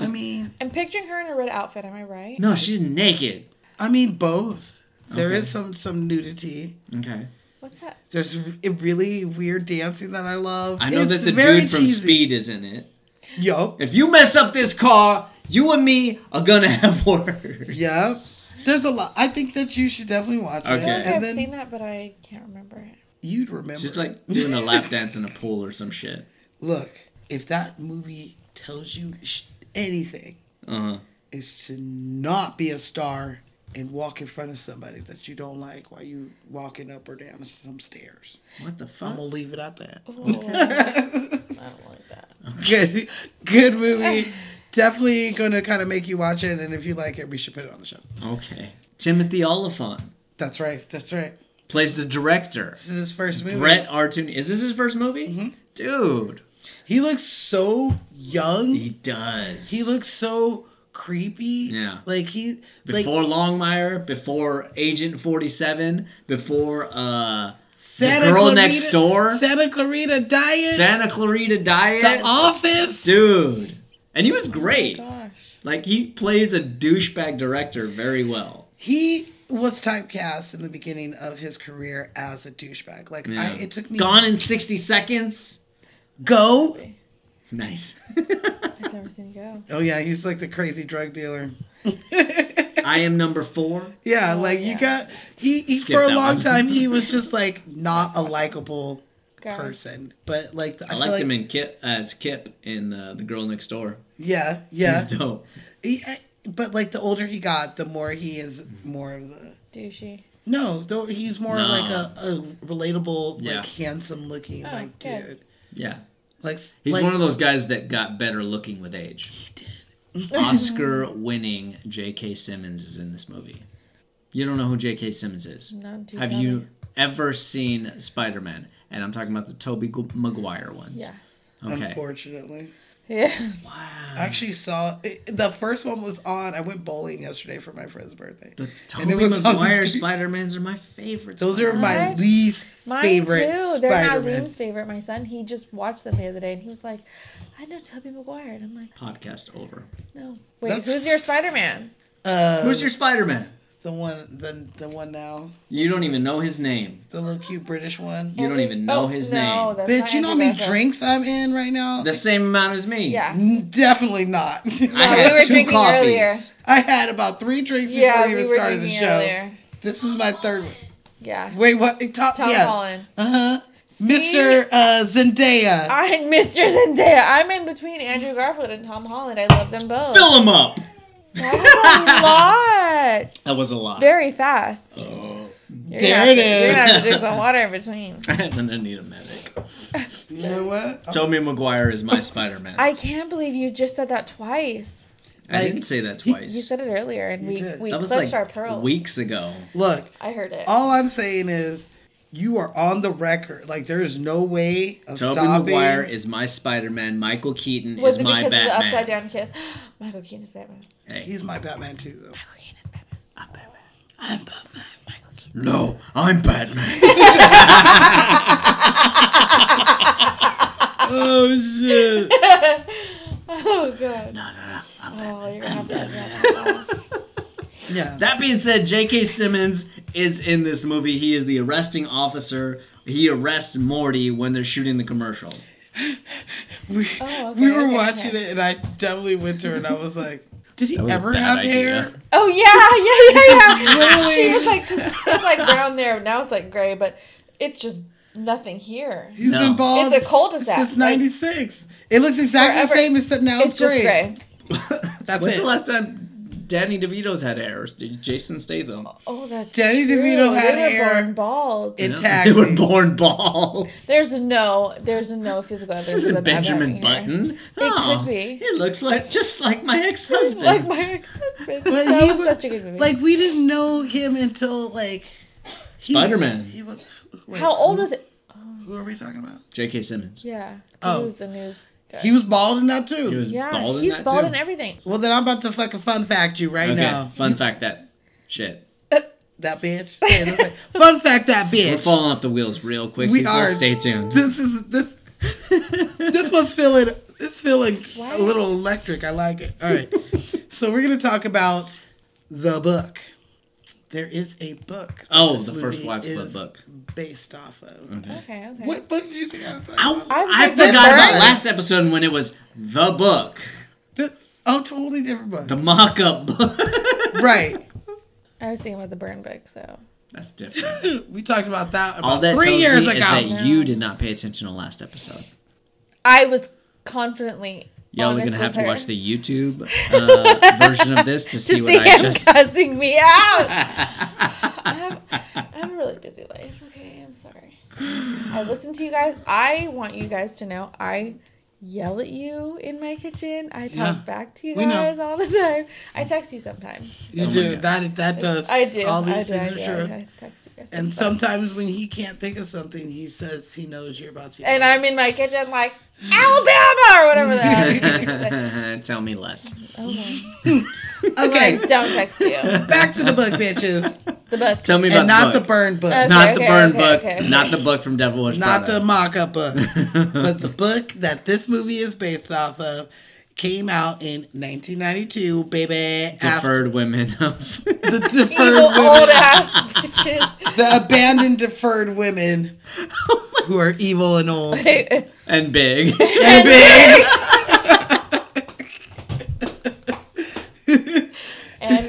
[SPEAKER 2] I mean
[SPEAKER 3] I'm picturing her in a red outfit. Am I right?
[SPEAKER 1] No, she's naked.
[SPEAKER 2] I mean both. There is
[SPEAKER 1] Okay.
[SPEAKER 2] some some nudity.
[SPEAKER 1] Okay.
[SPEAKER 3] What's that?
[SPEAKER 2] There's r- a really weird dancing that I love.
[SPEAKER 1] I know
[SPEAKER 2] It's
[SPEAKER 1] that the
[SPEAKER 2] very
[SPEAKER 1] dude from
[SPEAKER 2] cheesy.
[SPEAKER 1] Speed is in it.
[SPEAKER 2] Yo.
[SPEAKER 1] If you mess up this car, you and me are gonna have words.
[SPEAKER 2] Yep. There's a lot. I think that you should definitely watch it.
[SPEAKER 1] Okay.
[SPEAKER 3] I
[SPEAKER 1] And
[SPEAKER 3] think I've seen that, but I can't remember it.
[SPEAKER 2] you'd remember.
[SPEAKER 1] She's
[SPEAKER 2] it.
[SPEAKER 1] like doing a lap dance in a pool or some shit.
[SPEAKER 2] look, if that movie tells you sh- anything,
[SPEAKER 1] Uh huh.
[SPEAKER 2] is to not be a star and walk in front of somebody that you don't like while you walking up or down some stairs.
[SPEAKER 1] What the
[SPEAKER 2] I'm
[SPEAKER 1] fuck?
[SPEAKER 2] gonna leave it at that.
[SPEAKER 3] I don't like that.
[SPEAKER 2] Good, good movie. Definitely gonna kind of make you watch it, and if you like it, we should put it on the show.
[SPEAKER 1] Okay. Timothy Oliphant
[SPEAKER 2] That's right. That's right.
[SPEAKER 1] plays the director.
[SPEAKER 2] This is his first movie.
[SPEAKER 1] Brett Artoon. Is this his first movie?
[SPEAKER 2] Mm-hmm.
[SPEAKER 1] Dude,
[SPEAKER 2] He looks so young.
[SPEAKER 1] he does.
[SPEAKER 2] He looks so creepy.
[SPEAKER 1] Yeah.
[SPEAKER 2] Like he like
[SPEAKER 1] before Longmire, before Agent Forty Seven, before uh
[SPEAKER 2] Santa
[SPEAKER 1] girl
[SPEAKER 2] Clarita-
[SPEAKER 1] next door.
[SPEAKER 2] Santa Clarita Diet.
[SPEAKER 1] Santa Clarita
[SPEAKER 2] the
[SPEAKER 1] Diet.
[SPEAKER 2] Office.
[SPEAKER 1] Dude, and he was great.
[SPEAKER 3] Gosh.
[SPEAKER 1] Like he plays a douchebag director very well.
[SPEAKER 2] He was typecast in the beginning of his career as a douchebag. Like I,
[SPEAKER 1] Yeah.
[SPEAKER 2] it took me
[SPEAKER 1] Gone in sixty seconds.
[SPEAKER 2] go.
[SPEAKER 1] Nice.
[SPEAKER 3] I've never seen you go.
[SPEAKER 2] Oh yeah, he's like the crazy drug dealer.
[SPEAKER 1] I am number four.
[SPEAKER 2] Yeah, like you
[SPEAKER 3] yeah.
[SPEAKER 2] got he, he
[SPEAKER 1] Skip
[SPEAKER 2] for a
[SPEAKER 1] that
[SPEAKER 2] long
[SPEAKER 1] one.
[SPEAKER 2] time he was just like not a likable
[SPEAKER 3] Gosh.
[SPEAKER 2] person. But like
[SPEAKER 1] I,
[SPEAKER 2] feel
[SPEAKER 1] liked
[SPEAKER 2] like,
[SPEAKER 1] him in Kip uh, as Kip in uh, the Girl Next Door.
[SPEAKER 2] Yeah,
[SPEAKER 1] He
[SPEAKER 2] yeah.
[SPEAKER 1] was dope.
[SPEAKER 2] He- I- but like the older he got, the more he is more of the
[SPEAKER 3] Douchey.
[SPEAKER 2] no. Though he's more
[SPEAKER 1] No.
[SPEAKER 2] like a, a relatable,
[SPEAKER 1] Yeah.
[SPEAKER 2] like handsome looking like
[SPEAKER 3] Oh, good.
[SPEAKER 2] dude.
[SPEAKER 1] Yeah.
[SPEAKER 2] Like
[SPEAKER 1] He's
[SPEAKER 2] like,
[SPEAKER 1] one of those guys that got better looking with age. He did. Oscar winning J.K. Simmons is in this movie. You don't know who J.K. Simmons is.
[SPEAKER 3] Not too
[SPEAKER 1] Have
[SPEAKER 3] tell
[SPEAKER 1] you
[SPEAKER 3] me.
[SPEAKER 1] ever seen Spider Man? And I'm talking about the Tobey Gu- Maguire ones.
[SPEAKER 3] Yes.
[SPEAKER 1] Okay.
[SPEAKER 2] Unfortunately,
[SPEAKER 3] Yeah.
[SPEAKER 1] Wow.
[SPEAKER 2] I actually saw it, the first one was on. I went bowling yesterday for my friend's birthday.
[SPEAKER 1] The
[SPEAKER 2] it
[SPEAKER 1] Tobey
[SPEAKER 2] was on
[SPEAKER 1] Maguire
[SPEAKER 2] screen.
[SPEAKER 1] Spider Mans are my favorites.
[SPEAKER 2] Those are my
[SPEAKER 3] What?
[SPEAKER 2] least
[SPEAKER 3] Mine
[SPEAKER 2] favorite
[SPEAKER 3] too. They're
[SPEAKER 2] Spider-Man.
[SPEAKER 3] Nazim's favorite. My son, he just watched them the other day and he was like, I know Toby Maguire. And I'm like,
[SPEAKER 1] podcast over.
[SPEAKER 3] no. Wait,
[SPEAKER 2] That's-
[SPEAKER 3] who's your Spider Man?
[SPEAKER 2] Uh,
[SPEAKER 1] Who's your Spider Man?
[SPEAKER 2] the one, the the one now,
[SPEAKER 1] You don't even know his name.
[SPEAKER 2] the little cute British one.
[SPEAKER 1] You don't even know his name.
[SPEAKER 3] Oh, That's
[SPEAKER 2] Bitch,
[SPEAKER 3] not
[SPEAKER 2] you know how
[SPEAKER 3] Andrew
[SPEAKER 2] many
[SPEAKER 3] Garfield.
[SPEAKER 2] drinks I'm in right now?
[SPEAKER 1] The same amount as me.
[SPEAKER 3] Yeah.
[SPEAKER 2] N- Definitely not.
[SPEAKER 1] I
[SPEAKER 3] we
[SPEAKER 1] had
[SPEAKER 3] were
[SPEAKER 1] two
[SPEAKER 3] drinking
[SPEAKER 1] coffees.
[SPEAKER 3] earlier.
[SPEAKER 2] I had about three drinks before
[SPEAKER 3] Yeah,
[SPEAKER 2] we
[SPEAKER 3] we
[SPEAKER 2] even
[SPEAKER 3] were
[SPEAKER 2] started the
[SPEAKER 3] drinking
[SPEAKER 2] show.
[SPEAKER 3] earlier.
[SPEAKER 2] This was my third one.
[SPEAKER 3] Yeah.
[SPEAKER 2] Wait, what? Top,
[SPEAKER 3] Tom
[SPEAKER 2] yeah.
[SPEAKER 3] Holland.
[SPEAKER 2] Uh huh. Mr. Uh, Zendaya.
[SPEAKER 3] I'm Mr. Zendaya. I'm in between Andrew Garfield and Tom Holland. I love them both.
[SPEAKER 1] Fill him up.
[SPEAKER 3] That was a lot.
[SPEAKER 1] That was a lot.
[SPEAKER 3] Very fast. You're gonna
[SPEAKER 2] Oh, there
[SPEAKER 3] have
[SPEAKER 2] it
[SPEAKER 3] to- You're gonna have to
[SPEAKER 1] is.
[SPEAKER 3] drink some water in between.
[SPEAKER 1] I'm gonna need a medic.
[SPEAKER 2] you know what?
[SPEAKER 1] Tobey Maguire is my Spider-Man. I,
[SPEAKER 3] I can't believe you just said that twice.
[SPEAKER 1] didn't say that twice.
[SPEAKER 3] You said it earlier, and we
[SPEAKER 2] did.
[SPEAKER 3] we
[SPEAKER 1] that was
[SPEAKER 3] clutched
[SPEAKER 1] like Oh,
[SPEAKER 3] our pearls.
[SPEAKER 1] weeks ago.
[SPEAKER 2] Look,
[SPEAKER 3] I heard it.
[SPEAKER 2] all I'm saying is you are on the record. Like, there is no way of
[SPEAKER 1] Tobey
[SPEAKER 2] stopping.
[SPEAKER 1] Maguire is my Spider-Man. Michael Keaton
[SPEAKER 3] was
[SPEAKER 1] is
[SPEAKER 3] it
[SPEAKER 1] my
[SPEAKER 3] because of the upside
[SPEAKER 1] Batman.
[SPEAKER 3] down kiss? Michael Keaton is Batman.
[SPEAKER 1] Hey,
[SPEAKER 2] He's my Batman, too, though.
[SPEAKER 3] Michael Keaton is Batman.
[SPEAKER 1] I'm Batman. I'm Batman.
[SPEAKER 3] Michael Keaton.
[SPEAKER 1] No, I'm Batman. oh shit!
[SPEAKER 3] Oh god.
[SPEAKER 1] No, no, no. I'm
[SPEAKER 3] Oh, you're gonna have to.
[SPEAKER 2] Yeah.
[SPEAKER 1] That being said, J.K. Simmons is in this movie. He is the arresting officer. He arrests Morty when they're shooting the commercial.
[SPEAKER 2] we,
[SPEAKER 3] Oh, okay,
[SPEAKER 2] we were
[SPEAKER 3] okay,
[SPEAKER 2] watching
[SPEAKER 3] okay.
[SPEAKER 2] it, and I definitely went to her, and I was like, did he
[SPEAKER 1] was a
[SPEAKER 2] ever
[SPEAKER 1] bad
[SPEAKER 2] have
[SPEAKER 1] idea.
[SPEAKER 2] hair?
[SPEAKER 3] Oh yeah, yeah, yeah, yeah. she was like, 'cause it's like brown there. Now it's like gray, but it's just nothing here.
[SPEAKER 2] He's
[SPEAKER 1] No.
[SPEAKER 2] been bald.
[SPEAKER 3] It's a cul-de-sac,
[SPEAKER 2] Since
[SPEAKER 3] like-
[SPEAKER 2] 96. it looks exactly
[SPEAKER 3] Forever.
[SPEAKER 2] the same, except now
[SPEAKER 3] It's
[SPEAKER 2] it's,
[SPEAKER 3] just
[SPEAKER 2] gray.
[SPEAKER 3] gray.
[SPEAKER 2] That's
[SPEAKER 1] When's
[SPEAKER 2] it.
[SPEAKER 1] the last time Danny DeVito's had hair? Or did Jason Statham?
[SPEAKER 3] Oh, that's
[SPEAKER 2] Danny
[SPEAKER 3] true.
[SPEAKER 2] DeVito had
[SPEAKER 3] they were
[SPEAKER 2] hair.
[SPEAKER 3] born bald.
[SPEAKER 2] In
[SPEAKER 1] No,
[SPEAKER 2] Taxi.
[SPEAKER 1] They were born bald.
[SPEAKER 3] There's no, there's no physical
[SPEAKER 1] This
[SPEAKER 3] evidence.
[SPEAKER 1] isn't
[SPEAKER 3] of them ever
[SPEAKER 1] Benjamin
[SPEAKER 3] having hair.
[SPEAKER 1] Button. It
[SPEAKER 3] could be.
[SPEAKER 1] He looks like just like my ex-husband.
[SPEAKER 3] Like my ex-husband.
[SPEAKER 2] But
[SPEAKER 3] that
[SPEAKER 2] he
[SPEAKER 3] was,
[SPEAKER 2] was-
[SPEAKER 3] such a good movie.
[SPEAKER 2] Like we didn't know him until like he-
[SPEAKER 1] Spider-Man.
[SPEAKER 2] He was. wait,
[SPEAKER 3] how old was it?
[SPEAKER 2] Who are we talking about?
[SPEAKER 1] J.K. Simmons.
[SPEAKER 3] Yeah, he
[SPEAKER 2] Oh.
[SPEAKER 3] was the news. Guy.
[SPEAKER 2] He was bald in that
[SPEAKER 1] He
[SPEAKER 2] too.
[SPEAKER 1] was
[SPEAKER 3] yeah,
[SPEAKER 1] bald in
[SPEAKER 3] he's
[SPEAKER 1] that
[SPEAKER 3] bald
[SPEAKER 1] too.
[SPEAKER 3] in everything.
[SPEAKER 2] well, then I'm about to fucking fun fact you right
[SPEAKER 1] Okay,
[SPEAKER 2] now.
[SPEAKER 1] fun fact that shit.
[SPEAKER 2] That bitch. Yeah, that's right. fun fact that bitch.
[SPEAKER 1] We're falling off the wheels real quick.
[SPEAKER 2] We
[SPEAKER 1] people.
[SPEAKER 2] are.
[SPEAKER 1] Stay tuned.
[SPEAKER 2] This is this. this one's feeling. It's feeling a little electric. I like it. All right. so we're gonna talk about the book. There is a book. that
[SPEAKER 1] Oh,
[SPEAKER 2] this
[SPEAKER 1] the first
[SPEAKER 2] movie
[SPEAKER 1] Wives Club
[SPEAKER 2] is
[SPEAKER 1] book.
[SPEAKER 2] Based off of.
[SPEAKER 3] Okay, okay.
[SPEAKER 2] What book did you think I was talking
[SPEAKER 1] Ow,
[SPEAKER 2] about?
[SPEAKER 1] I,
[SPEAKER 3] I was like, the
[SPEAKER 1] forgot about
[SPEAKER 2] bird.
[SPEAKER 1] last episode when it was the book,
[SPEAKER 2] This, oh, totally different book.
[SPEAKER 1] the mock-up book.
[SPEAKER 2] right.
[SPEAKER 3] I was thinking about the burn book, so
[SPEAKER 1] That's different.
[SPEAKER 2] We talked about that about
[SPEAKER 1] All that
[SPEAKER 2] three
[SPEAKER 1] tells
[SPEAKER 2] years
[SPEAKER 1] me
[SPEAKER 2] ago.
[SPEAKER 1] is that you did not pay attention to last episode.
[SPEAKER 3] I was confidently.
[SPEAKER 1] Y'all are
[SPEAKER 3] honest
[SPEAKER 1] gonna have
[SPEAKER 3] with
[SPEAKER 1] to
[SPEAKER 3] her.
[SPEAKER 1] watch the YouTube uh, version of this to
[SPEAKER 3] to
[SPEAKER 1] see
[SPEAKER 3] see,
[SPEAKER 1] what I
[SPEAKER 3] him
[SPEAKER 1] just.
[SPEAKER 3] cussing me out. I, have, I have a really busy life. Okay, I'm sorry. I listen to you guys. I want you guys to know I yell at you in my kitchen. I talk
[SPEAKER 2] Yeah,
[SPEAKER 3] back to you
[SPEAKER 2] we know.
[SPEAKER 3] guys all the time. I text you sometimes.
[SPEAKER 2] You
[SPEAKER 1] Oh my
[SPEAKER 2] do
[SPEAKER 1] God.
[SPEAKER 2] that. That does.
[SPEAKER 3] I do.
[SPEAKER 2] All these
[SPEAKER 3] I do. I,
[SPEAKER 2] things
[SPEAKER 3] do,
[SPEAKER 2] are
[SPEAKER 3] I,
[SPEAKER 2] true.
[SPEAKER 3] do. I text you guys.
[SPEAKER 2] And
[SPEAKER 3] sometimes.
[SPEAKER 2] sometimes when he can't think of something, he says he knows you're about to.
[SPEAKER 3] and I'm in my kitchen like Alabama or whatever the hell. it is.
[SPEAKER 1] Tell me less.
[SPEAKER 2] okay.
[SPEAKER 3] Like, don't text you.
[SPEAKER 2] Back to the book, bitches,
[SPEAKER 3] The book.
[SPEAKER 1] Tell me about
[SPEAKER 2] and not
[SPEAKER 1] the
[SPEAKER 2] the
[SPEAKER 1] book.
[SPEAKER 2] burn book,
[SPEAKER 3] Okay.
[SPEAKER 1] not the burn
[SPEAKER 3] okay,
[SPEAKER 1] book,
[SPEAKER 3] okay.
[SPEAKER 1] not the book from Devil Witch
[SPEAKER 2] not the
[SPEAKER 1] Prada.
[SPEAKER 2] mock-up book, but the book that this movie is based off of came out in 1992, baby.
[SPEAKER 1] deferred women.
[SPEAKER 2] After the deferred
[SPEAKER 3] Evil
[SPEAKER 2] women,
[SPEAKER 3] old ass bitches.
[SPEAKER 2] the abandoned deferred women, who are evil and old.
[SPEAKER 1] and big.
[SPEAKER 2] And big.
[SPEAKER 3] and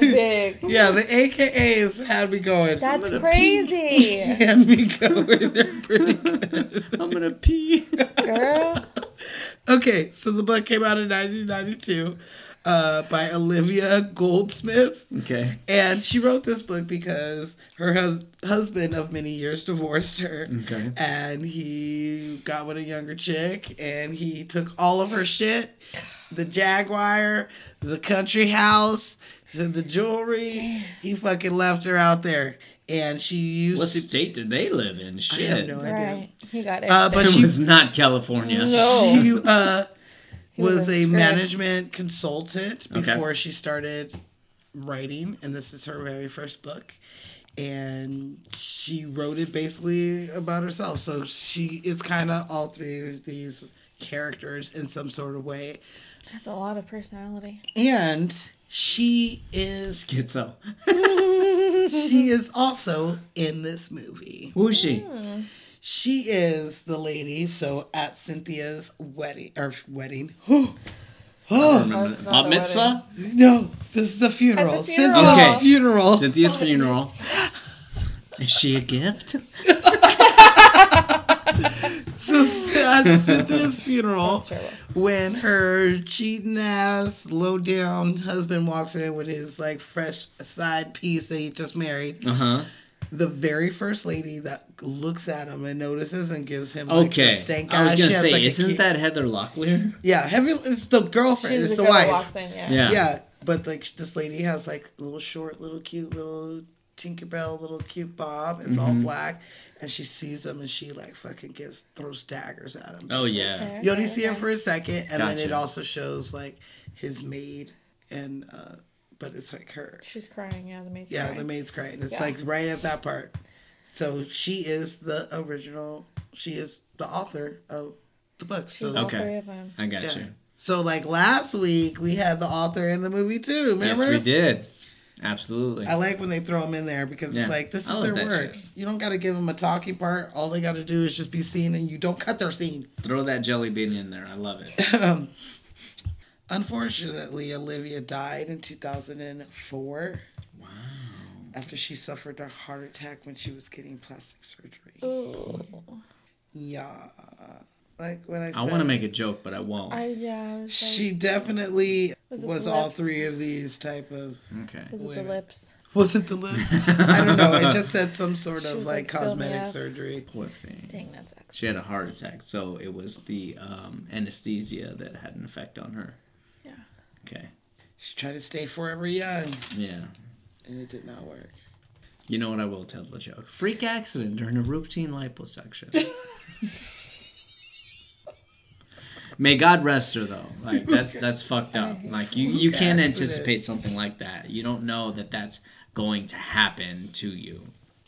[SPEAKER 3] big.
[SPEAKER 2] Yeah, the AKAs had me going.
[SPEAKER 3] That's crazy,
[SPEAKER 2] Had me going. They're pretty good.
[SPEAKER 1] I'm gonna pee.
[SPEAKER 3] girl.
[SPEAKER 2] Okay, so the book came out in 1992 uh, by Olivia Goldsmith.
[SPEAKER 1] Okay.
[SPEAKER 2] And she wrote this book because her hus- husband of many years divorced her.
[SPEAKER 1] Okay.
[SPEAKER 2] And he got with a younger chick and he took all of her shit the Jaguar, the country house, the, the jewelry. He fucking left her out there. And she used
[SPEAKER 1] What
[SPEAKER 2] to.
[SPEAKER 1] state did they live in? Shit.
[SPEAKER 2] I have no idea.
[SPEAKER 3] Right, he got it.
[SPEAKER 2] Uh, but
[SPEAKER 1] It
[SPEAKER 2] she
[SPEAKER 1] was not California.
[SPEAKER 3] no,
[SPEAKER 2] she uh,
[SPEAKER 3] was
[SPEAKER 2] was
[SPEAKER 3] a
[SPEAKER 2] a
[SPEAKER 3] script.
[SPEAKER 2] management consultant
[SPEAKER 1] Okay.
[SPEAKER 2] before she started writing, and this is her very first book. And she wrote it basically about herself. So she is kind of all three of these characters in some sort of way.
[SPEAKER 3] that's a lot of personality.
[SPEAKER 2] And she is
[SPEAKER 1] Schizo.
[SPEAKER 2] she
[SPEAKER 3] Mm-hmm.
[SPEAKER 2] is also in this movie.
[SPEAKER 1] Who is she?
[SPEAKER 2] She is the lady. So at Cynthia's wedding or wedding,
[SPEAKER 1] Remember
[SPEAKER 3] That's
[SPEAKER 1] that.
[SPEAKER 3] not
[SPEAKER 1] Bat
[SPEAKER 3] a
[SPEAKER 1] mitzvah?
[SPEAKER 2] No, this is the funeral.
[SPEAKER 3] At the funeral.
[SPEAKER 2] Cynthia's
[SPEAKER 1] Okay.
[SPEAKER 2] funeral.
[SPEAKER 1] Cynthia's funeral. Is she a gift?
[SPEAKER 2] At Cynthia's funeral,
[SPEAKER 3] That's terrible.
[SPEAKER 2] when her cheating ass, low down husband walks in with his like fresh side piece that he just married,
[SPEAKER 1] Uh huh.
[SPEAKER 2] the very first lady that looks at him and notices and gives him like,
[SPEAKER 1] Okay.
[SPEAKER 2] the stank
[SPEAKER 1] I was
[SPEAKER 2] eye.
[SPEAKER 1] gonna
[SPEAKER 2] She has,
[SPEAKER 1] say,
[SPEAKER 2] like, a
[SPEAKER 1] isn't
[SPEAKER 2] kid-
[SPEAKER 1] that Heather Locklear?
[SPEAKER 2] yeah? Heavy. It's the girlfriend.
[SPEAKER 3] She's
[SPEAKER 2] it's the,
[SPEAKER 3] the, girl
[SPEAKER 2] wife.
[SPEAKER 3] that walks in. Yeah.
[SPEAKER 1] Yeah.
[SPEAKER 2] Yeah, but like this lady has like little short, little cute, little Tinkerbell, little cute Bob. It's all
[SPEAKER 1] Mm-hmm.
[SPEAKER 2] black, and she sees him and she like fucking gives throws daggers at him.
[SPEAKER 1] Oh yeah.
[SPEAKER 2] You only see him for a second, and then it
[SPEAKER 1] Gotcha.
[SPEAKER 2] also shows like his maid and uh, but it's like her.
[SPEAKER 3] She's crying. Yeah, the maid's
[SPEAKER 2] Yeah,
[SPEAKER 3] crying.
[SPEAKER 2] the maid's crying. It's
[SPEAKER 3] Yeah.
[SPEAKER 2] like right at that part. So she is the original. She is the author of the book.
[SPEAKER 3] She's
[SPEAKER 2] so
[SPEAKER 3] all
[SPEAKER 1] Okay.
[SPEAKER 3] three of them.
[SPEAKER 1] I got
[SPEAKER 2] yeah.
[SPEAKER 1] you.
[SPEAKER 2] So like last week we had the author in the movie too. Remember?
[SPEAKER 1] Yes, we did. Absolutely.
[SPEAKER 2] I like when they throw them in there because
[SPEAKER 1] Yeah.
[SPEAKER 2] it's like this
[SPEAKER 1] I
[SPEAKER 2] is
[SPEAKER 1] love
[SPEAKER 2] their
[SPEAKER 1] that
[SPEAKER 2] work.
[SPEAKER 1] shit.
[SPEAKER 2] You don't got to give them a talking part. All they got to do is just be seen, and you don't cut their scene.
[SPEAKER 1] Throw that jelly bean in there. I love it.
[SPEAKER 2] Unfortunately, Olivia died in 2004. Wow. After she suffered a heart attack when she was getting plastic surgery.
[SPEAKER 3] Ooh.
[SPEAKER 2] Yeah. Like when I said,
[SPEAKER 1] I want to make a joke, but I won't.
[SPEAKER 3] I yeah. I was like,
[SPEAKER 2] She definitely was,
[SPEAKER 3] Was it the
[SPEAKER 2] all
[SPEAKER 3] lips?
[SPEAKER 2] three of these type of.
[SPEAKER 1] okay.
[SPEAKER 3] was it
[SPEAKER 2] Wait a
[SPEAKER 3] the
[SPEAKER 2] minute.
[SPEAKER 3] lips?
[SPEAKER 2] Was it the lips? I don't know. It just said some sort
[SPEAKER 3] She
[SPEAKER 2] of
[SPEAKER 3] was
[SPEAKER 2] like,
[SPEAKER 3] like, fill me
[SPEAKER 2] cosmetic
[SPEAKER 3] up.
[SPEAKER 2] surgery.
[SPEAKER 1] Poor thing.
[SPEAKER 3] Dang, that sucks.
[SPEAKER 1] She had a heart attack, so it was the um, anesthesia that had an effect on her.
[SPEAKER 3] Yeah.
[SPEAKER 1] Okay.
[SPEAKER 2] She tried to stay forever young,
[SPEAKER 1] Yeah.
[SPEAKER 2] and it did not work.
[SPEAKER 1] You know what I will tell the joke? Freak accident during a routine liposuction. May God rest her though. Like that's that's fucked up. Like you you can't
[SPEAKER 2] accident.
[SPEAKER 1] anticipate something like that. You don't know that that's going to happen to you.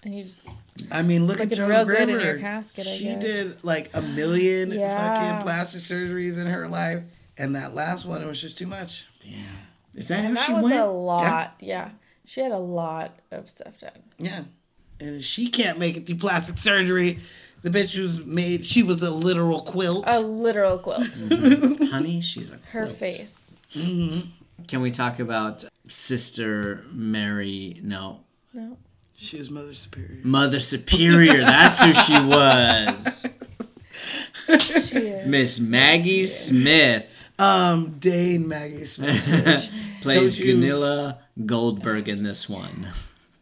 [SPEAKER 3] And you just
[SPEAKER 2] I mean, look
[SPEAKER 3] Looking
[SPEAKER 2] at Joan
[SPEAKER 3] real
[SPEAKER 2] Grimmer.
[SPEAKER 3] good in your casket, I
[SPEAKER 2] she
[SPEAKER 3] guess.
[SPEAKER 2] did like a million
[SPEAKER 3] Yeah.
[SPEAKER 2] fucking plastic surgeries in her life, and that last one it was just too much.
[SPEAKER 1] Yeah. Is that
[SPEAKER 3] and
[SPEAKER 1] how
[SPEAKER 3] that
[SPEAKER 1] she
[SPEAKER 3] was
[SPEAKER 1] went?
[SPEAKER 3] a lot. Yeah. She had a lot of stuff done.
[SPEAKER 2] Yeah, and if she can't make it through plastic surgery, the bitch was made. She was a literal quilt.
[SPEAKER 3] A literal quilt.
[SPEAKER 1] Honey, she's a
[SPEAKER 3] Her
[SPEAKER 1] quilt.
[SPEAKER 3] face.
[SPEAKER 1] Can we talk about Sister Mary? No.
[SPEAKER 3] No.
[SPEAKER 2] She was Mother Superior.
[SPEAKER 1] Mother Superior, that's who she was.
[SPEAKER 3] She is.
[SPEAKER 1] Miss Maggie Smith
[SPEAKER 2] Um, Dane Maggie Smith.
[SPEAKER 1] plays
[SPEAKER 2] Don't you-
[SPEAKER 1] Ganilla Goldberg in this one.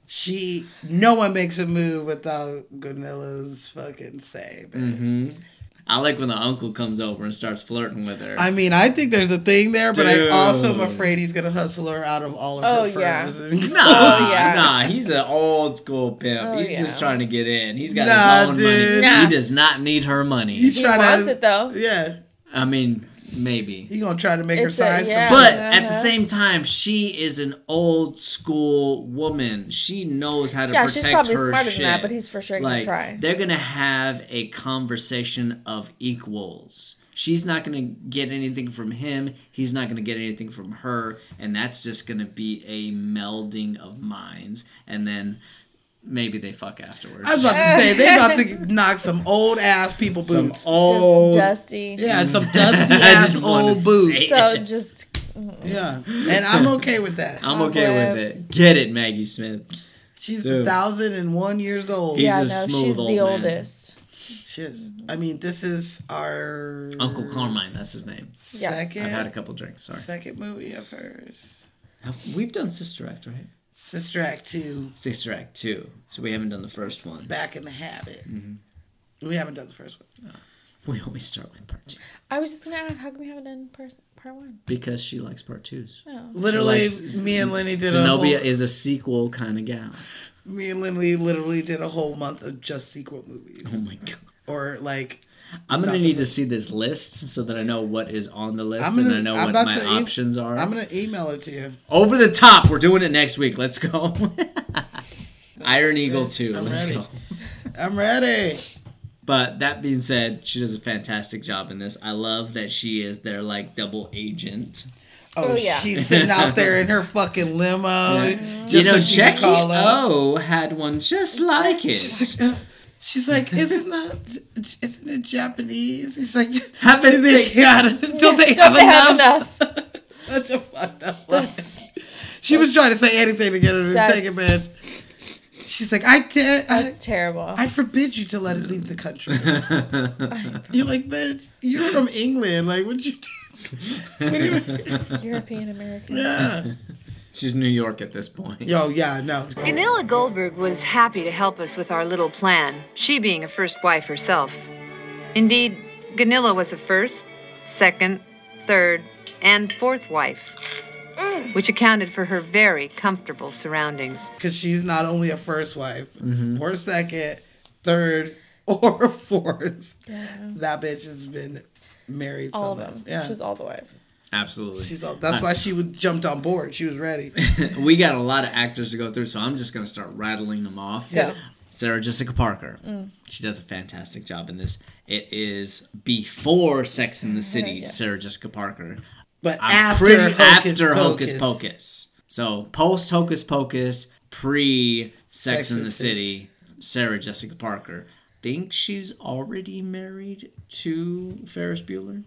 [SPEAKER 2] she, no one makes a move without Gunilla's fucking say. But
[SPEAKER 1] I like when the uncle comes over and starts flirting with her.
[SPEAKER 2] I mean, I think there's a thing there, but I also am
[SPEAKER 1] Dude.
[SPEAKER 2] afraid he's gonna hustle her out of all of
[SPEAKER 3] Oh,
[SPEAKER 2] her furs.
[SPEAKER 3] yeah.
[SPEAKER 2] and-
[SPEAKER 1] Nah,
[SPEAKER 3] Oh, yeah.
[SPEAKER 1] nah, he's an old school pimp.
[SPEAKER 3] Oh,
[SPEAKER 1] he's just
[SPEAKER 3] yeah.
[SPEAKER 1] trying to get in. He's got his
[SPEAKER 2] Nah,
[SPEAKER 1] own money.
[SPEAKER 2] dude.
[SPEAKER 1] He does not need her money.
[SPEAKER 2] He's
[SPEAKER 3] He
[SPEAKER 2] trying
[SPEAKER 3] wants
[SPEAKER 2] to,
[SPEAKER 3] it though.
[SPEAKER 2] yeah,
[SPEAKER 1] I mean, maybe.
[SPEAKER 2] he gonna try to make her
[SPEAKER 3] It's a-
[SPEAKER 2] sign
[SPEAKER 3] yeah.
[SPEAKER 2] some.
[SPEAKER 1] But at the
[SPEAKER 3] Uh-huh.
[SPEAKER 1] same time, she is an old school woman. She knows how to
[SPEAKER 3] Yeah,
[SPEAKER 1] protect
[SPEAKER 3] she's probably
[SPEAKER 1] her
[SPEAKER 3] smarter
[SPEAKER 1] shit.
[SPEAKER 3] than that, but he's for sure gonna
[SPEAKER 1] like,
[SPEAKER 3] try.
[SPEAKER 1] They're gonna have a conversation of equals. She's not gonna get anything from him. He's not gonna get anything from her, and that's just gonna be a melding of minds. And then maybe they fuck afterwards.
[SPEAKER 2] I was about to say they about to knock some old ass people
[SPEAKER 1] Some
[SPEAKER 2] boots.
[SPEAKER 1] old.
[SPEAKER 3] Just dusty.
[SPEAKER 2] yeah, some dusty
[SPEAKER 1] I
[SPEAKER 2] ass
[SPEAKER 1] didn't wanna
[SPEAKER 2] old boots.
[SPEAKER 1] say.
[SPEAKER 3] So just
[SPEAKER 2] Yeah, and I'm okay with that.
[SPEAKER 1] I'm okay with
[SPEAKER 3] Cobwebs.
[SPEAKER 1] it. Get it, Maggie Smith.
[SPEAKER 2] She's
[SPEAKER 1] Dude.
[SPEAKER 2] thousand and one years old.
[SPEAKER 1] He's
[SPEAKER 3] yeah,
[SPEAKER 1] a
[SPEAKER 3] no,
[SPEAKER 1] smooth
[SPEAKER 3] she's
[SPEAKER 1] old
[SPEAKER 3] the
[SPEAKER 1] man.
[SPEAKER 3] oldest.
[SPEAKER 2] She is. I mean, this is our
[SPEAKER 1] Uncle Carmine, that's his name.
[SPEAKER 3] Yes.
[SPEAKER 2] second
[SPEAKER 1] I've had a couple drinks. Sorry.
[SPEAKER 2] second movie of hers.
[SPEAKER 1] Have- We've done Sister Act, right?
[SPEAKER 2] Sister Act two.
[SPEAKER 1] Sister Act 2. So we haven't done the first one.
[SPEAKER 2] Back in the habit.
[SPEAKER 1] Mm-hmm.
[SPEAKER 2] We haven't done the first one.
[SPEAKER 1] We always start with part 2
[SPEAKER 3] I was just gonna ask, how come we haven't done part, part one?
[SPEAKER 1] because she likes part 2s.
[SPEAKER 2] Literally,
[SPEAKER 1] She likes-
[SPEAKER 2] me and Lenny did
[SPEAKER 1] Zenobia
[SPEAKER 2] a whole,
[SPEAKER 1] is a sequel kind of gal.
[SPEAKER 2] me and Lenny literally did a whole month of just sequel movies
[SPEAKER 1] Oh my god.
[SPEAKER 2] or like
[SPEAKER 1] I'm going to
[SPEAKER 2] Not
[SPEAKER 1] need to see this list so that I know what is on the list
[SPEAKER 2] I'm
[SPEAKER 1] and
[SPEAKER 2] gonna-
[SPEAKER 1] I know
[SPEAKER 2] I'm
[SPEAKER 1] what
[SPEAKER 2] about
[SPEAKER 1] my
[SPEAKER 2] to-
[SPEAKER 1] options are.
[SPEAKER 2] I'm gonna email it to you.
[SPEAKER 1] Over the top. We're doing it next week. Let's go. Iron Eagle 2.
[SPEAKER 2] I'm
[SPEAKER 1] Let's
[SPEAKER 2] ready.
[SPEAKER 1] go.
[SPEAKER 2] I'm ready.
[SPEAKER 1] But that being said, she does a fantastic job in this. I love that she is their like double agent.
[SPEAKER 2] Oh,
[SPEAKER 3] Oh, yeah.
[SPEAKER 2] she's sitting out there in her fucking limo. Just
[SPEAKER 1] you know,
[SPEAKER 2] so she can
[SPEAKER 1] Jackie
[SPEAKER 2] call up.
[SPEAKER 1] O had one just like it.
[SPEAKER 2] She's like, isn't that isn't it Japanese? He's like,
[SPEAKER 1] Haven't
[SPEAKER 2] they got it? Don't they have
[SPEAKER 3] Don't they have
[SPEAKER 2] enough?
[SPEAKER 3] enough?
[SPEAKER 2] Such a fucked up line.
[SPEAKER 3] That's,
[SPEAKER 2] She was trying to say anything to get her to take it, man.
[SPEAKER 3] that's,
[SPEAKER 2] She's like, I dare, I,
[SPEAKER 3] that's terrible.
[SPEAKER 2] I forbid you to let it leave the country. you're like, bitch, you're from England. Like, what you do? What do you-
[SPEAKER 3] European American.
[SPEAKER 2] yeah.
[SPEAKER 1] She's New York at this point.
[SPEAKER 2] Yo, yeah, no.
[SPEAKER 4] Ganilla Goldberg was happy to help us with our little plan, she being a first wife herself. Indeed, Ganilla was a first, second, third, and fourth wife, which accounted for her very comfortable surroundings.
[SPEAKER 2] Because she's not only a first wife,
[SPEAKER 1] Mm-hmm.
[SPEAKER 2] or second, third, or fourth.
[SPEAKER 3] Yeah.
[SPEAKER 2] That bitch has been married
[SPEAKER 3] All
[SPEAKER 2] all
[SPEAKER 3] of them.
[SPEAKER 2] Yeah.
[SPEAKER 3] She's all the wives.
[SPEAKER 1] Absolutely.
[SPEAKER 2] She's all, that's why she would jumped on board. She was ready.
[SPEAKER 1] We got a lot of actors to go through, so I'm just gonna start rattling them off.
[SPEAKER 2] Yeah.
[SPEAKER 1] Sarah Jessica Parker. She does a fantastic job in this. It is before Sex in the City, Sarah Jessica Parker.
[SPEAKER 2] But
[SPEAKER 1] I'm
[SPEAKER 2] after
[SPEAKER 1] pretty
[SPEAKER 2] Hocus
[SPEAKER 1] after Hocus
[SPEAKER 2] Pocus.
[SPEAKER 1] Pocus. So post Hocus Pocus, pre Sex in the City, Sarah Jessica Parker. Think she's already married to Ferris Bueller?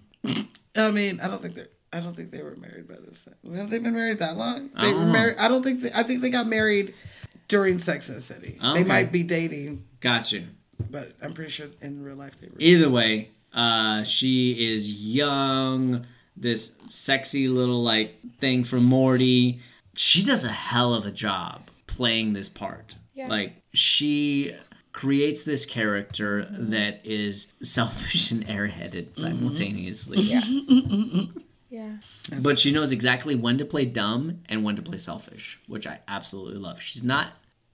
[SPEAKER 2] I mean, I don't think they're. I don't think they were married by this time. Have they been married that long? They
[SPEAKER 1] don't
[SPEAKER 2] were
[SPEAKER 1] know.
[SPEAKER 2] married. I don't think. They, I think they got married during Sex and the City.
[SPEAKER 1] Okay.
[SPEAKER 2] They might be dating,
[SPEAKER 1] Got you.
[SPEAKER 2] but I'm pretty sure in real life they were.
[SPEAKER 1] Either way, uh, she is young. This sexy little like thing from Morty. She does a hell of a job playing this part.
[SPEAKER 3] Yeah.
[SPEAKER 1] Like she creates this character that is selfish and airheaded simultaneously.
[SPEAKER 3] Yeah.
[SPEAKER 1] But she knows exactly when to play dumb and when to play selfish, which I absolutely love. She's not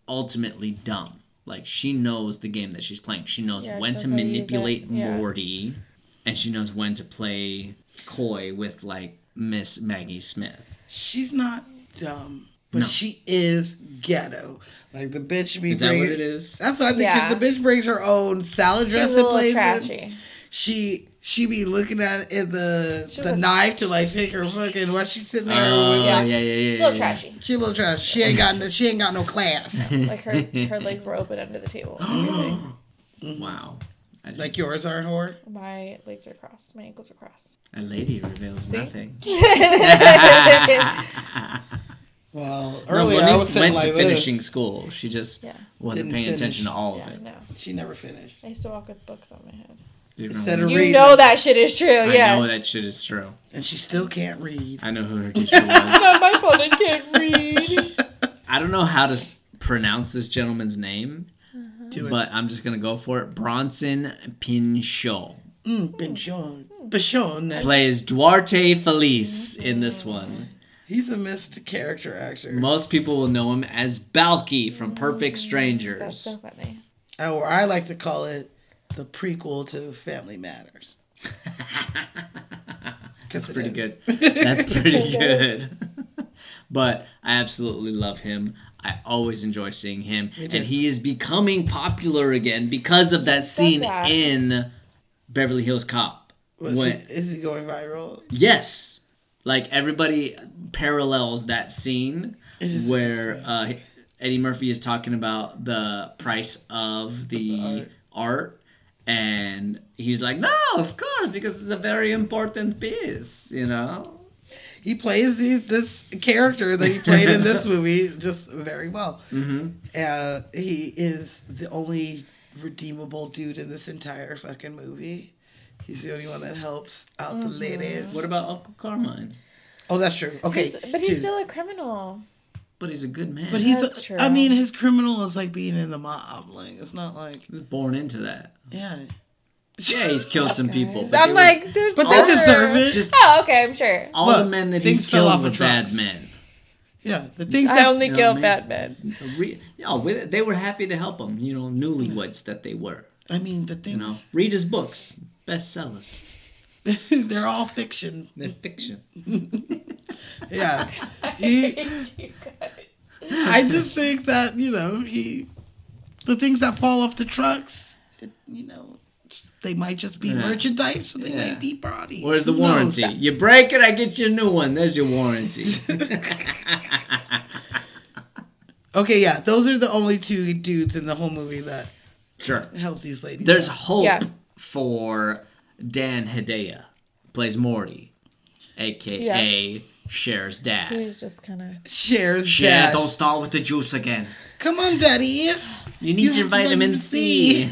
[SPEAKER 1] ultimately dumb. Like she knows the game that she's playing. She knows
[SPEAKER 3] Yeah, she
[SPEAKER 1] when
[SPEAKER 3] knows
[SPEAKER 1] to
[SPEAKER 3] how to use it.
[SPEAKER 1] manipulate
[SPEAKER 3] Yeah.
[SPEAKER 1] Morty and she knows when to play coy with like Miss Maggie Smith.
[SPEAKER 2] She's not dumb, but
[SPEAKER 1] No.
[SPEAKER 2] she is ghetto. Like the bitch be
[SPEAKER 1] Is that what
[SPEAKER 2] bringing-
[SPEAKER 1] it is?
[SPEAKER 2] That's what I think. 'cause
[SPEAKER 3] Yeah.
[SPEAKER 2] the bitch brings her own salad
[SPEAKER 3] She's
[SPEAKER 2] dressing
[SPEAKER 3] a little
[SPEAKER 2] places.
[SPEAKER 3] trashy.
[SPEAKER 2] She she be looking at it, the
[SPEAKER 3] She
[SPEAKER 2] the
[SPEAKER 3] was-
[SPEAKER 2] knife to like take her fucking while she's sitting there.
[SPEAKER 1] Oh
[SPEAKER 2] with,
[SPEAKER 1] yeah,
[SPEAKER 3] Yeah.
[SPEAKER 1] yeah, yeah, yeah.
[SPEAKER 3] A little
[SPEAKER 1] yeah.
[SPEAKER 3] trashy.
[SPEAKER 2] she a little trash. She ain't got no. She ain't got no class
[SPEAKER 3] Like her, her legs were open under the table. and everything.
[SPEAKER 1] Wow. I didn't-
[SPEAKER 2] like yours are, whore.
[SPEAKER 3] My legs are crossed. My ankles are crossed.
[SPEAKER 1] a lady reveals nothing.
[SPEAKER 2] Well,
[SPEAKER 1] No,
[SPEAKER 2] earlier I
[SPEAKER 1] Monique
[SPEAKER 2] was saying
[SPEAKER 1] went
[SPEAKER 2] like
[SPEAKER 1] to
[SPEAKER 2] this.
[SPEAKER 1] finishing school. She just
[SPEAKER 3] Yeah.
[SPEAKER 1] wasn't
[SPEAKER 2] Didn't
[SPEAKER 1] paying
[SPEAKER 2] finish.
[SPEAKER 1] attention to all of
[SPEAKER 3] Yeah, I
[SPEAKER 1] it.
[SPEAKER 3] know.
[SPEAKER 2] She never finished.
[SPEAKER 3] I used to walk with books on my head.
[SPEAKER 1] You
[SPEAKER 2] Instead
[SPEAKER 1] remember?
[SPEAKER 2] of
[SPEAKER 3] You
[SPEAKER 2] reading,
[SPEAKER 3] know that shit is true.
[SPEAKER 1] I
[SPEAKER 3] yes.
[SPEAKER 1] know that shit is true.
[SPEAKER 2] and she still can't read.
[SPEAKER 1] I know who her teacher was.
[SPEAKER 3] Not my phone. I can't read.
[SPEAKER 1] I don't know how to s- pronounce this gentleman's name,
[SPEAKER 2] Do it.
[SPEAKER 1] but I'm just gonna go for it. Bronson Pinchot
[SPEAKER 2] Mm, Benjon. Benjon.
[SPEAKER 1] plays Duarte Felice in this one.
[SPEAKER 2] He's a missed character actor.
[SPEAKER 1] Most people will know him as Balky from Perfect
[SPEAKER 3] Mm, That's
[SPEAKER 1] Strangers.
[SPEAKER 3] so funny.
[SPEAKER 2] or I like to call it the prequel to Family Matters. That's
[SPEAKER 1] Pretty good. That's pretty good. but I absolutely love him. I always enjoy seeing him, and he is becoming popular again because of that scene
[SPEAKER 3] that.
[SPEAKER 1] in Beverly Hills Cop.
[SPEAKER 2] Was
[SPEAKER 1] when-
[SPEAKER 2] it, is he going viral?
[SPEAKER 1] Yes. Like everybody parallels that scene
[SPEAKER 2] is
[SPEAKER 1] where uh, Eddie Murphy is talking about the price of the, art. and he's like, "No, of course, because it's a very important piece, you know."
[SPEAKER 2] He plays these, this character that he played in this movie just very well. Mm-hmm. Uh, he is the only redeemable dude in this entire fucking movie. He's the only one that helps out
[SPEAKER 3] Mm-hmm.
[SPEAKER 2] the ladies.
[SPEAKER 1] What about Uncle Carmine?
[SPEAKER 2] Oh, that's true. Okay,
[SPEAKER 3] He's- but he's
[SPEAKER 2] two.
[SPEAKER 3] still a criminal.
[SPEAKER 1] But he's a good man.
[SPEAKER 2] But he's.
[SPEAKER 3] That's true.
[SPEAKER 2] I mean, his criminal is like being in the mob. Like it's not like
[SPEAKER 1] he was born into that.
[SPEAKER 2] yeah.
[SPEAKER 1] Yeah, he's killed some people. but
[SPEAKER 3] I'm
[SPEAKER 1] they were-
[SPEAKER 3] like, there's.
[SPEAKER 2] But they
[SPEAKER 3] other-
[SPEAKER 2] deserve it.
[SPEAKER 1] just
[SPEAKER 3] Oh, okay. I'm sure.
[SPEAKER 1] all the
[SPEAKER 2] Look,
[SPEAKER 1] men that
[SPEAKER 2] things
[SPEAKER 1] he's
[SPEAKER 2] fell off
[SPEAKER 1] killed
[SPEAKER 2] of
[SPEAKER 1] were
[SPEAKER 2] trucks.
[SPEAKER 1] bad men.
[SPEAKER 2] Yeah, the things
[SPEAKER 3] I
[SPEAKER 2] that
[SPEAKER 3] only
[SPEAKER 1] Yeah,
[SPEAKER 3] kill
[SPEAKER 1] man.
[SPEAKER 3] bad men.
[SPEAKER 1] Re- yeah, with- they were happy to help him. You know, newlyweds that they were.
[SPEAKER 2] I mean, the things
[SPEAKER 1] You know, read his books, bestsellers,
[SPEAKER 2] they're all fiction.
[SPEAKER 1] they're fiction.
[SPEAKER 2] Yeah, he, I just think that you know he, the things that fall off the trucks, it, you know, they might just be
[SPEAKER 1] Yeah.
[SPEAKER 2] merchandise, so they
[SPEAKER 1] Yeah.
[SPEAKER 2] might be bodies.
[SPEAKER 1] Where's the
[SPEAKER 2] Who knows?
[SPEAKER 1] warranty? You break it, I get you a new one. There's your warranty.
[SPEAKER 2] Okay, yeah, those are the only two dudes in the whole movie that
[SPEAKER 1] sure.
[SPEAKER 2] help these ladies.
[SPEAKER 1] There's
[SPEAKER 2] out.
[SPEAKER 1] hope
[SPEAKER 3] Yeah.
[SPEAKER 1] for Dan Hedaya, plays Morty, aka Cher's dad.
[SPEAKER 3] He's just kind of.
[SPEAKER 2] shares
[SPEAKER 1] Cher,
[SPEAKER 2] that.
[SPEAKER 1] don't start with the juice again.
[SPEAKER 2] Come on, daddy.
[SPEAKER 1] You need
[SPEAKER 2] have
[SPEAKER 1] your vitamin
[SPEAKER 2] vitamin
[SPEAKER 1] C.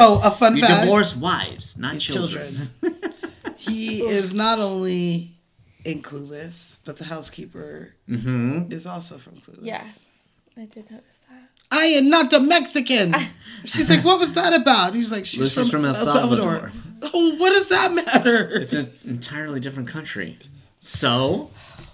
[SPEAKER 2] Oh, a fun
[SPEAKER 1] you
[SPEAKER 2] fact.
[SPEAKER 1] divorce wives, not children.
[SPEAKER 2] children. he is not only in Clueless, but the housekeeper
[SPEAKER 1] Mm-hmm.
[SPEAKER 2] is also from Clueless.
[SPEAKER 3] Yes, I did notice that.
[SPEAKER 2] I am not a Mexican. She's like, what was that about? He was like, she's
[SPEAKER 1] This
[SPEAKER 2] from,
[SPEAKER 1] is from El Salvador.
[SPEAKER 2] Oh, what does that matter?
[SPEAKER 1] It's an entirely different country. So,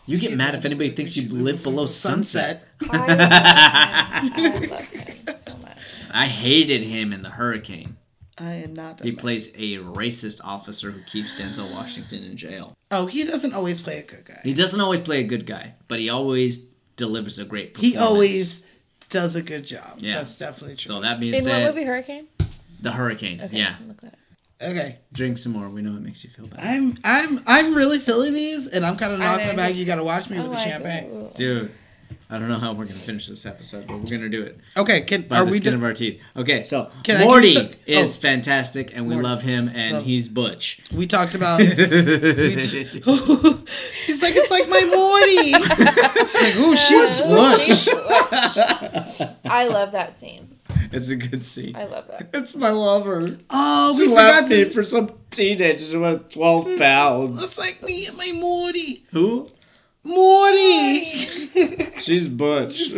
[SPEAKER 1] you get mad if anybody thinks you live below sunset.
[SPEAKER 2] Sunset.
[SPEAKER 3] I love him. I love him so much.
[SPEAKER 1] I hated him in The Hurricane.
[SPEAKER 2] I am not. A
[SPEAKER 1] He
[SPEAKER 2] Me-
[SPEAKER 1] plays a racist officer who keeps Denzel Washington in jail.
[SPEAKER 2] oh, he doesn't always play a good guy.
[SPEAKER 1] He doesn't always play a good guy, but he always delivers a great performance.
[SPEAKER 2] He always does a good job.
[SPEAKER 1] Yeah.
[SPEAKER 2] That's definitely true.
[SPEAKER 1] So that being
[SPEAKER 3] In what
[SPEAKER 1] said,
[SPEAKER 3] movie? Hurricane.
[SPEAKER 1] The Hurricane.
[SPEAKER 3] Okay,
[SPEAKER 1] Yeah.
[SPEAKER 3] Look that. up.
[SPEAKER 2] okay,
[SPEAKER 1] Drink some more. We know it makes you feel better.
[SPEAKER 2] I'm I'm I'm really feeling these, and I'm kind of knocking
[SPEAKER 3] know,
[SPEAKER 2] back.
[SPEAKER 3] you-
[SPEAKER 2] You gotta watch me Oh, with the
[SPEAKER 3] like,
[SPEAKER 2] champagne.
[SPEAKER 3] ooh, ooh.
[SPEAKER 1] Dude, I don't know how we're going to finish this episode, but we're going to do it.
[SPEAKER 2] Okay, can
[SPEAKER 1] By
[SPEAKER 2] are
[SPEAKER 1] the
[SPEAKER 2] we
[SPEAKER 1] skin
[SPEAKER 2] just
[SPEAKER 1] of our teeth. Okay, so
[SPEAKER 2] Can I do
[SPEAKER 1] Morty
[SPEAKER 2] some-
[SPEAKER 1] is
[SPEAKER 2] oh.
[SPEAKER 1] fantastic, and we
[SPEAKER 2] Morty.
[SPEAKER 1] love him, and
[SPEAKER 2] Love.
[SPEAKER 1] he's Butch.
[SPEAKER 2] We talked about. we t- she's like, it's like my Morty. She's like, ooh, she's what?
[SPEAKER 3] She's Butch. I love that scene.
[SPEAKER 1] It's a good scene.
[SPEAKER 3] I love that.
[SPEAKER 1] It's my lover.
[SPEAKER 2] Oh, we forgot to.
[SPEAKER 1] for some teenager who was 12 pounds.
[SPEAKER 2] it's like me and my Morty.
[SPEAKER 1] Who?
[SPEAKER 2] Morty.
[SPEAKER 1] She's Butch.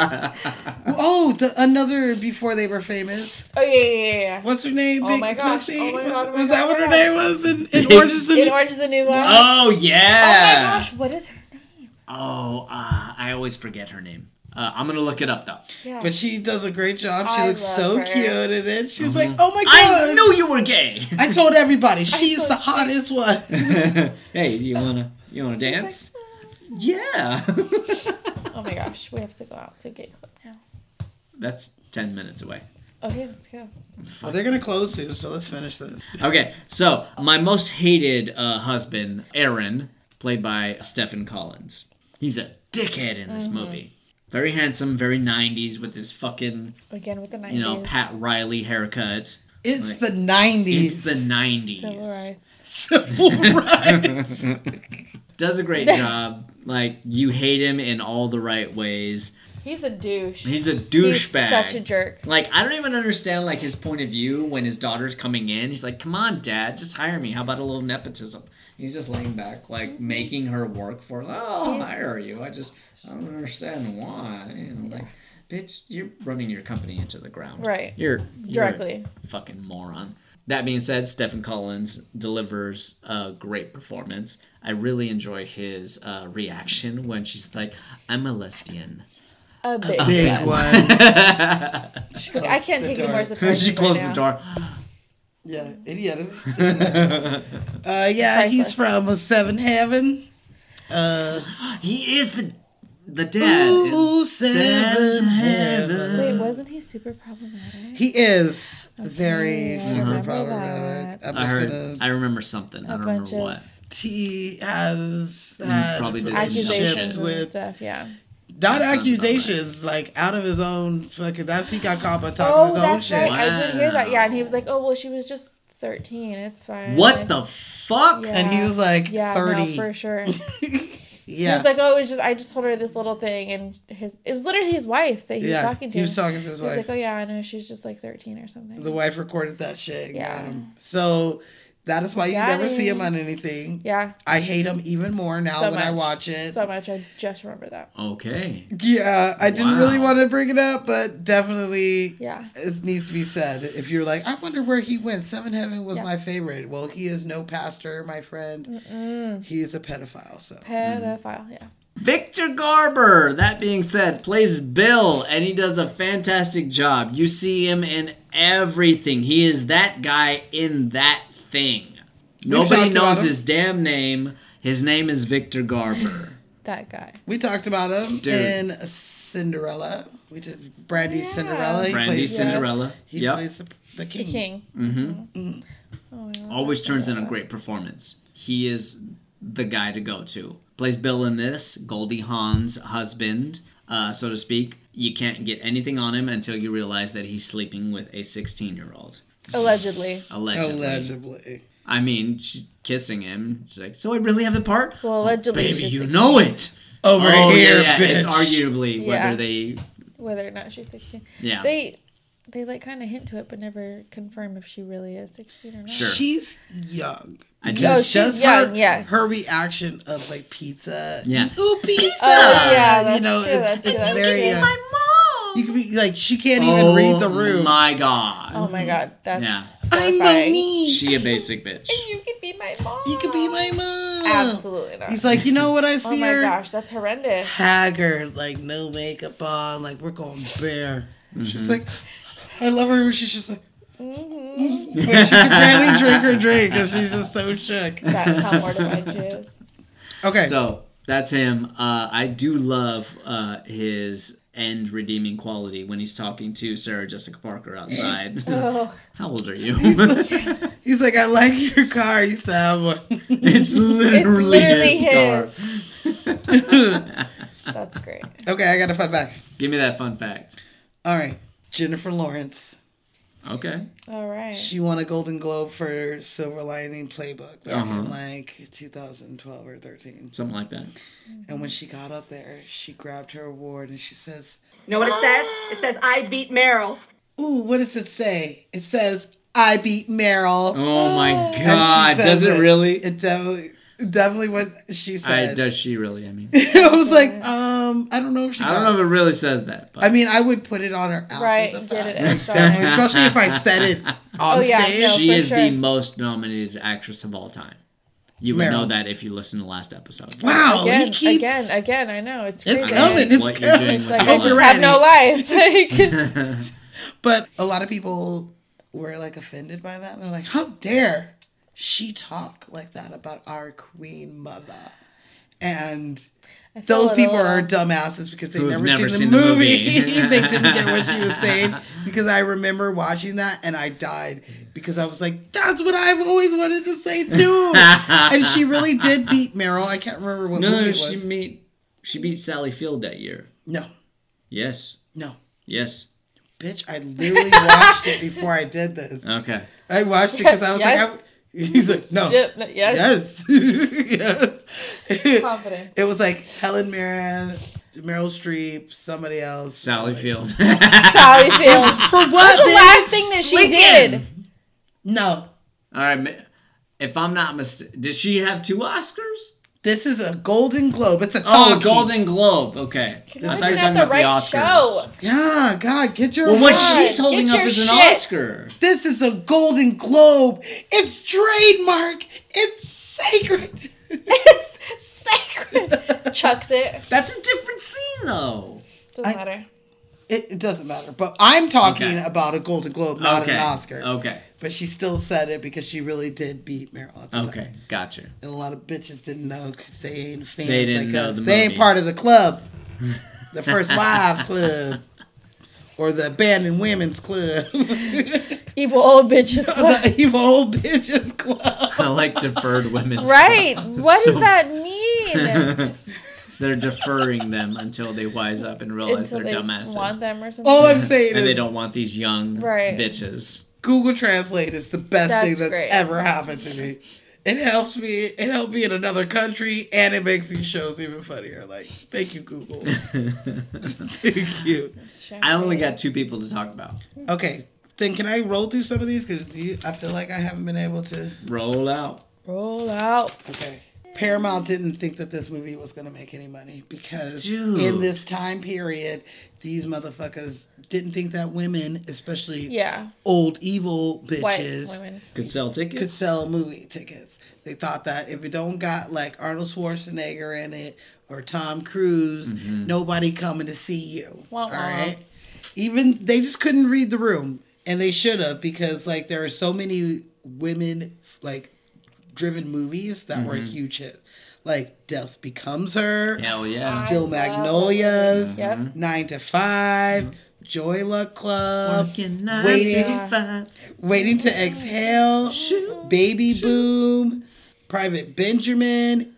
[SPEAKER 2] oh, the, another before they were famous.
[SPEAKER 3] Oh yeah, yeah, yeah, yeah.
[SPEAKER 2] What's her name?
[SPEAKER 3] Oh
[SPEAKER 2] Big
[SPEAKER 3] my gosh.
[SPEAKER 2] Pussy.
[SPEAKER 3] Oh my
[SPEAKER 2] was
[SPEAKER 3] God, oh my
[SPEAKER 2] was
[SPEAKER 3] God,
[SPEAKER 2] that
[SPEAKER 3] oh
[SPEAKER 2] what
[SPEAKER 3] my
[SPEAKER 2] her
[SPEAKER 3] God.
[SPEAKER 2] name was in, in Orange is the
[SPEAKER 3] In
[SPEAKER 2] New-
[SPEAKER 3] Orange is the New Black.
[SPEAKER 1] oh,
[SPEAKER 3] Oh my
[SPEAKER 1] yeah.
[SPEAKER 3] gosh, what is her name?
[SPEAKER 1] Oh, uh, I always forget her name. Uh, I'm going to look it up, though.
[SPEAKER 3] Yeah.
[SPEAKER 2] But she does a great job. She
[SPEAKER 3] I
[SPEAKER 2] looks
[SPEAKER 3] love
[SPEAKER 2] so
[SPEAKER 3] her.
[SPEAKER 2] cute in it. She's like, oh my god.
[SPEAKER 1] I knew you were gay.
[SPEAKER 2] I told everybody she's
[SPEAKER 3] told
[SPEAKER 2] the
[SPEAKER 3] you.
[SPEAKER 2] hottest one.
[SPEAKER 1] hey, do you want to you wanna dance? yeah.
[SPEAKER 3] oh my gosh, we have to go out to get clip now.
[SPEAKER 1] That's 10 minutes away.
[SPEAKER 3] Okay, let's go.
[SPEAKER 2] Well, they're gonna close soon, so let's finish this.
[SPEAKER 1] Okay, so my most hated uh, husband, Aaron, played by Stephen Collins. He's a dickhead in
[SPEAKER 3] Mm-hmm.
[SPEAKER 1] this movie. Very handsome, very 90s with his fucking,
[SPEAKER 3] Again with the nineties.
[SPEAKER 1] you know, Pat Riley haircut.
[SPEAKER 2] It's
[SPEAKER 1] Like,
[SPEAKER 2] the 90s.
[SPEAKER 1] It's the 90s.
[SPEAKER 3] Civil rights.
[SPEAKER 2] All right.
[SPEAKER 1] does a great job. Like you hate him in all the right ways.
[SPEAKER 3] He's a douche.
[SPEAKER 1] He's a douchebag.
[SPEAKER 3] such a jerk.
[SPEAKER 1] Like I don't even understand like his point of view when his daughter's coming in. He's like, "Come on, dad, just hire me. How about a little nepotism?" He's just laying back, like
[SPEAKER 3] Mm-hmm.
[SPEAKER 1] making her work for. Oh, I'll
[SPEAKER 3] He's
[SPEAKER 1] hire you. I just I don't understand why. You know, like, bitch, you're running your company into the ground.
[SPEAKER 3] Right.
[SPEAKER 1] You're you're a
[SPEAKER 3] Directly.
[SPEAKER 1] fucking moron. That being said, Stephen Collins delivers a great performance. I really enjoy his uh, reaction when she's like, "I'm a lesbian."
[SPEAKER 3] A bitch.
[SPEAKER 2] Big one. She
[SPEAKER 3] I
[SPEAKER 2] closed
[SPEAKER 3] can't
[SPEAKER 2] the
[SPEAKER 3] take any
[SPEAKER 2] door.
[SPEAKER 3] more surprises.
[SPEAKER 1] she closed
[SPEAKER 3] right
[SPEAKER 1] the
[SPEAKER 3] now.
[SPEAKER 1] door.
[SPEAKER 2] Yeah, idiot. uh, yeah, he's
[SPEAKER 3] Mm-hmm. Priceless.
[SPEAKER 2] from Seven Heaven. Uh,
[SPEAKER 1] He is the the dad. in
[SPEAKER 2] Ooh, seven heaven.
[SPEAKER 3] Wait, wasn't he super problematic?
[SPEAKER 2] He is very
[SPEAKER 3] Uh-huh. I
[SPEAKER 2] super
[SPEAKER 3] remember
[SPEAKER 2] problematic.
[SPEAKER 3] that.
[SPEAKER 2] I'm
[SPEAKER 1] I
[SPEAKER 2] just
[SPEAKER 1] heard.
[SPEAKER 2] gonna.
[SPEAKER 1] I remember something. I I don't
[SPEAKER 3] bunch
[SPEAKER 1] remember what.
[SPEAKER 3] of
[SPEAKER 2] He has had
[SPEAKER 1] Mm, probably did some
[SPEAKER 2] relationships
[SPEAKER 3] Accusations
[SPEAKER 1] shit.
[SPEAKER 2] with
[SPEAKER 3] and stuff. Yeah.
[SPEAKER 2] not
[SPEAKER 1] That sounds about
[SPEAKER 2] accusations, like out of his own fucking. That's he got caught by
[SPEAKER 3] Oh,
[SPEAKER 2] talking his own
[SPEAKER 3] that's
[SPEAKER 2] shit.
[SPEAKER 3] right. I did hear that. Yeah, and he was like, "Oh well, she was just 13. It's fine."
[SPEAKER 1] What the fuck?
[SPEAKER 3] Yeah.
[SPEAKER 2] And he was like
[SPEAKER 3] Yeah,
[SPEAKER 2] thirty.
[SPEAKER 3] no, for sure. He
[SPEAKER 2] yeah,
[SPEAKER 3] was like, "Oh, it was just I just told her this little thing," and his it was literally his wife that he
[SPEAKER 2] yeah.
[SPEAKER 3] was talking to.
[SPEAKER 2] He was talking to his
[SPEAKER 3] He was
[SPEAKER 2] wife.
[SPEAKER 3] like, "Oh yeah, I know she's just like 13 or something."
[SPEAKER 2] the wife recorded that shit. and
[SPEAKER 3] Yeah.
[SPEAKER 2] got him. So that is why you
[SPEAKER 3] Got
[SPEAKER 2] never see
[SPEAKER 3] him.
[SPEAKER 2] him on anything.
[SPEAKER 3] yeah.
[SPEAKER 2] I hate him even more now
[SPEAKER 3] so
[SPEAKER 2] when
[SPEAKER 3] much.
[SPEAKER 2] I watch it.
[SPEAKER 3] So much. I just remember that.
[SPEAKER 1] Okay.
[SPEAKER 2] Yeah, I didn't really
[SPEAKER 1] Wow.
[SPEAKER 2] want to bring it up, but definitely
[SPEAKER 3] Yeah.
[SPEAKER 2] it needs to be said. If you're like, I wonder where he went, Seven Heaven was
[SPEAKER 3] Yeah.
[SPEAKER 2] my favorite. Well, he is no pastor, my friend. He is a pedophile, so.
[SPEAKER 3] Pedophile. Yeah.
[SPEAKER 1] Victor Garber, that being said, plays Bill and he does a fantastic job. You see him in everything. He is that guy in that thing. Nobody
[SPEAKER 2] talked about
[SPEAKER 1] knows
[SPEAKER 2] him.
[SPEAKER 1] his damn name. His name is Victor Garber.
[SPEAKER 3] That guy.
[SPEAKER 2] We talked about him
[SPEAKER 1] Dude.
[SPEAKER 2] in Cinderella. We did Brandy's Cinderella. He
[SPEAKER 1] Brandy
[SPEAKER 2] plays,
[SPEAKER 1] Cinderella.
[SPEAKER 2] He
[SPEAKER 1] yep.
[SPEAKER 2] plays the, the king.
[SPEAKER 3] The
[SPEAKER 1] Hmm.
[SPEAKER 3] king.
[SPEAKER 1] always turns in a great performance. He is the guy to go to. Plays Bill in this, Goldie Hawn's husband, uh, so to speak. You can't get anything on him until you realize that he's sleeping with a 16 year old.
[SPEAKER 3] Allegedly.
[SPEAKER 1] Allegedly.
[SPEAKER 2] Allegedly.
[SPEAKER 1] I mean, she's kissing him. She's like, So I really have the part?
[SPEAKER 2] Oh,
[SPEAKER 3] Well, allegedly.
[SPEAKER 1] Baby,
[SPEAKER 3] she's
[SPEAKER 1] you
[SPEAKER 3] 16.
[SPEAKER 1] know it.
[SPEAKER 2] Over
[SPEAKER 1] Oh,
[SPEAKER 2] here,
[SPEAKER 1] yeah, yeah,
[SPEAKER 2] bitch.
[SPEAKER 1] It's arguably
[SPEAKER 3] Yeah.
[SPEAKER 1] whether they.
[SPEAKER 3] Whether or not she's 16.
[SPEAKER 1] Yeah.
[SPEAKER 3] They. They like kind of hint to it, but never confirm if she really is 16 or not.
[SPEAKER 1] Sure.
[SPEAKER 2] She's young.
[SPEAKER 1] I
[SPEAKER 2] No,
[SPEAKER 1] just,
[SPEAKER 3] she's young,
[SPEAKER 2] Her,
[SPEAKER 3] yes.
[SPEAKER 2] Her reaction of like pizza.
[SPEAKER 1] Yeah.
[SPEAKER 2] Ooh, pizza.
[SPEAKER 3] Oh, yeah, that's
[SPEAKER 2] you know,
[SPEAKER 3] true,
[SPEAKER 2] it's,
[SPEAKER 3] that's true,
[SPEAKER 2] it's
[SPEAKER 3] that's
[SPEAKER 2] very.
[SPEAKER 3] true.
[SPEAKER 2] uh, You could be like, she can't
[SPEAKER 1] oh,
[SPEAKER 2] even read the room.
[SPEAKER 1] My God.
[SPEAKER 3] Oh my god, that's
[SPEAKER 1] Yeah.
[SPEAKER 2] I'm the
[SPEAKER 3] horrifying.
[SPEAKER 2] me.
[SPEAKER 1] She a basic bitch.
[SPEAKER 3] You could be my mom.
[SPEAKER 2] You could be my mom.
[SPEAKER 3] Absolutely not.
[SPEAKER 2] He's like, you know what I see
[SPEAKER 3] oh my
[SPEAKER 2] her
[SPEAKER 3] gosh, that's horrendous.
[SPEAKER 2] haggard, like no makeup on, like we're going bare.
[SPEAKER 1] Mm-hmm.
[SPEAKER 2] She's like, I love her. when She's just like, mm she can barely drink her drink because she's just so shook.
[SPEAKER 3] That's how mortified she is.
[SPEAKER 2] Okay,
[SPEAKER 1] So that's him. Uh, I do love uh, his end redeeming quality when he's talking to Sarah Jessica Parker outside.
[SPEAKER 3] Oh,
[SPEAKER 1] How old are you?
[SPEAKER 2] he's like, I like your car. You used to have one.
[SPEAKER 1] it's literally,
[SPEAKER 3] literally
[SPEAKER 1] his, car.
[SPEAKER 3] that's great.
[SPEAKER 2] okay, I got a fun back.
[SPEAKER 1] Give me that fun fact.
[SPEAKER 2] All right, Jennifer Lawrence.
[SPEAKER 1] Okay.
[SPEAKER 3] All right.
[SPEAKER 2] She won a Golden Globe for Silver Lining Playbook back
[SPEAKER 1] Uh-huh.
[SPEAKER 2] in like 2012 or 13.
[SPEAKER 1] Something like that.
[SPEAKER 2] And when she got up there, she grabbed her award and she says,
[SPEAKER 9] Know what it says? It says, I beat Meryl.
[SPEAKER 2] Ooh, what does it say? It says, I beat Meryl.
[SPEAKER 1] Oh my
[SPEAKER 2] And she
[SPEAKER 1] god.
[SPEAKER 2] says
[SPEAKER 1] Does it really?
[SPEAKER 2] It definitely, definitely what she
[SPEAKER 1] I,
[SPEAKER 2] said. I,
[SPEAKER 1] does she really? I mean,
[SPEAKER 2] was like, um, I don't know if she.
[SPEAKER 1] I don't
[SPEAKER 2] got
[SPEAKER 1] know if it really says that. But
[SPEAKER 2] I mean, I would put it on her after
[SPEAKER 3] right,
[SPEAKER 2] the
[SPEAKER 3] get it
[SPEAKER 2] fact.
[SPEAKER 3] extra.
[SPEAKER 2] Definitely, especially if I said it on
[SPEAKER 3] Oh, yeah,
[SPEAKER 2] stage.
[SPEAKER 3] no.
[SPEAKER 1] she
[SPEAKER 3] for
[SPEAKER 1] is
[SPEAKER 3] sure.
[SPEAKER 1] the most nominated actress of all time. You would
[SPEAKER 2] Meryl.
[SPEAKER 1] know that if you listen to last episode.
[SPEAKER 2] Wow, he
[SPEAKER 3] Again,
[SPEAKER 2] keeps.
[SPEAKER 3] again, again. I know it's crazy.
[SPEAKER 2] It's
[SPEAKER 1] I don't
[SPEAKER 2] coming.
[SPEAKER 1] know
[SPEAKER 2] It's
[SPEAKER 1] what you're
[SPEAKER 2] coming.
[SPEAKER 1] doing with
[SPEAKER 2] It's
[SPEAKER 3] Like
[SPEAKER 1] your
[SPEAKER 3] I
[SPEAKER 2] Over
[SPEAKER 3] just
[SPEAKER 1] life.
[SPEAKER 3] have no life. Like,
[SPEAKER 2] But a lot of people were like offended by that. They're like, how dare she talk like that about our queen mother? And
[SPEAKER 3] I feel
[SPEAKER 2] those
[SPEAKER 3] it
[SPEAKER 2] people
[SPEAKER 3] all.
[SPEAKER 2] are dumbasses because they've
[SPEAKER 1] Who've
[SPEAKER 2] never,
[SPEAKER 1] never
[SPEAKER 2] seen,
[SPEAKER 1] seen
[SPEAKER 2] the
[SPEAKER 1] the
[SPEAKER 2] movie.
[SPEAKER 1] movie.
[SPEAKER 2] they didn't get what she was saying because I remember watching that and I died because I was like, that's what I've always wanted to say too. and she really did beat Meryl. I can't remember what
[SPEAKER 1] No,
[SPEAKER 2] movie
[SPEAKER 1] no,
[SPEAKER 2] it
[SPEAKER 1] she
[SPEAKER 2] was.
[SPEAKER 1] meet she beat Sally Field that year.
[SPEAKER 2] no,
[SPEAKER 1] Yes,
[SPEAKER 2] no.
[SPEAKER 1] yes.
[SPEAKER 2] Bitch, I literally watched it before I did this.
[SPEAKER 1] Okay.
[SPEAKER 2] I watched it because I was
[SPEAKER 3] Yes.
[SPEAKER 2] like, He's like, no.
[SPEAKER 3] Yep, no, yes.
[SPEAKER 2] Yes. yes.
[SPEAKER 3] Confidence.
[SPEAKER 2] It was like Helen Mirren, Meryl Streep, somebody else.
[SPEAKER 1] Sally Field.
[SPEAKER 3] Sally Field.
[SPEAKER 2] For what?
[SPEAKER 3] That's the
[SPEAKER 2] bitch?
[SPEAKER 3] last thing that she did.
[SPEAKER 2] No.
[SPEAKER 1] All right. ma- If I'm not mistaken, did she have two Oscars?
[SPEAKER 2] This is a Golden Globe. It's a
[SPEAKER 1] Oh,
[SPEAKER 2] talkie.
[SPEAKER 1] Golden Globe. Okay. I
[SPEAKER 3] This
[SPEAKER 1] thought you
[SPEAKER 3] is
[SPEAKER 1] were
[SPEAKER 3] not
[SPEAKER 1] talking
[SPEAKER 3] the
[SPEAKER 1] about
[SPEAKER 3] right show.
[SPEAKER 2] Yeah, God, get your.
[SPEAKER 1] Well, what
[SPEAKER 2] mind.
[SPEAKER 1] she's
[SPEAKER 3] Get
[SPEAKER 1] holding up
[SPEAKER 3] your
[SPEAKER 1] is an
[SPEAKER 3] shit.
[SPEAKER 1] Oscar.
[SPEAKER 2] This is a Golden Globe. It's trademark. It's sacred.
[SPEAKER 3] It's sacred. Chucks it.
[SPEAKER 1] That's a different scene, though.
[SPEAKER 3] Doesn't
[SPEAKER 2] I-
[SPEAKER 3] matter.
[SPEAKER 2] It, it doesn't matter, but I'm talking
[SPEAKER 1] Okay.
[SPEAKER 2] about a Golden Globe, not
[SPEAKER 1] okay.
[SPEAKER 2] an Oscar.
[SPEAKER 1] Okay.
[SPEAKER 2] But she still said it because she really did beat Meryl. At the Time.
[SPEAKER 1] Okay. Gotcha.
[SPEAKER 2] And a lot of bitches didn't know because they ain't fans
[SPEAKER 1] They didn't
[SPEAKER 2] like
[SPEAKER 1] know
[SPEAKER 2] us.
[SPEAKER 1] the
[SPEAKER 2] they ain't
[SPEAKER 1] movie.
[SPEAKER 2] part of the club, the First Wives Club, or the Abandoned Women's Club,
[SPEAKER 3] Evil old bitches.
[SPEAKER 2] the Evil Old Bitches Club.
[SPEAKER 1] I like deferred women's.
[SPEAKER 3] right. What
[SPEAKER 1] So-
[SPEAKER 3] does that mean?
[SPEAKER 1] They're deferring them until they wise up and realize
[SPEAKER 3] Until
[SPEAKER 1] they're
[SPEAKER 3] they
[SPEAKER 1] dumbasses.
[SPEAKER 3] want them or something.
[SPEAKER 2] All I'm saying
[SPEAKER 1] and they
[SPEAKER 2] is
[SPEAKER 1] don't want these young
[SPEAKER 3] Right.
[SPEAKER 1] bitches.
[SPEAKER 2] Google Translate is the best thing
[SPEAKER 3] That's
[SPEAKER 2] that's
[SPEAKER 3] great.
[SPEAKER 2] ever happened to me. It helps me. It helped me in another country, and it makes these shows even funnier. Like, thank you, Google. thank you.
[SPEAKER 1] I only got two people to talk about.
[SPEAKER 2] Okay, then can I roll through some of these? Because I feel like I haven't been able to.
[SPEAKER 1] Roll out.
[SPEAKER 3] Roll out.
[SPEAKER 2] Okay. Paramount didn't think that this movie was going to make any money because
[SPEAKER 1] Dude.
[SPEAKER 2] in this time period, these motherfuckers didn't think that women, especially
[SPEAKER 3] Yeah.
[SPEAKER 2] old evil
[SPEAKER 3] White
[SPEAKER 2] bitches,
[SPEAKER 3] women.
[SPEAKER 1] Could sell
[SPEAKER 2] could
[SPEAKER 1] tickets.
[SPEAKER 2] sell movie tickets. They thought that if it don't got like Arnold Schwarzenegger in it or Tom Cruise,
[SPEAKER 1] Mm-hmm.
[SPEAKER 2] nobody coming to see you.
[SPEAKER 3] Wah, wah.
[SPEAKER 2] All right. Even they just couldn't read the room, and they should have because like there are so many women like driven movies that were huge hits, like Death Becomes Her,
[SPEAKER 1] Mm-hmm. Hell yeah.
[SPEAKER 2] Still
[SPEAKER 3] I love
[SPEAKER 2] Magnolias,
[SPEAKER 3] Yep.
[SPEAKER 2] Nine to 5 Joy Luck Club,
[SPEAKER 1] Working nine
[SPEAKER 2] Waiting.
[SPEAKER 1] to five.
[SPEAKER 2] Waiting to Exhale, Baby Boom, Private Benjamin,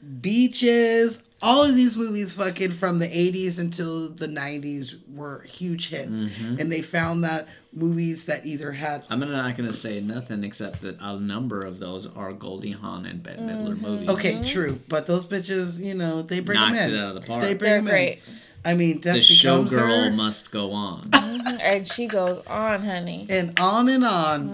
[SPEAKER 2] Beaches. All of these movies, fucking from the 80s until the 90s, were huge hits.
[SPEAKER 1] Mm-hmm.
[SPEAKER 2] And they found that movies that either had.
[SPEAKER 1] I'm not gonna say nothing except that a number of those are Goldie Hawn and Bette Midler
[SPEAKER 3] Mm-hmm.
[SPEAKER 1] movies.
[SPEAKER 2] Okay, true. But those bitches, you know, they bring
[SPEAKER 1] Mm-hmm. Knocked
[SPEAKER 2] them in.
[SPEAKER 1] it out of the park.
[SPEAKER 2] They bring
[SPEAKER 3] They're
[SPEAKER 2] them
[SPEAKER 3] great.
[SPEAKER 2] in. I mean, Death
[SPEAKER 1] The
[SPEAKER 2] Becomes Her.
[SPEAKER 1] showgirl must go on.
[SPEAKER 3] And she goes on, honey.
[SPEAKER 2] and on and on.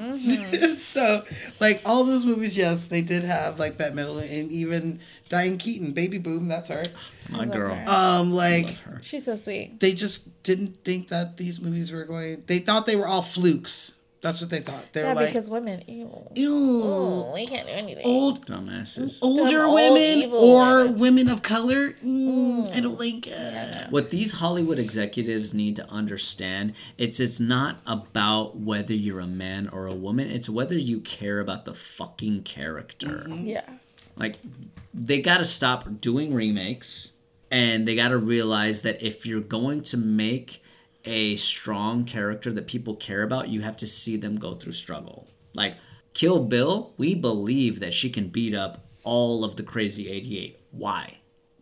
[SPEAKER 3] Mm-hmm.
[SPEAKER 2] so, like all those movies, yes, they did have like Bette Midler and even Diane Keaton, Baby Boom, that's her.
[SPEAKER 1] My girl.
[SPEAKER 2] Um, like
[SPEAKER 3] She's so sweet.
[SPEAKER 2] they just didn't think that these movies were going. They thought they were all flukes. That's what they thought. They
[SPEAKER 3] Yeah,
[SPEAKER 2] were like,
[SPEAKER 3] because Oh, women, ew.
[SPEAKER 2] ew,
[SPEAKER 3] Ooh, we can't do anything.
[SPEAKER 2] old.
[SPEAKER 1] Dumbasses.
[SPEAKER 2] Older
[SPEAKER 3] old
[SPEAKER 2] women
[SPEAKER 3] evil
[SPEAKER 2] or
[SPEAKER 3] women.
[SPEAKER 2] women. of color, mm, I don't like. Uh,
[SPEAKER 1] What these Hollywood executives need to understand, it's it's not about whether you're a man or a woman, it's whether you care about the fucking character.
[SPEAKER 3] Yeah.
[SPEAKER 1] Like they got to stop doing remakes and they got to realize that if you're going to make a strong character that people care about, you have to see them go through struggle. Like Kill Bill, we believe that she can beat up all of the crazy 88. Why?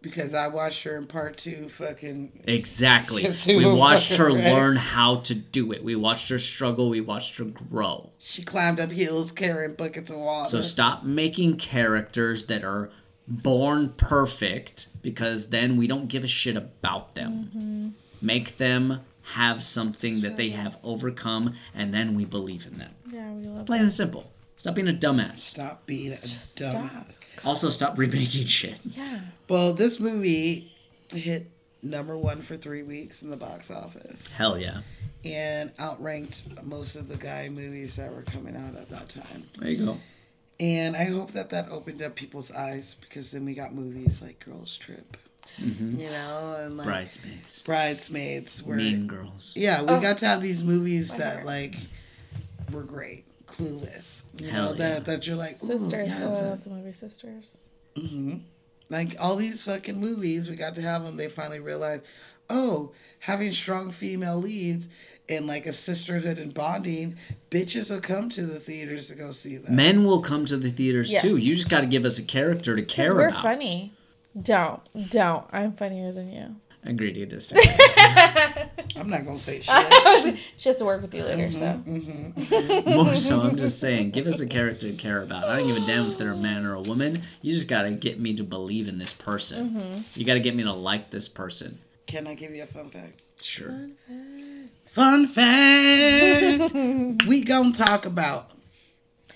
[SPEAKER 2] because I watched her in part two, fucking
[SPEAKER 1] Exactly. We watched her learn how to do it. We watched her struggle. We watched her grow.
[SPEAKER 2] she climbed up hills carrying buckets of water.
[SPEAKER 1] So stop making characters that are born perfect because then we don't give a shit about them.
[SPEAKER 3] Mm-hmm.
[SPEAKER 1] Make them have something that they have overcome and then we believe in them.
[SPEAKER 3] Yeah, we love
[SPEAKER 1] Plain and simple. Stop being a dumbass.
[SPEAKER 2] Stop being a dumbass.
[SPEAKER 1] Also, stop remaking shit.
[SPEAKER 3] Yeah.
[SPEAKER 2] Well, this movie hit number one for three weeks in the box office
[SPEAKER 1] Hell yeah.
[SPEAKER 2] and outranked most of the guy movies that were coming out at that time.
[SPEAKER 1] There you go.
[SPEAKER 2] And I hope that that opened up people's eyes because then we got movies like Girls Trip,
[SPEAKER 1] Mm-hmm.
[SPEAKER 2] you know, and like
[SPEAKER 1] Bridesmaids.
[SPEAKER 2] Bridesmaids. Were,
[SPEAKER 1] Mean girls.
[SPEAKER 2] Yeah, we got to have these movies that like were great. Clueless, you
[SPEAKER 1] Hell
[SPEAKER 2] know
[SPEAKER 1] yeah.
[SPEAKER 2] that that you're like ooh,
[SPEAKER 3] Sisters.
[SPEAKER 2] yes,
[SPEAKER 3] oh, I
[SPEAKER 2] that's-
[SPEAKER 3] love the movie Sisters.
[SPEAKER 2] like all these fucking movies we got to have them they finally realized oh having strong female leads and like a sisterhood and bonding bitches will come to the theaters to go see that
[SPEAKER 1] Men will come to the theaters
[SPEAKER 3] Yes.
[SPEAKER 1] too. You just got to give us a character to care
[SPEAKER 3] Because we're
[SPEAKER 1] about.
[SPEAKER 3] funny. Don't. Don't. I'm funnier than you.
[SPEAKER 1] Agree to disagree.
[SPEAKER 2] I'm not gonna say shit.
[SPEAKER 3] She has to work with you later, so.
[SPEAKER 2] Mm-hmm.
[SPEAKER 1] More so, I'm just saying, give us a character to care about. I don't give a damn if they're a man or a woman. You just gotta get me to believe in this person.
[SPEAKER 2] Mm-hmm.
[SPEAKER 1] You gotta get me to like this person.
[SPEAKER 2] Can I give you a fun fact?
[SPEAKER 1] Sure.
[SPEAKER 2] Fun fact. we gonna talk about.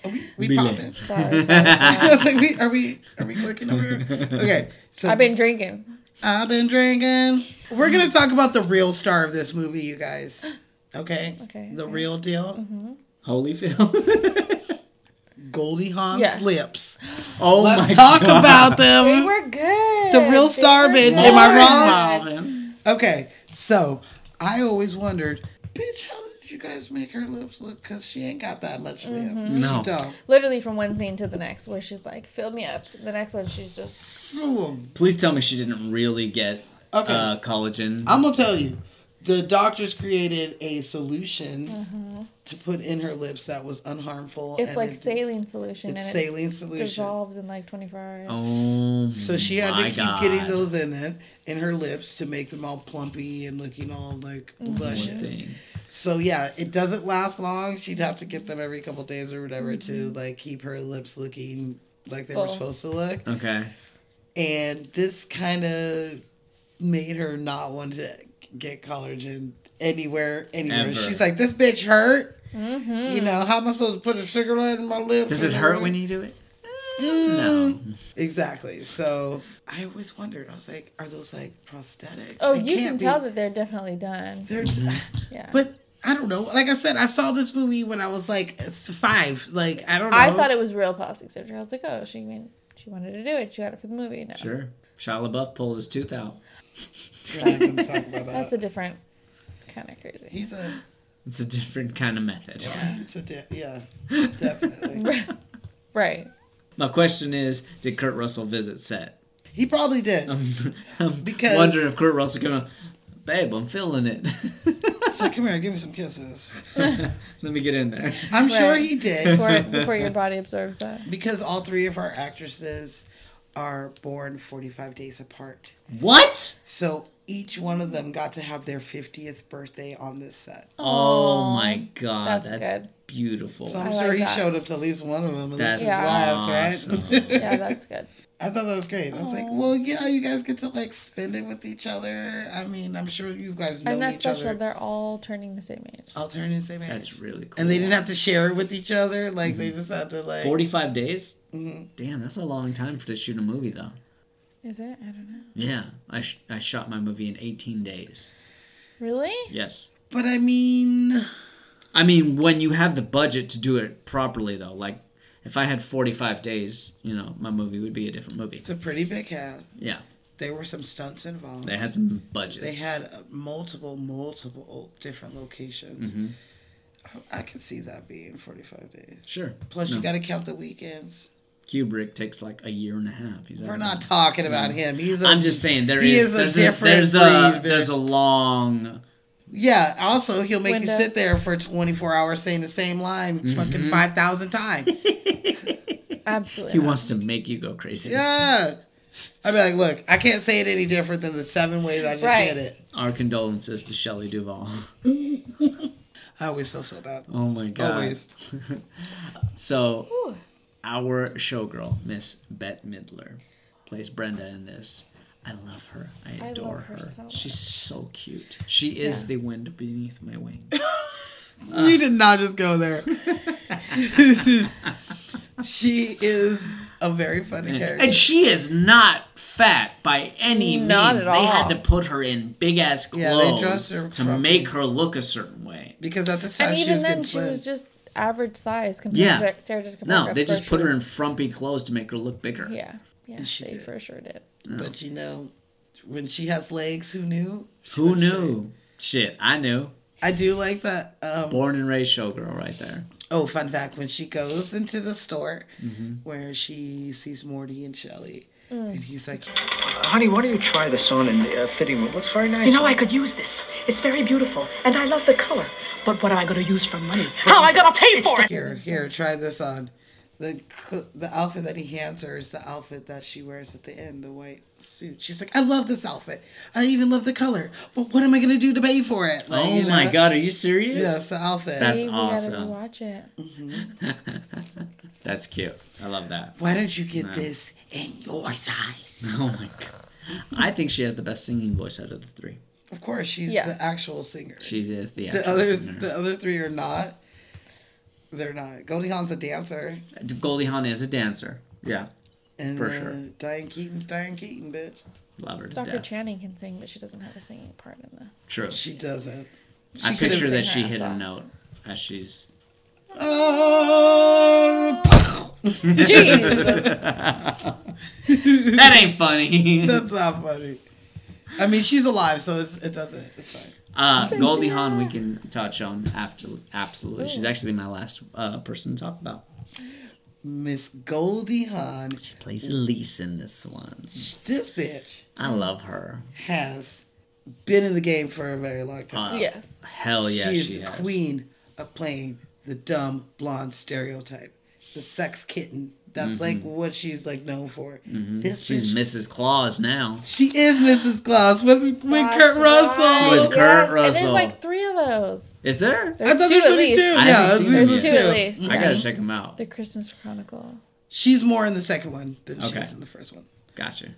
[SPEAKER 2] Are we, we
[SPEAKER 1] Be
[SPEAKER 2] popping.
[SPEAKER 3] Sorry, sorry.
[SPEAKER 2] I was like, we, are we are we clicking over? here? Okay, so
[SPEAKER 3] I've been drinking.
[SPEAKER 2] I've been drinking. We're gonna talk about the real star of this movie, you guys. Okay.
[SPEAKER 3] Okay, Mm-hmm.
[SPEAKER 2] The real deal.
[SPEAKER 1] Holyfield.
[SPEAKER 2] Goldie Hawn's
[SPEAKER 3] Yes.
[SPEAKER 2] lips.
[SPEAKER 1] oh
[SPEAKER 2] Let's
[SPEAKER 1] my
[SPEAKER 2] talk
[SPEAKER 1] God.
[SPEAKER 2] about
[SPEAKER 3] They
[SPEAKER 2] them.
[SPEAKER 3] were good.
[SPEAKER 2] The real
[SPEAKER 3] They
[SPEAKER 2] star,
[SPEAKER 3] were
[SPEAKER 2] bitch.
[SPEAKER 3] good.
[SPEAKER 2] Am I wrong?
[SPEAKER 1] Marvin.
[SPEAKER 2] Okay, so I always wondered, bitch, how did you guys make her lips look? Cause she ain't got that much lip.
[SPEAKER 3] Mm-hmm.
[SPEAKER 1] No.
[SPEAKER 2] She don't.
[SPEAKER 3] Literally from one scene to the next, where she's like, "Fill me up." The next one, she's just
[SPEAKER 2] Sue 'em.
[SPEAKER 1] Please tell me she didn't really get
[SPEAKER 2] Okay. Oh.
[SPEAKER 1] uh, collagen.
[SPEAKER 2] I'm gonna tell you, the doctors created a solution to put in her lips that was unharmful.
[SPEAKER 3] Mm-hmm. it's
[SPEAKER 2] and
[SPEAKER 3] like
[SPEAKER 2] it-
[SPEAKER 3] saline solution,
[SPEAKER 2] It's
[SPEAKER 3] and
[SPEAKER 2] saline
[SPEAKER 3] it
[SPEAKER 2] solution.
[SPEAKER 3] dissolves in like 24 hours.
[SPEAKER 1] oh,
[SPEAKER 2] So she had to
[SPEAKER 1] my
[SPEAKER 2] keep
[SPEAKER 1] God.
[SPEAKER 2] getting those in it in her lips to make them all plumpy and looking all like
[SPEAKER 3] Mm-hmm.
[SPEAKER 1] Poor
[SPEAKER 2] luscious.
[SPEAKER 1] thing.
[SPEAKER 2] So yeah, it doesn't last long. She'd have to get them every couple days or whatever to like keep her lips looking like they were
[SPEAKER 3] Mm-hmm. Full.
[SPEAKER 2] supposed to look.
[SPEAKER 1] Okay.
[SPEAKER 2] And this kind of made her not want to get collagen anywhere, anywhere.
[SPEAKER 1] Ever.
[SPEAKER 2] She's like, this bitch hurt.
[SPEAKER 3] Mm-hmm.
[SPEAKER 2] You know, how am I supposed to put a cigarette in my lips?
[SPEAKER 1] Does it hurt when you do it?
[SPEAKER 2] Mm.
[SPEAKER 1] No.
[SPEAKER 2] Exactly. So I always wondered. I was like, are those like prosthetics?
[SPEAKER 3] Oh,
[SPEAKER 2] They
[SPEAKER 3] you can
[SPEAKER 2] can't be-
[SPEAKER 3] tell that they're definitely done.
[SPEAKER 2] They're,
[SPEAKER 1] Mm-hmm.
[SPEAKER 3] Yeah.
[SPEAKER 2] But I don't know. Like I said, I saw this movie when I was like s- five. Like I don't know.
[SPEAKER 3] I thought it was real plastic surgery. I was like, "Oh, she mean she wanted to do it. She got it for the movie." No,
[SPEAKER 1] Sure. Shia LaBeouf pulled his tooth out.
[SPEAKER 2] was. Talk about that.
[SPEAKER 3] that's a different kind of crazy.
[SPEAKER 2] He's a.
[SPEAKER 1] It's a different kind of method.
[SPEAKER 2] It's a de- yeah. Definitely.
[SPEAKER 3] Right.
[SPEAKER 1] My question is, did Kurt Russell visit set?
[SPEAKER 2] he probably did.
[SPEAKER 1] I'm
[SPEAKER 2] Because-
[SPEAKER 1] wondering if Kurt Russell came out, babe, I'm feeling it.
[SPEAKER 2] It's like, come here, give me some kisses.
[SPEAKER 1] Let me get in there.
[SPEAKER 2] I'm sure
[SPEAKER 3] Right.
[SPEAKER 2] he did
[SPEAKER 3] Before, before your body absorbs that.
[SPEAKER 2] because all three of our actresses are born 45 days apart.
[SPEAKER 1] What?
[SPEAKER 2] So each one of them got to have their 50th birthday on this set.
[SPEAKER 1] Oh my god,
[SPEAKER 3] that's
[SPEAKER 1] that's,
[SPEAKER 3] good.
[SPEAKER 1] beautiful.
[SPEAKER 2] So I'm
[SPEAKER 3] Oh, I
[SPEAKER 2] sure
[SPEAKER 3] like
[SPEAKER 2] he
[SPEAKER 3] that.
[SPEAKER 2] showed up to at least one of them. At
[SPEAKER 1] That's
[SPEAKER 2] least his wives,
[SPEAKER 1] awesome.
[SPEAKER 2] right?
[SPEAKER 3] Yeah, that's good.
[SPEAKER 2] I thought that was great. I was like, well, yeah, you guys get to like spend it with each other. I mean, I'm sure you guys know
[SPEAKER 3] And that's
[SPEAKER 2] each
[SPEAKER 3] special.
[SPEAKER 2] other.
[SPEAKER 3] They're all turning the same age.
[SPEAKER 2] Alternative same age.
[SPEAKER 1] that's really cool. Mm-hmm.
[SPEAKER 2] and they didn't have to share it with each other. Like they just had to like.
[SPEAKER 1] 45 days?
[SPEAKER 2] Mm-hmm.
[SPEAKER 1] Damn, that's a long time for to shoot a movie though.
[SPEAKER 3] Is it? I don't know.
[SPEAKER 1] Yeah, I, sh- I shot my movie in 18 days.
[SPEAKER 3] Really?
[SPEAKER 1] Yes.
[SPEAKER 2] But I mean,
[SPEAKER 1] I mean, when you have the budget to do it properly though, like if I had 45 days, you know, my movie would be a different movie.
[SPEAKER 2] it's a pretty big hat.
[SPEAKER 1] Yeah.
[SPEAKER 2] There were some stunts involved.
[SPEAKER 1] They had some budgets.
[SPEAKER 2] They had uh, multiple, multiple different locations. I, I could see that being 45 days.
[SPEAKER 1] Mm-hmm. Sure.
[SPEAKER 2] Plus,
[SPEAKER 1] No.
[SPEAKER 2] you got to count the weekends.
[SPEAKER 1] Kubrick takes like a year and a half. He's
[SPEAKER 2] We're
[SPEAKER 1] out.
[SPEAKER 2] not talking about him. He's. A,
[SPEAKER 1] I'm just saying there
[SPEAKER 2] He
[SPEAKER 1] is,
[SPEAKER 2] is a
[SPEAKER 1] there's a
[SPEAKER 2] different
[SPEAKER 1] there's a
[SPEAKER 2] breed,
[SPEAKER 1] there's a long
[SPEAKER 2] Yeah. Also, he'll make
[SPEAKER 3] Window.
[SPEAKER 2] you sit there for 24 hours saying the same line
[SPEAKER 1] Mm-hmm.
[SPEAKER 2] fucking 5,000 times.
[SPEAKER 3] Absolutely.
[SPEAKER 1] he
[SPEAKER 3] not.
[SPEAKER 1] wants to make you go crazy.
[SPEAKER 2] yeah. I'd be like, look, I can't say it any different than the seven ways I just
[SPEAKER 3] Right.
[SPEAKER 2] did it.
[SPEAKER 1] Our condolences to Shelley Duvall.
[SPEAKER 2] I always feel so bad.
[SPEAKER 1] Oh my god.
[SPEAKER 2] Always.
[SPEAKER 1] So our showgirl, Miss Bette Midler, plays Brenda in this. I love her. I adore
[SPEAKER 3] love her
[SPEAKER 1] her.
[SPEAKER 3] so much.
[SPEAKER 1] She's so cute. She is the wind beneath my wing.
[SPEAKER 2] you did not just go there. she is a very funny character.
[SPEAKER 1] And she is not fat by any
[SPEAKER 3] Not
[SPEAKER 1] means.
[SPEAKER 3] at
[SPEAKER 1] They had
[SPEAKER 3] all.
[SPEAKER 1] to put her in big ass
[SPEAKER 2] Yeah, they
[SPEAKER 1] clothes
[SPEAKER 2] dressed her
[SPEAKER 1] to
[SPEAKER 2] from-
[SPEAKER 1] make her look a certain way.
[SPEAKER 2] because at the time
[SPEAKER 3] and
[SPEAKER 2] she
[SPEAKER 3] even
[SPEAKER 2] was
[SPEAKER 3] then,
[SPEAKER 2] getting
[SPEAKER 3] she
[SPEAKER 2] slim.
[SPEAKER 3] was just average size compared
[SPEAKER 1] Yeah.
[SPEAKER 3] to Sarah Jessica Parker.
[SPEAKER 1] No, they
[SPEAKER 3] Of
[SPEAKER 1] just
[SPEAKER 3] course
[SPEAKER 1] put
[SPEAKER 3] she
[SPEAKER 1] her in
[SPEAKER 3] was-
[SPEAKER 1] frumpy clothes to make her look bigger.
[SPEAKER 3] Yeah. Yeah,
[SPEAKER 2] she
[SPEAKER 3] they
[SPEAKER 2] did.
[SPEAKER 3] for sure did.
[SPEAKER 2] But you know, when she has legs, who knew? She
[SPEAKER 1] Who
[SPEAKER 2] looks great.
[SPEAKER 1] knew? Shit, I knew.
[SPEAKER 2] I do like that. Um,
[SPEAKER 1] Born and raised showgirl right there.
[SPEAKER 2] oh, fun fact: when she goes into the store
[SPEAKER 1] Mm-hmm.
[SPEAKER 2] where she sees Morty and Shelly,
[SPEAKER 3] Mm.
[SPEAKER 2] and he's like,
[SPEAKER 10] Honey, why don't you try this on in the uh, fitting room? Looks very nice.
[SPEAKER 5] You know, I could use this. It's very beautiful, and I love the color. But what am I going to use for money? How am I going to pay for it?
[SPEAKER 2] "Here, here, try this on." the cl- the outfit that he hands her is the outfit that she wears at the end, the white suit. She's like, I love this outfit. I even love the color. But what am I gonna do to pay for it? Like,
[SPEAKER 1] oh
[SPEAKER 2] you
[SPEAKER 1] my
[SPEAKER 2] know?
[SPEAKER 1] god, are you serious?
[SPEAKER 2] Yes, the outfit.
[SPEAKER 1] That's
[SPEAKER 3] See, we gotta
[SPEAKER 1] awesome.
[SPEAKER 3] watch it.
[SPEAKER 1] That's cute. I love that.
[SPEAKER 2] Why don't you get
[SPEAKER 1] Yeah.
[SPEAKER 2] this in your size?
[SPEAKER 1] Oh my god. I think she has the best singing voice out of the three.
[SPEAKER 2] Of course, she's
[SPEAKER 3] Yes.
[SPEAKER 2] the actual singer.
[SPEAKER 1] She is the,
[SPEAKER 2] the
[SPEAKER 1] actual
[SPEAKER 2] other
[SPEAKER 1] singer.
[SPEAKER 2] the other three are not. They're not. Goldie Hawn's a dancer,
[SPEAKER 1] Goldie Hawn is a dancer. Yeah.
[SPEAKER 2] and
[SPEAKER 1] For
[SPEAKER 2] uh,
[SPEAKER 1] sure.
[SPEAKER 2] Diane Keaton's Diane Keaton, bitch.
[SPEAKER 1] Love her to
[SPEAKER 3] Stalker
[SPEAKER 1] death.
[SPEAKER 3] Channing can sing, but she doesn't have a singing part in the.
[SPEAKER 1] True.
[SPEAKER 2] She doesn't.
[SPEAKER 1] I
[SPEAKER 2] she could've
[SPEAKER 1] picture that
[SPEAKER 3] sang
[SPEAKER 1] she
[SPEAKER 3] her
[SPEAKER 1] hit
[SPEAKER 3] ass
[SPEAKER 1] a
[SPEAKER 3] off.
[SPEAKER 1] note as she's.
[SPEAKER 2] Oh,
[SPEAKER 3] Jesus.
[SPEAKER 1] That ain't funny.
[SPEAKER 2] that's not funny. I mean, she's alive, so it's, it doesn't. It's fine.
[SPEAKER 1] Uh, Goldie Hawn, we can touch on after. Absolutely, she's actually my last uh, person to talk about.
[SPEAKER 2] Miss Goldie Hawn,
[SPEAKER 1] She plays Elise in this one.
[SPEAKER 2] this bitch
[SPEAKER 1] I love her.
[SPEAKER 2] has been in the game for a very long time.
[SPEAKER 1] Uh,
[SPEAKER 3] Yes.
[SPEAKER 1] Hell yeah,
[SPEAKER 2] she is
[SPEAKER 1] she
[SPEAKER 2] the
[SPEAKER 1] has.
[SPEAKER 2] queen of playing the dumb blonde stereotype, the sex kitten. That's like what she's like known for. This
[SPEAKER 1] Mm-hmm. She's
[SPEAKER 2] bitch,
[SPEAKER 1] Mrs. Claus now.
[SPEAKER 2] she is Mrs. Claus with with Kurt
[SPEAKER 3] That's
[SPEAKER 2] Russell.
[SPEAKER 3] right.
[SPEAKER 1] With Kurt
[SPEAKER 3] And
[SPEAKER 1] Russell.
[SPEAKER 3] there's like three of those.
[SPEAKER 1] Is there?
[SPEAKER 3] There's
[SPEAKER 2] thought
[SPEAKER 3] two
[SPEAKER 2] there
[SPEAKER 3] at
[SPEAKER 2] was only
[SPEAKER 3] least.
[SPEAKER 1] I
[SPEAKER 2] two. Yeah,
[SPEAKER 1] haven't seen
[SPEAKER 2] there's
[SPEAKER 1] those
[SPEAKER 3] There's two
[SPEAKER 2] two.
[SPEAKER 3] at least.
[SPEAKER 1] I Mm-hmm. gotta check them out.
[SPEAKER 3] The Christmas Chronicle.
[SPEAKER 2] She's more in the second one than she
[SPEAKER 1] Okay.
[SPEAKER 2] is in the first one.
[SPEAKER 1] Gotcha.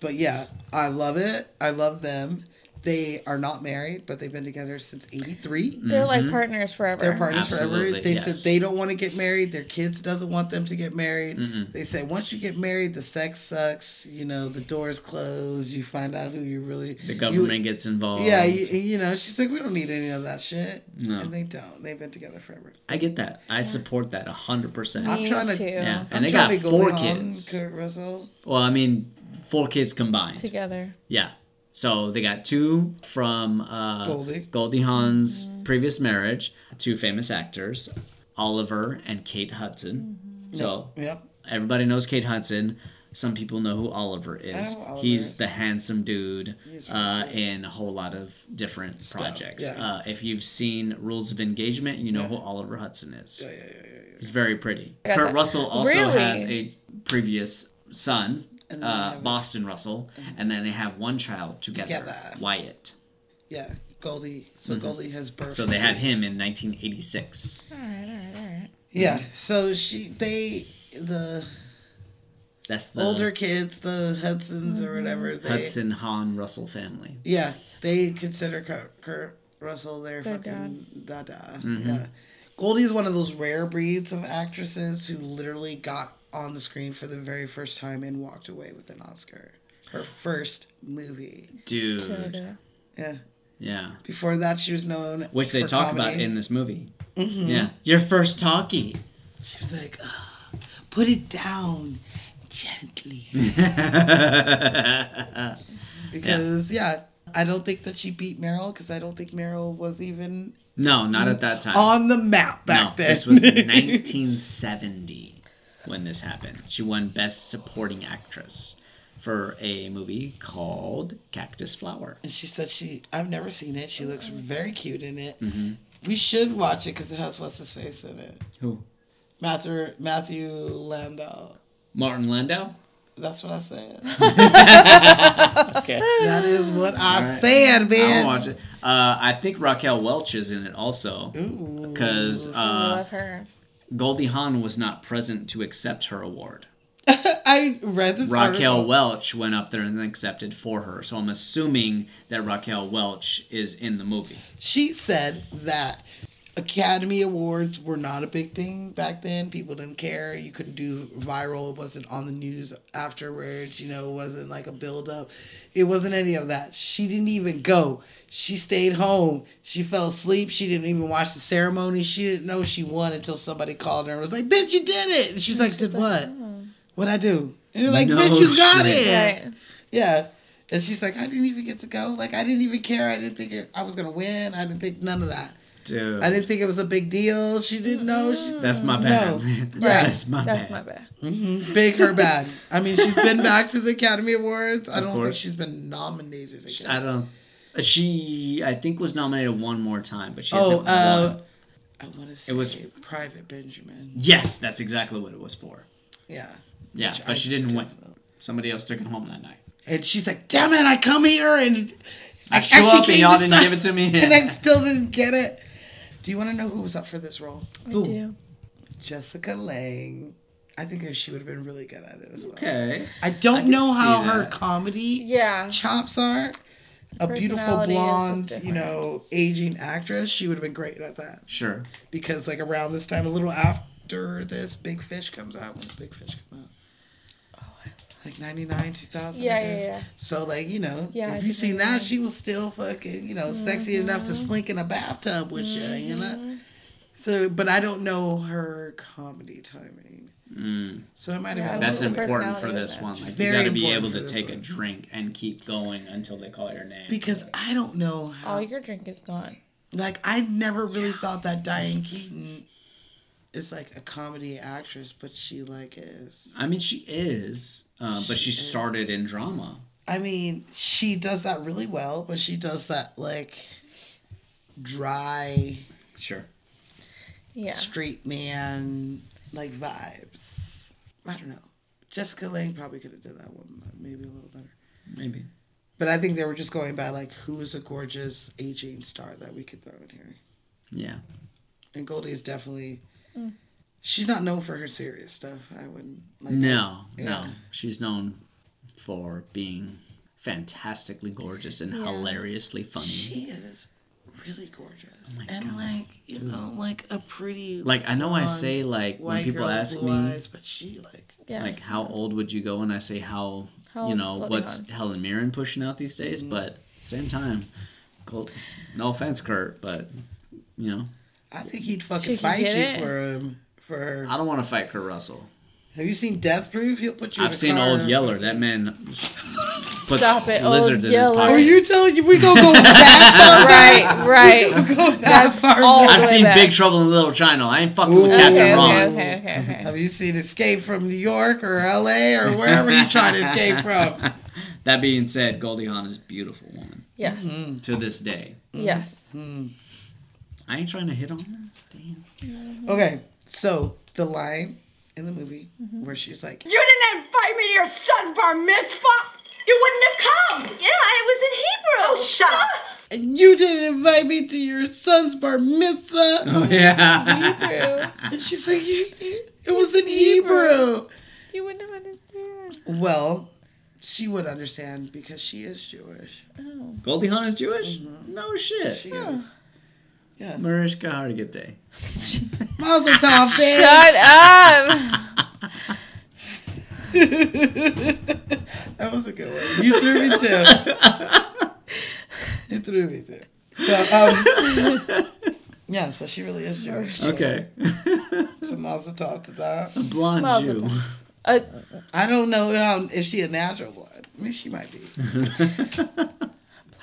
[SPEAKER 2] But yeah, I love it. I love them. They are not married, but they've been together since '83.
[SPEAKER 3] They're like partners forever.
[SPEAKER 2] They're partners
[SPEAKER 1] Absolutely,
[SPEAKER 2] forever. They
[SPEAKER 1] yes.
[SPEAKER 2] said they don't want to get married. Their kids doesn't want them to get married.
[SPEAKER 1] Mm-hmm.
[SPEAKER 2] They said once you get married, the sex sucks. You know, the doors close. You find out who you really.
[SPEAKER 1] The
[SPEAKER 2] you-
[SPEAKER 1] government gets involved.
[SPEAKER 2] yeah, you, you know, she's like, we don't need any of that shit,
[SPEAKER 1] No.
[SPEAKER 2] and they don't. They've been together forever.
[SPEAKER 1] I get that. I support that hundred percent.
[SPEAKER 2] I'm
[SPEAKER 3] Me
[SPEAKER 2] trying to-
[SPEAKER 3] too.
[SPEAKER 1] Yeah,
[SPEAKER 2] I'm
[SPEAKER 1] and they got
[SPEAKER 2] trying to go
[SPEAKER 1] four
[SPEAKER 2] on,
[SPEAKER 1] kids.
[SPEAKER 2] Kurt Russell.
[SPEAKER 1] Well, I mean, four kids combined.
[SPEAKER 3] Together.
[SPEAKER 1] Yeah. So they got two from uh,
[SPEAKER 2] Goldie.
[SPEAKER 1] Goldie Hawn's previous marriage, two famous actors, Oliver and Kate Hudson.
[SPEAKER 2] Mm-hmm.
[SPEAKER 1] So
[SPEAKER 2] Yep.
[SPEAKER 1] everybody knows Kate Hudson. Some people know who Oliver is.
[SPEAKER 2] know who Oliver
[SPEAKER 1] He's
[SPEAKER 2] is.
[SPEAKER 1] the handsome dude
[SPEAKER 2] is
[SPEAKER 1] uh, in a whole lot of different projects.
[SPEAKER 2] yeah.
[SPEAKER 1] Uh, if you've seen Rules of Engagement, you know who Oliver Hudson is.
[SPEAKER 2] Yeah, yeah, yeah, yeah.
[SPEAKER 1] He's very pretty.
[SPEAKER 3] got
[SPEAKER 1] Kurt
[SPEAKER 3] that.
[SPEAKER 1] Russell also
[SPEAKER 3] Really?
[SPEAKER 1] has a previous son,
[SPEAKER 2] And then they
[SPEAKER 1] uh,
[SPEAKER 2] have a- Mhm.
[SPEAKER 1] Boston Russell, and then they have one child together,
[SPEAKER 2] Together.
[SPEAKER 1] Wyatt.
[SPEAKER 2] Yeah, Goldie. So Goldie has birth.
[SPEAKER 1] Mm-hmm. So they had him in 1986.
[SPEAKER 3] All right, all right, all right.
[SPEAKER 2] Yeah. So she, they, the
[SPEAKER 1] That's the
[SPEAKER 2] older kids, the Hudsons or whatever. They,
[SPEAKER 1] Hudson Hahn Russell family.
[SPEAKER 2] Yeah, they consider Kurt, Kurt Russell their
[SPEAKER 3] Their
[SPEAKER 2] fucking dada.
[SPEAKER 1] Mm-hmm.
[SPEAKER 2] Yeah. Goldie is one of those rare breeds of actresses who literally got on the screen for the very first time and walked away with an Oscar. Her first movie.
[SPEAKER 3] Killed
[SPEAKER 1] Dude.
[SPEAKER 3] it.
[SPEAKER 2] Yeah.
[SPEAKER 1] Yeah.
[SPEAKER 2] Before that, she was known.
[SPEAKER 1] Which they
[SPEAKER 2] for
[SPEAKER 1] talk about
[SPEAKER 2] comedy. Mm-hmm.
[SPEAKER 1] in this movie. Yeah. Your first talkie.
[SPEAKER 2] She was like, "Ah, put it down gently. because, yeah. I don't think that she beat Meryl because I don't think Meryl was even
[SPEAKER 1] No, not at that time.
[SPEAKER 2] on the map
[SPEAKER 1] no,
[SPEAKER 2] back then.
[SPEAKER 1] this was 1970 when this happened. She won Best Supporting Actress for a movie called Cactus Flower.
[SPEAKER 2] And she said she, I've never seen it. She looks very cute in it.
[SPEAKER 1] Mm-hmm.
[SPEAKER 2] We should watch it because it has what's his face in it.
[SPEAKER 1] Who?
[SPEAKER 2] Matthew Matthew Landau.
[SPEAKER 1] Martin Landau.
[SPEAKER 2] That's what I said.
[SPEAKER 1] Okay.
[SPEAKER 2] that is what I said,
[SPEAKER 1] I'll
[SPEAKER 2] man.
[SPEAKER 1] watch it. Uh, I think Raquel Welch is in it also
[SPEAKER 2] Ooh.
[SPEAKER 1] because
[SPEAKER 3] I
[SPEAKER 1] uh,
[SPEAKER 3] love her.
[SPEAKER 1] Goldie Hawn was not present to accept her award.
[SPEAKER 2] I read this
[SPEAKER 1] Raquel
[SPEAKER 2] article.
[SPEAKER 1] Welch went up there and accepted for her, so I'm assuming that Raquel Welch is in the movie.
[SPEAKER 2] She said that Academy Awards were not a big thing back then. People didn't care. You couldn't do viral. It wasn't on the news afterwards. You know, it wasn't like a buildup. It wasn't any of that. She didn't even go. She stayed home. She fell asleep. She didn't even watch the ceremony. She didn't know she won until somebody called her and was like, Bitch, you did it. And she's like, "Oh." Did what? What'd I do? And you're like,
[SPEAKER 1] No
[SPEAKER 2] Bitch, you got
[SPEAKER 1] shit.
[SPEAKER 2] it.
[SPEAKER 3] Right.
[SPEAKER 2] Yeah. And she's like, I didn't even get to go. Like, I didn't even care. I didn't think it, I was going to win. I didn't think none of that.
[SPEAKER 1] Dude,
[SPEAKER 2] I didn't think it was a big deal. She didn't know. She,
[SPEAKER 1] that's my bad.
[SPEAKER 2] No.
[SPEAKER 1] that's my
[SPEAKER 3] That's
[SPEAKER 1] bad.
[SPEAKER 3] my bad.
[SPEAKER 1] Mm-hmm.
[SPEAKER 2] big her bad. I mean, she's been back to the Academy Awards. I don't
[SPEAKER 1] course.
[SPEAKER 2] think she's been nominated again.
[SPEAKER 1] I don't. She, I think, was nominated one more time, but she
[SPEAKER 2] oh,
[SPEAKER 1] hasn't
[SPEAKER 2] uh,
[SPEAKER 1] won.
[SPEAKER 2] I want to say
[SPEAKER 1] It was-
[SPEAKER 2] Private Benjamin.
[SPEAKER 1] Yes, that's exactly what it was for.
[SPEAKER 2] Yeah.
[SPEAKER 1] Yeah,
[SPEAKER 2] Which
[SPEAKER 1] but
[SPEAKER 2] I
[SPEAKER 1] she didn't win. Somebody else took it home that night.
[SPEAKER 2] And she's like, damn it, I come here and
[SPEAKER 1] I show
[SPEAKER 2] actually
[SPEAKER 1] up and
[SPEAKER 2] came
[SPEAKER 1] y'all
[SPEAKER 2] this
[SPEAKER 1] didn't give it to me.
[SPEAKER 2] And I still didn't get it. Do you want to know who was up for this role?
[SPEAKER 3] I Who? do.
[SPEAKER 2] Jessica Lang. I think she would have been really good at it as well.
[SPEAKER 1] Okay.
[SPEAKER 2] I
[SPEAKER 1] I
[SPEAKER 2] don't
[SPEAKER 1] can
[SPEAKER 2] know
[SPEAKER 1] see
[SPEAKER 2] how her
[SPEAKER 1] that.
[SPEAKER 2] comedy
[SPEAKER 3] yeah.
[SPEAKER 2] chops are. A beautiful
[SPEAKER 3] Personality is just
[SPEAKER 2] blonde, you know, aging actress. She would have been great at that.
[SPEAKER 1] Sure.
[SPEAKER 2] Because like around this time, a little after this, Big Fish comes out. When does Big Fish come out? Like 99, 2000. I
[SPEAKER 3] Oh, Yeah, yeah,
[SPEAKER 2] guess.
[SPEAKER 3] yeah.
[SPEAKER 2] So like, you know,
[SPEAKER 3] Yeah, I
[SPEAKER 2] if you
[SPEAKER 3] think I
[SPEAKER 2] seen that, she was still fucking, you know, sexy
[SPEAKER 3] Mm-hmm.
[SPEAKER 2] enough to slink in a bathtub with you, you know? So but I don't know her comedy timing.
[SPEAKER 1] Mm.
[SPEAKER 2] So it might have
[SPEAKER 3] Yeah, I
[SPEAKER 2] been
[SPEAKER 3] don't
[SPEAKER 1] That's
[SPEAKER 3] know the
[SPEAKER 1] important for
[SPEAKER 3] personality of
[SPEAKER 1] this
[SPEAKER 3] that.
[SPEAKER 1] one. Like
[SPEAKER 2] Very
[SPEAKER 1] you got to be
[SPEAKER 2] important
[SPEAKER 1] able
[SPEAKER 2] for
[SPEAKER 1] to
[SPEAKER 2] this
[SPEAKER 1] take a
[SPEAKER 2] one.
[SPEAKER 1] drink and keep going until they call your name.
[SPEAKER 2] because I don't know
[SPEAKER 1] Oh.
[SPEAKER 2] how
[SPEAKER 3] All Oh, your drink is gone.
[SPEAKER 2] like I never really thought that Diane Keaton is like a comedy actress, but she like is.
[SPEAKER 1] I mean, she is, uh, but she started in drama.
[SPEAKER 2] I mean, she does that really well, but she does that like dry
[SPEAKER 1] Sure.
[SPEAKER 3] Yeah.
[SPEAKER 2] street man like vibes. I don't know. Jessica Lang probably could have done that one maybe a little better.
[SPEAKER 1] Maybe.
[SPEAKER 2] But I think they were just going by like who is a gorgeous aging star that we could throw in here.
[SPEAKER 1] Yeah.
[SPEAKER 2] And Goldie is definitely
[SPEAKER 3] Mm.
[SPEAKER 2] she's not known for her serious stuff. I wouldn't like
[SPEAKER 1] no, no.
[SPEAKER 2] Yeah.
[SPEAKER 1] She's known for being fantastically gorgeous and
[SPEAKER 2] Yeah.
[SPEAKER 1] hilariously funny.
[SPEAKER 2] She is really gorgeous.
[SPEAKER 1] Oh my
[SPEAKER 2] and
[SPEAKER 1] God,
[SPEAKER 2] like, you
[SPEAKER 1] dude.
[SPEAKER 2] know, like a pretty
[SPEAKER 1] Like, I know I
[SPEAKER 2] blonde,
[SPEAKER 1] say, like, when
[SPEAKER 2] white
[SPEAKER 1] people
[SPEAKER 2] girl with
[SPEAKER 1] ask
[SPEAKER 2] blue
[SPEAKER 1] me-
[SPEAKER 2] eyes, but she like
[SPEAKER 3] Yeah.
[SPEAKER 1] Like, how old would you go? And I say, how,
[SPEAKER 3] How
[SPEAKER 1] you
[SPEAKER 3] old is
[SPEAKER 1] know,
[SPEAKER 3] Goldie
[SPEAKER 1] what's
[SPEAKER 3] Hawn?
[SPEAKER 1] Helen Mirren pushing out these days?
[SPEAKER 2] Mm.
[SPEAKER 1] But same time, Gold, no offense, Kurt, but, you know,
[SPEAKER 2] I think he'd fucking
[SPEAKER 3] She can
[SPEAKER 2] fight you
[SPEAKER 3] get it.
[SPEAKER 2] for um for her.
[SPEAKER 1] I don't want to fight Kurt Russell.
[SPEAKER 2] Have you seen Death Proof? He'll put you. in
[SPEAKER 1] I've
[SPEAKER 2] a
[SPEAKER 1] seen
[SPEAKER 2] car
[SPEAKER 1] Old
[SPEAKER 2] and-
[SPEAKER 1] Yeller. That man puts
[SPEAKER 3] Stop it, Oh, Old
[SPEAKER 1] lizards in his
[SPEAKER 3] Yeller.
[SPEAKER 2] Are
[SPEAKER 1] pocket.
[SPEAKER 2] you telling you we gonna go that far? back?
[SPEAKER 3] right, right.
[SPEAKER 2] We gonna go that far?
[SPEAKER 3] all
[SPEAKER 2] back?
[SPEAKER 1] I've
[SPEAKER 3] way
[SPEAKER 1] seen
[SPEAKER 3] back.
[SPEAKER 1] Big Trouble in Little China. I ain't fucking with
[SPEAKER 2] Ooh.
[SPEAKER 1] Captain
[SPEAKER 3] Okay,
[SPEAKER 1] Ron. Mm-hmm.
[SPEAKER 3] okay, okay, okay, okay.
[SPEAKER 2] Have you seen Escape from New York or L.A. or wherever you trying to escape from?
[SPEAKER 1] That being said, Goldie Hawn is a beautiful woman
[SPEAKER 3] Yes.
[SPEAKER 1] to this day.
[SPEAKER 3] Yes.
[SPEAKER 1] Mm-hmm. I ain't trying to hit on her. Damn.
[SPEAKER 2] Okay, so the line in the movie where she's like,
[SPEAKER 11] Mm-hmm. You didn't invite me to your son's bar mitzvah. You wouldn't have come. Yeah, it was in Hebrew. Oh, shut up.
[SPEAKER 2] "And you didn't invite me to your son's bar mitzvah,"
[SPEAKER 1] Oh yeah.
[SPEAKER 2] and she's like, "You- you- "It was in Hebrew."
[SPEAKER 3] You wouldn't have understood.
[SPEAKER 2] Well, she would understand because she is Jewish.
[SPEAKER 3] Oh.
[SPEAKER 1] Goldie Hawn is Jewish? No shit.
[SPEAKER 2] Mm-hmm. She is. Yeah.
[SPEAKER 1] Mariska Hargitay.
[SPEAKER 2] Mazel tov, bitch.
[SPEAKER 3] Shut up.
[SPEAKER 2] that was a good one. You threw me too. You threw me too. So, um, yeah, so she really is Jewish.
[SPEAKER 1] Okay.
[SPEAKER 2] So Mazel tov to that.
[SPEAKER 1] Blonde
[SPEAKER 3] Mazel
[SPEAKER 1] Jew.
[SPEAKER 3] tov. Uh,
[SPEAKER 2] I don't know um, if she a natural one. I mean, she might be.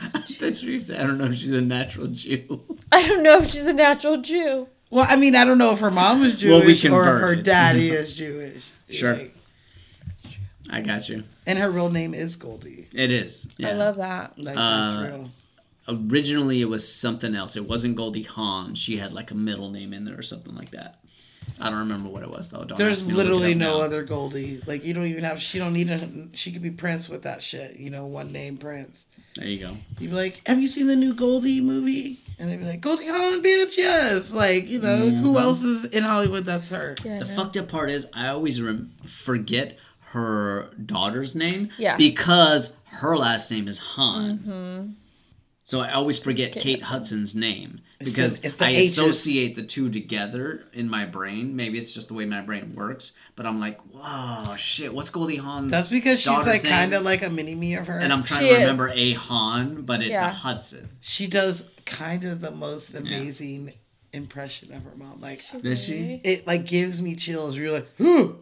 [SPEAKER 1] That's what you said. I don't know if she's a natural Jew.
[SPEAKER 3] I don't know if she's a natural Jew.
[SPEAKER 2] Well, I mean, I don't know if her mom was
[SPEAKER 1] Well, we
[SPEAKER 2] Jewish or her
[SPEAKER 1] converted.
[SPEAKER 2] daddy is Jewish.
[SPEAKER 1] Sure.
[SPEAKER 2] Like,
[SPEAKER 1] I got you.
[SPEAKER 2] and her real name is Goldie.
[SPEAKER 1] It is. Yeah.
[SPEAKER 3] I love that.
[SPEAKER 2] Like,
[SPEAKER 1] Uh,
[SPEAKER 2] that's real.
[SPEAKER 1] Originally, it was something else. It wasn't Goldie Hawn. She had like a middle name in there or something like that. I don't remember what it was though. Don't
[SPEAKER 2] There's
[SPEAKER 1] ask me to look it
[SPEAKER 2] literally
[SPEAKER 1] up
[SPEAKER 2] no
[SPEAKER 1] now.
[SPEAKER 2] other Goldie. Like, you don't even have, she don't need a, she could be Prince with that shit. You know, one name Prince.
[SPEAKER 1] There you go.
[SPEAKER 2] You'd be like, "Have you seen the new Goldie movie?" And they'd be like, "Goldie Hawn, bitch, yes." Like, you know,
[SPEAKER 1] Mm-hmm.
[SPEAKER 2] who else is in Hollywood that's her?
[SPEAKER 3] Yeah, I
[SPEAKER 1] The
[SPEAKER 3] know.
[SPEAKER 1] fucked up part is I always rem- forget her daughter's name
[SPEAKER 3] Yeah. Mm-hmm.
[SPEAKER 1] because her last name is Han. So I always forget
[SPEAKER 3] Kate
[SPEAKER 1] Kate, Hudson's name
[SPEAKER 2] It's
[SPEAKER 1] because
[SPEAKER 2] the- it's the
[SPEAKER 1] I
[SPEAKER 2] H's.
[SPEAKER 1] associate the two together in my brain. Maybe it's just the way my brain works, but I'm like, "Whoa, shit! What's Goldie Hawn's?"
[SPEAKER 2] That's because she's
[SPEAKER 1] daughter's
[SPEAKER 2] like
[SPEAKER 1] name?
[SPEAKER 2] kind of like a mini me of her.
[SPEAKER 1] And I'm trying
[SPEAKER 3] She
[SPEAKER 1] to remember
[SPEAKER 3] is.
[SPEAKER 1] a Han, but it's
[SPEAKER 3] Yeah.
[SPEAKER 1] a Hudson.
[SPEAKER 2] she does kind of the most amazing impression of her mom. Like,
[SPEAKER 1] Does she?
[SPEAKER 2] it like gives me chills. You're like, "Who?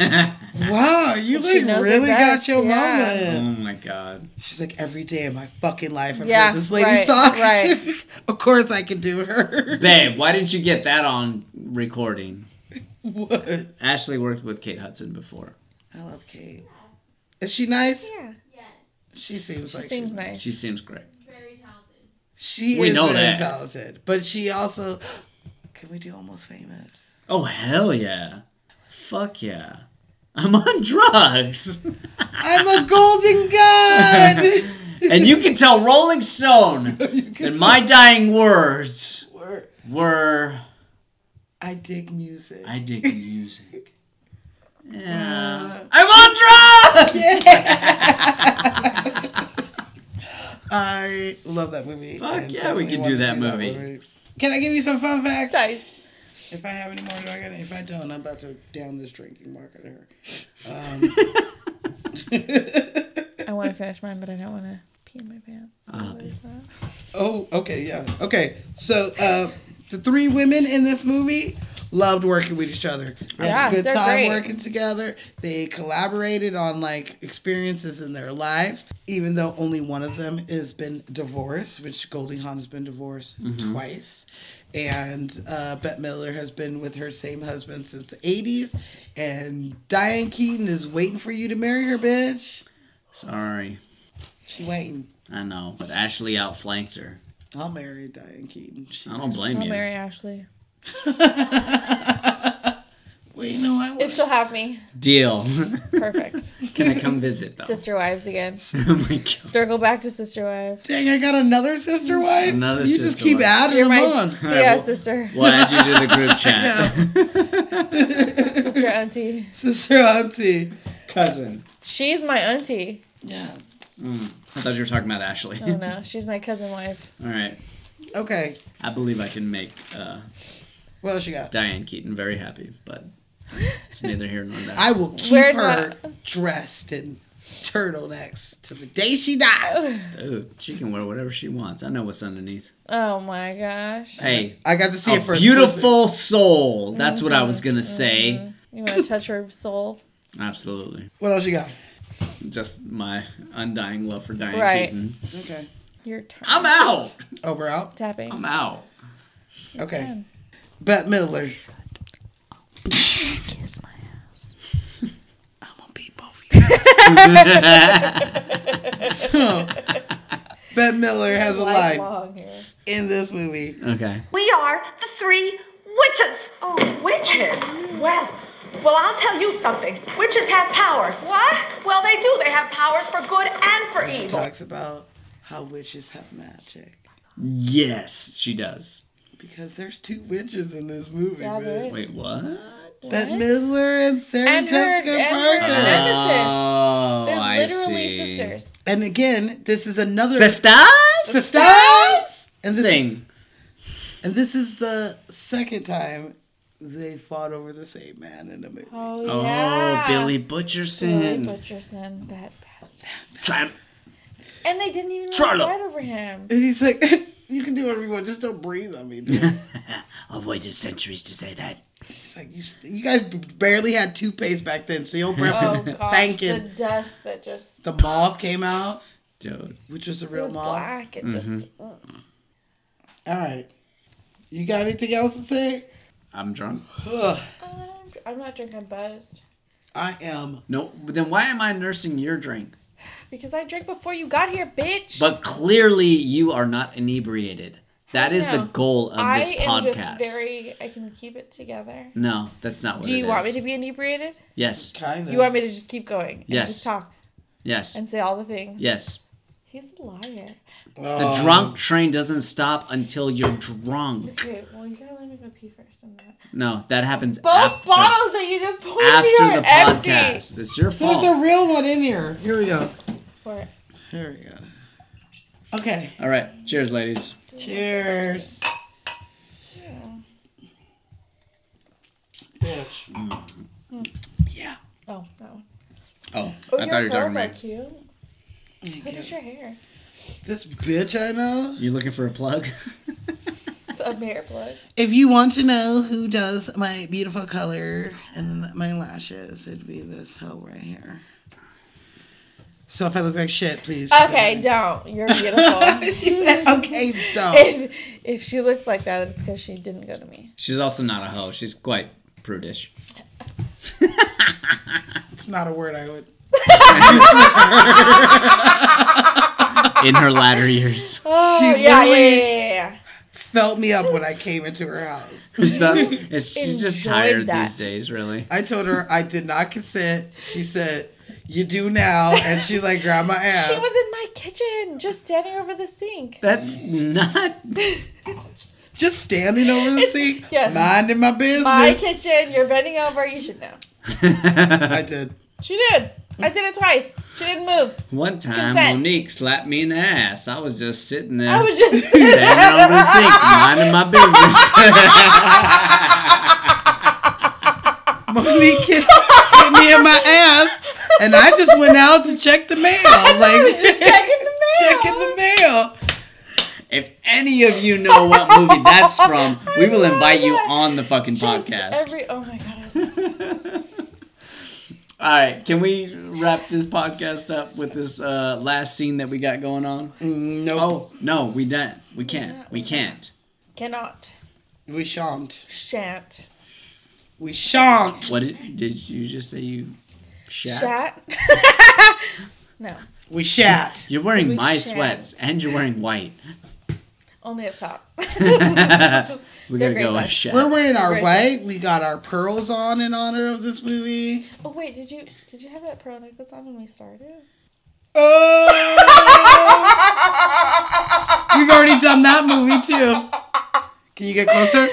[SPEAKER 2] wow, you
[SPEAKER 3] She
[SPEAKER 2] like
[SPEAKER 3] knows her
[SPEAKER 2] really
[SPEAKER 3] best,
[SPEAKER 2] got your
[SPEAKER 3] yeah.
[SPEAKER 1] Oh
[SPEAKER 2] mama."
[SPEAKER 1] my god!
[SPEAKER 2] She's like, "Every day of my fucking life, I've
[SPEAKER 3] Yeah,
[SPEAKER 2] heard this lady
[SPEAKER 3] right,
[SPEAKER 2] talk.
[SPEAKER 3] right.
[SPEAKER 2] of course, I can do her."
[SPEAKER 1] Babe, why didn't you get that on recording?
[SPEAKER 2] what?
[SPEAKER 1] Ashley worked with Kate Hudson before.
[SPEAKER 2] I love Kate. Is she nice?
[SPEAKER 3] Yeah.
[SPEAKER 2] She seems
[SPEAKER 3] She
[SPEAKER 2] like
[SPEAKER 3] seems
[SPEAKER 2] she's nice.
[SPEAKER 3] nice.
[SPEAKER 1] She seems great.
[SPEAKER 2] She
[SPEAKER 1] We
[SPEAKER 2] is
[SPEAKER 1] know that.
[SPEAKER 2] very talented, but she also Can we do almost famous?
[SPEAKER 1] Oh hell yeah! Fuck yeah! I'm on drugs.
[SPEAKER 2] I'm a golden god.
[SPEAKER 1] and you can tell Rolling Stone that my dying words
[SPEAKER 2] Were-
[SPEAKER 1] were
[SPEAKER 2] I dig music.
[SPEAKER 1] I dig music.
[SPEAKER 2] Uh,
[SPEAKER 1] Yeah. I'm on drugs.
[SPEAKER 2] I love that movie.
[SPEAKER 1] Fuck
[SPEAKER 2] and
[SPEAKER 1] yeah, we
[SPEAKER 2] definitely
[SPEAKER 1] could
[SPEAKER 2] want
[SPEAKER 1] do
[SPEAKER 2] to
[SPEAKER 1] that
[SPEAKER 2] see
[SPEAKER 1] movie.
[SPEAKER 2] Can I give you some fun facts? If I have any more, do I got it? If I don't, I'm about to down this drinking market her. Um,
[SPEAKER 3] I want to finish mine, but I don't want to pee in my pants. So
[SPEAKER 1] Ah,
[SPEAKER 3] there's that.
[SPEAKER 2] oh, okay, yeah. Okay, so uh, the three women in this movie loved working with each other. They
[SPEAKER 3] Yeah,
[SPEAKER 2] had a good
[SPEAKER 3] they're
[SPEAKER 2] time
[SPEAKER 3] great.
[SPEAKER 2] working together. They collaborated on like experiences in their lives, even though only one of them has been divorced, which Goldie Hawn has been divorced
[SPEAKER 1] Mm-hmm.
[SPEAKER 2] twice. And uh, Bette Miller has been with her same husband since the 80s. And Diane Keaton is waiting for you to marry her, bitch.
[SPEAKER 1] Sorry,
[SPEAKER 2] She waiting.
[SPEAKER 1] I know, but Ashley outflanked her.
[SPEAKER 2] I'll marry Diane Keaton. She-
[SPEAKER 1] I don't blame
[SPEAKER 3] I'll
[SPEAKER 1] you.
[SPEAKER 3] marry Ashley
[SPEAKER 2] Wait, no, I
[SPEAKER 3] if
[SPEAKER 2] won't.
[SPEAKER 3] she'll have me.
[SPEAKER 1] Deal.
[SPEAKER 3] Perfect.
[SPEAKER 1] Can I come visit though?
[SPEAKER 3] Sister wives again.
[SPEAKER 1] oh my god.
[SPEAKER 3] Circle back to sister wives.
[SPEAKER 2] Dang, I got another sister wife.
[SPEAKER 1] Another
[SPEAKER 2] you just
[SPEAKER 1] sister
[SPEAKER 2] keep
[SPEAKER 1] wife.
[SPEAKER 2] adding
[SPEAKER 3] You're
[SPEAKER 2] them
[SPEAKER 3] my
[SPEAKER 2] on.
[SPEAKER 3] yeah
[SPEAKER 1] well-
[SPEAKER 3] sister,
[SPEAKER 1] We'll add you to the group chat.
[SPEAKER 3] sister auntie.
[SPEAKER 2] Sister auntie.
[SPEAKER 1] Cousin.
[SPEAKER 3] She's my auntie.
[SPEAKER 2] Yeah.
[SPEAKER 1] I thought you were talking about Ashley.
[SPEAKER 3] Oh no, she's my cousin wife.
[SPEAKER 1] All right.
[SPEAKER 2] Okay.
[SPEAKER 1] I believe I can make uh,
[SPEAKER 2] What else you got?
[SPEAKER 1] Diane Keaton very happy, but it's neither here nor there.
[SPEAKER 2] I will keep
[SPEAKER 3] We're
[SPEAKER 2] her dressed in turtlenecks to the day she dies.
[SPEAKER 1] Dude, she can wear whatever she wants. I know what's underneath.
[SPEAKER 3] Oh my gosh.
[SPEAKER 1] Hey,
[SPEAKER 2] I got to see
[SPEAKER 1] a
[SPEAKER 2] it first.
[SPEAKER 1] beautiful soul. That's what I was gonna say.
[SPEAKER 3] You want to touch her soul?
[SPEAKER 1] Absolutely.
[SPEAKER 2] What else you got?
[SPEAKER 1] Just my undying love for Diane
[SPEAKER 3] Right.
[SPEAKER 1] Keaton.
[SPEAKER 2] Okay.
[SPEAKER 3] Your turn.
[SPEAKER 1] I'm out.
[SPEAKER 2] Oh, we're out.
[SPEAKER 3] Tapping.
[SPEAKER 1] I'm out.
[SPEAKER 2] Okay.
[SPEAKER 3] done.
[SPEAKER 2] Bette Midler.
[SPEAKER 3] Kiss my ass.
[SPEAKER 2] I'm gonna beat both of you. so, Bette Midler has a life
[SPEAKER 3] Lifelong here.
[SPEAKER 2] in this movie.
[SPEAKER 1] Okay.
[SPEAKER 5] We are the three witches. Oh, witches? Well, well, I'll tell you something. Witches have powers. What? Well, they do. They have powers for good and for
[SPEAKER 2] She
[SPEAKER 5] evil.
[SPEAKER 2] talks about how witches have magic
[SPEAKER 1] Yes, she does.
[SPEAKER 2] because there's two witches in this movie.
[SPEAKER 3] Yeah, there
[SPEAKER 2] man.
[SPEAKER 3] is.
[SPEAKER 1] Wait, what?
[SPEAKER 2] Bette
[SPEAKER 3] What?
[SPEAKER 2] Midler and Sarah
[SPEAKER 3] And her-
[SPEAKER 2] Jessica
[SPEAKER 3] and her-
[SPEAKER 2] Parker.
[SPEAKER 3] Nemesis.
[SPEAKER 1] Oh,
[SPEAKER 3] They're
[SPEAKER 1] I
[SPEAKER 3] literally
[SPEAKER 1] see.
[SPEAKER 3] sisters.
[SPEAKER 2] And again, this is another
[SPEAKER 1] Sisters.
[SPEAKER 2] Sisters! And this,
[SPEAKER 1] Thing.
[SPEAKER 2] and this is the second time they fought over the same man in a movie.
[SPEAKER 3] Oh,
[SPEAKER 1] Oh,
[SPEAKER 3] yeah.
[SPEAKER 1] Billy
[SPEAKER 3] Billy
[SPEAKER 1] Butcherson.
[SPEAKER 3] Butcherson, that bastard.
[SPEAKER 1] Try-
[SPEAKER 3] And they didn't even really
[SPEAKER 1] Charlotte.
[SPEAKER 3] fight over him.
[SPEAKER 2] And he's like, "You can do whatever you want, just don't breathe on me." Dude.
[SPEAKER 1] I've waited centuries to say that.
[SPEAKER 2] It's like you, you guys barely had toothpaste back then, so your breath
[SPEAKER 3] Oh
[SPEAKER 2] is
[SPEAKER 3] gosh, the
[SPEAKER 2] thanking.
[SPEAKER 3] dust that just
[SPEAKER 2] The moth came out,
[SPEAKER 1] Dude.
[SPEAKER 2] which was a
[SPEAKER 3] it
[SPEAKER 2] real
[SPEAKER 3] was
[SPEAKER 2] moth.
[SPEAKER 3] black. It
[SPEAKER 1] Mm-hmm.
[SPEAKER 3] just mm,
[SPEAKER 2] All right, you got anything else to say?
[SPEAKER 1] I'm drunk.
[SPEAKER 2] Ugh,
[SPEAKER 3] I'm, I'm not drinking. I'm buzzed
[SPEAKER 2] I am.
[SPEAKER 1] No, then why am I nursing your drink?
[SPEAKER 3] because I drank before you got here, bitch.
[SPEAKER 1] But clearly, you are not inebriated. That is the
[SPEAKER 3] No.
[SPEAKER 1] goal of
[SPEAKER 3] I
[SPEAKER 1] this
[SPEAKER 3] am
[SPEAKER 1] podcast.
[SPEAKER 3] just very. I can keep it together.
[SPEAKER 1] No, that's not what
[SPEAKER 3] Do
[SPEAKER 1] it
[SPEAKER 3] you want me
[SPEAKER 1] is.
[SPEAKER 3] to be inebriated?
[SPEAKER 1] Yes,
[SPEAKER 2] Kind of.
[SPEAKER 3] You want me to just keep going? And
[SPEAKER 1] Yes.
[SPEAKER 3] Just talk
[SPEAKER 1] yes,
[SPEAKER 3] and say all the things.
[SPEAKER 1] yes.
[SPEAKER 3] He's a liar.
[SPEAKER 2] oh.
[SPEAKER 1] The drunk train doesn't stop until you're drunk.
[SPEAKER 3] Okay, well you gotta let me go pee first. And then.
[SPEAKER 1] No, that happens
[SPEAKER 3] Both
[SPEAKER 1] after,
[SPEAKER 3] bottles that you just poured
[SPEAKER 1] after
[SPEAKER 3] me
[SPEAKER 1] the
[SPEAKER 3] are empty.
[SPEAKER 1] podcast. It's your
[SPEAKER 2] There's
[SPEAKER 1] fault.
[SPEAKER 2] a real one in here. Here we go.
[SPEAKER 3] For
[SPEAKER 2] Here we go. Okay.
[SPEAKER 1] All right, cheers, ladies.
[SPEAKER 2] Cheers. Bitch.
[SPEAKER 1] Yeah.
[SPEAKER 3] oh that one.
[SPEAKER 1] Oh,
[SPEAKER 3] Oh,
[SPEAKER 1] I
[SPEAKER 3] your
[SPEAKER 1] thought you were talking
[SPEAKER 3] curls are
[SPEAKER 1] about.
[SPEAKER 3] cute. Look at your hair.
[SPEAKER 2] This bitch I know.
[SPEAKER 1] You looking for a plug?
[SPEAKER 3] It's up hair plugs.
[SPEAKER 2] If you want to know who does my beautiful color and my lashes, it'd be this hoe right here. So if I look like shit, please.
[SPEAKER 3] Okay, don't. You're beautiful.
[SPEAKER 2] she said, okay, don't.
[SPEAKER 3] if if she looks like that, it's because she didn't go to me.
[SPEAKER 1] She's also not a hoe. She's quite prudish.
[SPEAKER 2] It's not a word I would.
[SPEAKER 1] in her latter years.
[SPEAKER 3] Oh
[SPEAKER 2] She
[SPEAKER 3] yeah, yeah,
[SPEAKER 2] literally-
[SPEAKER 3] Oh, yeah, yeah, yeah.
[SPEAKER 2] felt me up when I came into her house.
[SPEAKER 1] Is that- is- she's just
[SPEAKER 2] Enjoyed
[SPEAKER 1] tired
[SPEAKER 2] that.
[SPEAKER 1] these days, really.
[SPEAKER 2] I told her I did not consent. She said, "You do now," and she like grabbed my ass.
[SPEAKER 3] She was in my kitchen, just standing over the sink.
[SPEAKER 1] That's not
[SPEAKER 2] just standing over the sink,
[SPEAKER 3] yes.
[SPEAKER 2] minding my business.
[SPEAKER 3] My kitchen. You're bending over. You should know.
[SPEAKER 2] I did.
[SPEAKER 3] She did. I did it twice. She didn't move.
[SPEAKER 1] One time,
[SPEAKER 3] Consent.
[SPEAKER 1] Monique slapped me in the ass. I was just sitting there.
[SPEAKER 3] I was just
[SPEAKER 1] standing over the sink, minding my business.
[SPEAKER 2] Monique hit, hit me in my ass, and I just went out to check the mail. Like
[SPEAKER 3] checking the
[SPEAKER 2] mail. Checking the mail.
[SPEAKER 1] if any of you know what movie that's from, we will invite you on the fucking podcast.
[SPEAKER 3] Every. Oh my god.
[SPEAKER 1] All right, can we wrap this podcast up with this uh, last scene that we got going on?
[SPEAKER 2] No.
[SPEAKER 1] Oh no, we don't. We can't. We can't.
[SPEAKER 3] Cannot.
[SPEAKER 2] We shan't.
[SPEAKER 3] Shan't.
[SPEAKER 2] We shan't.
[SPEAKER 1] What did, did you just say? You shat.
[SPEAKER 3] Shat. no.
[SPEAKER 2] We shat.
[SPEAKER 1] You're wearing
[SPEAKER 3] We
[SPEAKER 1] my
[SPEAKER 3] shat.
[SPEAKER 1] sweats and you're wearing white.
[SPEAKER 3] Only up top.
[SPEAKER 1] we gotta go with shat.
[SPEAKER 2] We're wearing our
[SPEAKER 3] Great
[SPEAKER 2] white. We got our pearls on in honor of this movie.
[SPEAKER 3] Oh wait, did you did you have that pearl necklace on when we started?
[SPEAKER 2] Oh! We've already done that movie too. Can you get closer?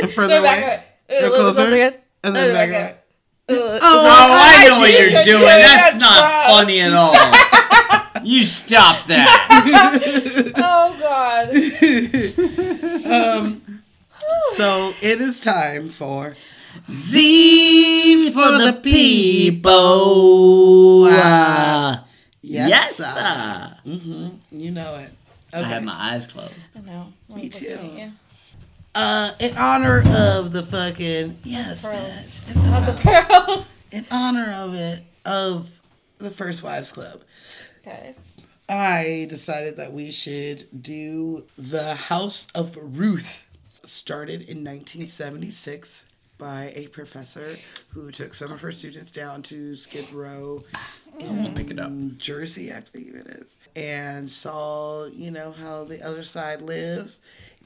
[SPEAKER 2] And further
[SPEAKER 3] No, back
[SPEAKER 2] away?
[SPEAKER 3] up. A little
[SPEAKER 2] Get
[SPEAKER 3] bit
[SPEAKER 2] closer.
[SPEAKER 3] closer again.
[SPEAKER 2] And then
[SPEAKER 3] No,
[SPEAKER 2] back
[SPEAKER 3] back
[SPEAKER 2] away.
[SPEAKER 3] Oh,
[SPEAKER 1] Oh, I know what you're doing. That's not funny at all. You stop that.
[SPEAKER 3] oh God.
[SPEAKER 2] um, so it is time for
[SPEAKER 1] Z
[SPEAKER 2] for the people. Ah. Yes,
[SPEAKER 1] Yes,
[SPEAKER 2] sir.
[SPEAKER 1] sir.
[SPEAKER 2] hmm You know it.
[SPEAKER 1] I
[SPEAKER 2] Okay. Mm-hmm.
[SPEAKER 1] had my eyes closed.
[SPEAKER 3] I know.
[SPEAKER 2] Me
[SPEAKER 3] Wait, look at
[SPEAKER 2] too.
[SPEAKER 3] you.
[SPEAKER 2] Uh, in honor of the fucking yes,
[SPEAKER 3] Pearls.
[SPEAKER 2] bitch. It's a
[SPEAKER 3] Not the pearls.
[SPEAKER 2] in honor of it of the First Wives Club.
[SPEAKER 3] Okay.
[SPEAKER 2] I decided that we should do The House of Ruth, started in 1976 by a professor who took some of her students down to Skid Row in
[SPEAKER 1] pick it up.
[SPEAKER 2] Jersey, I believe it is, and saw, you know, how the other side lives.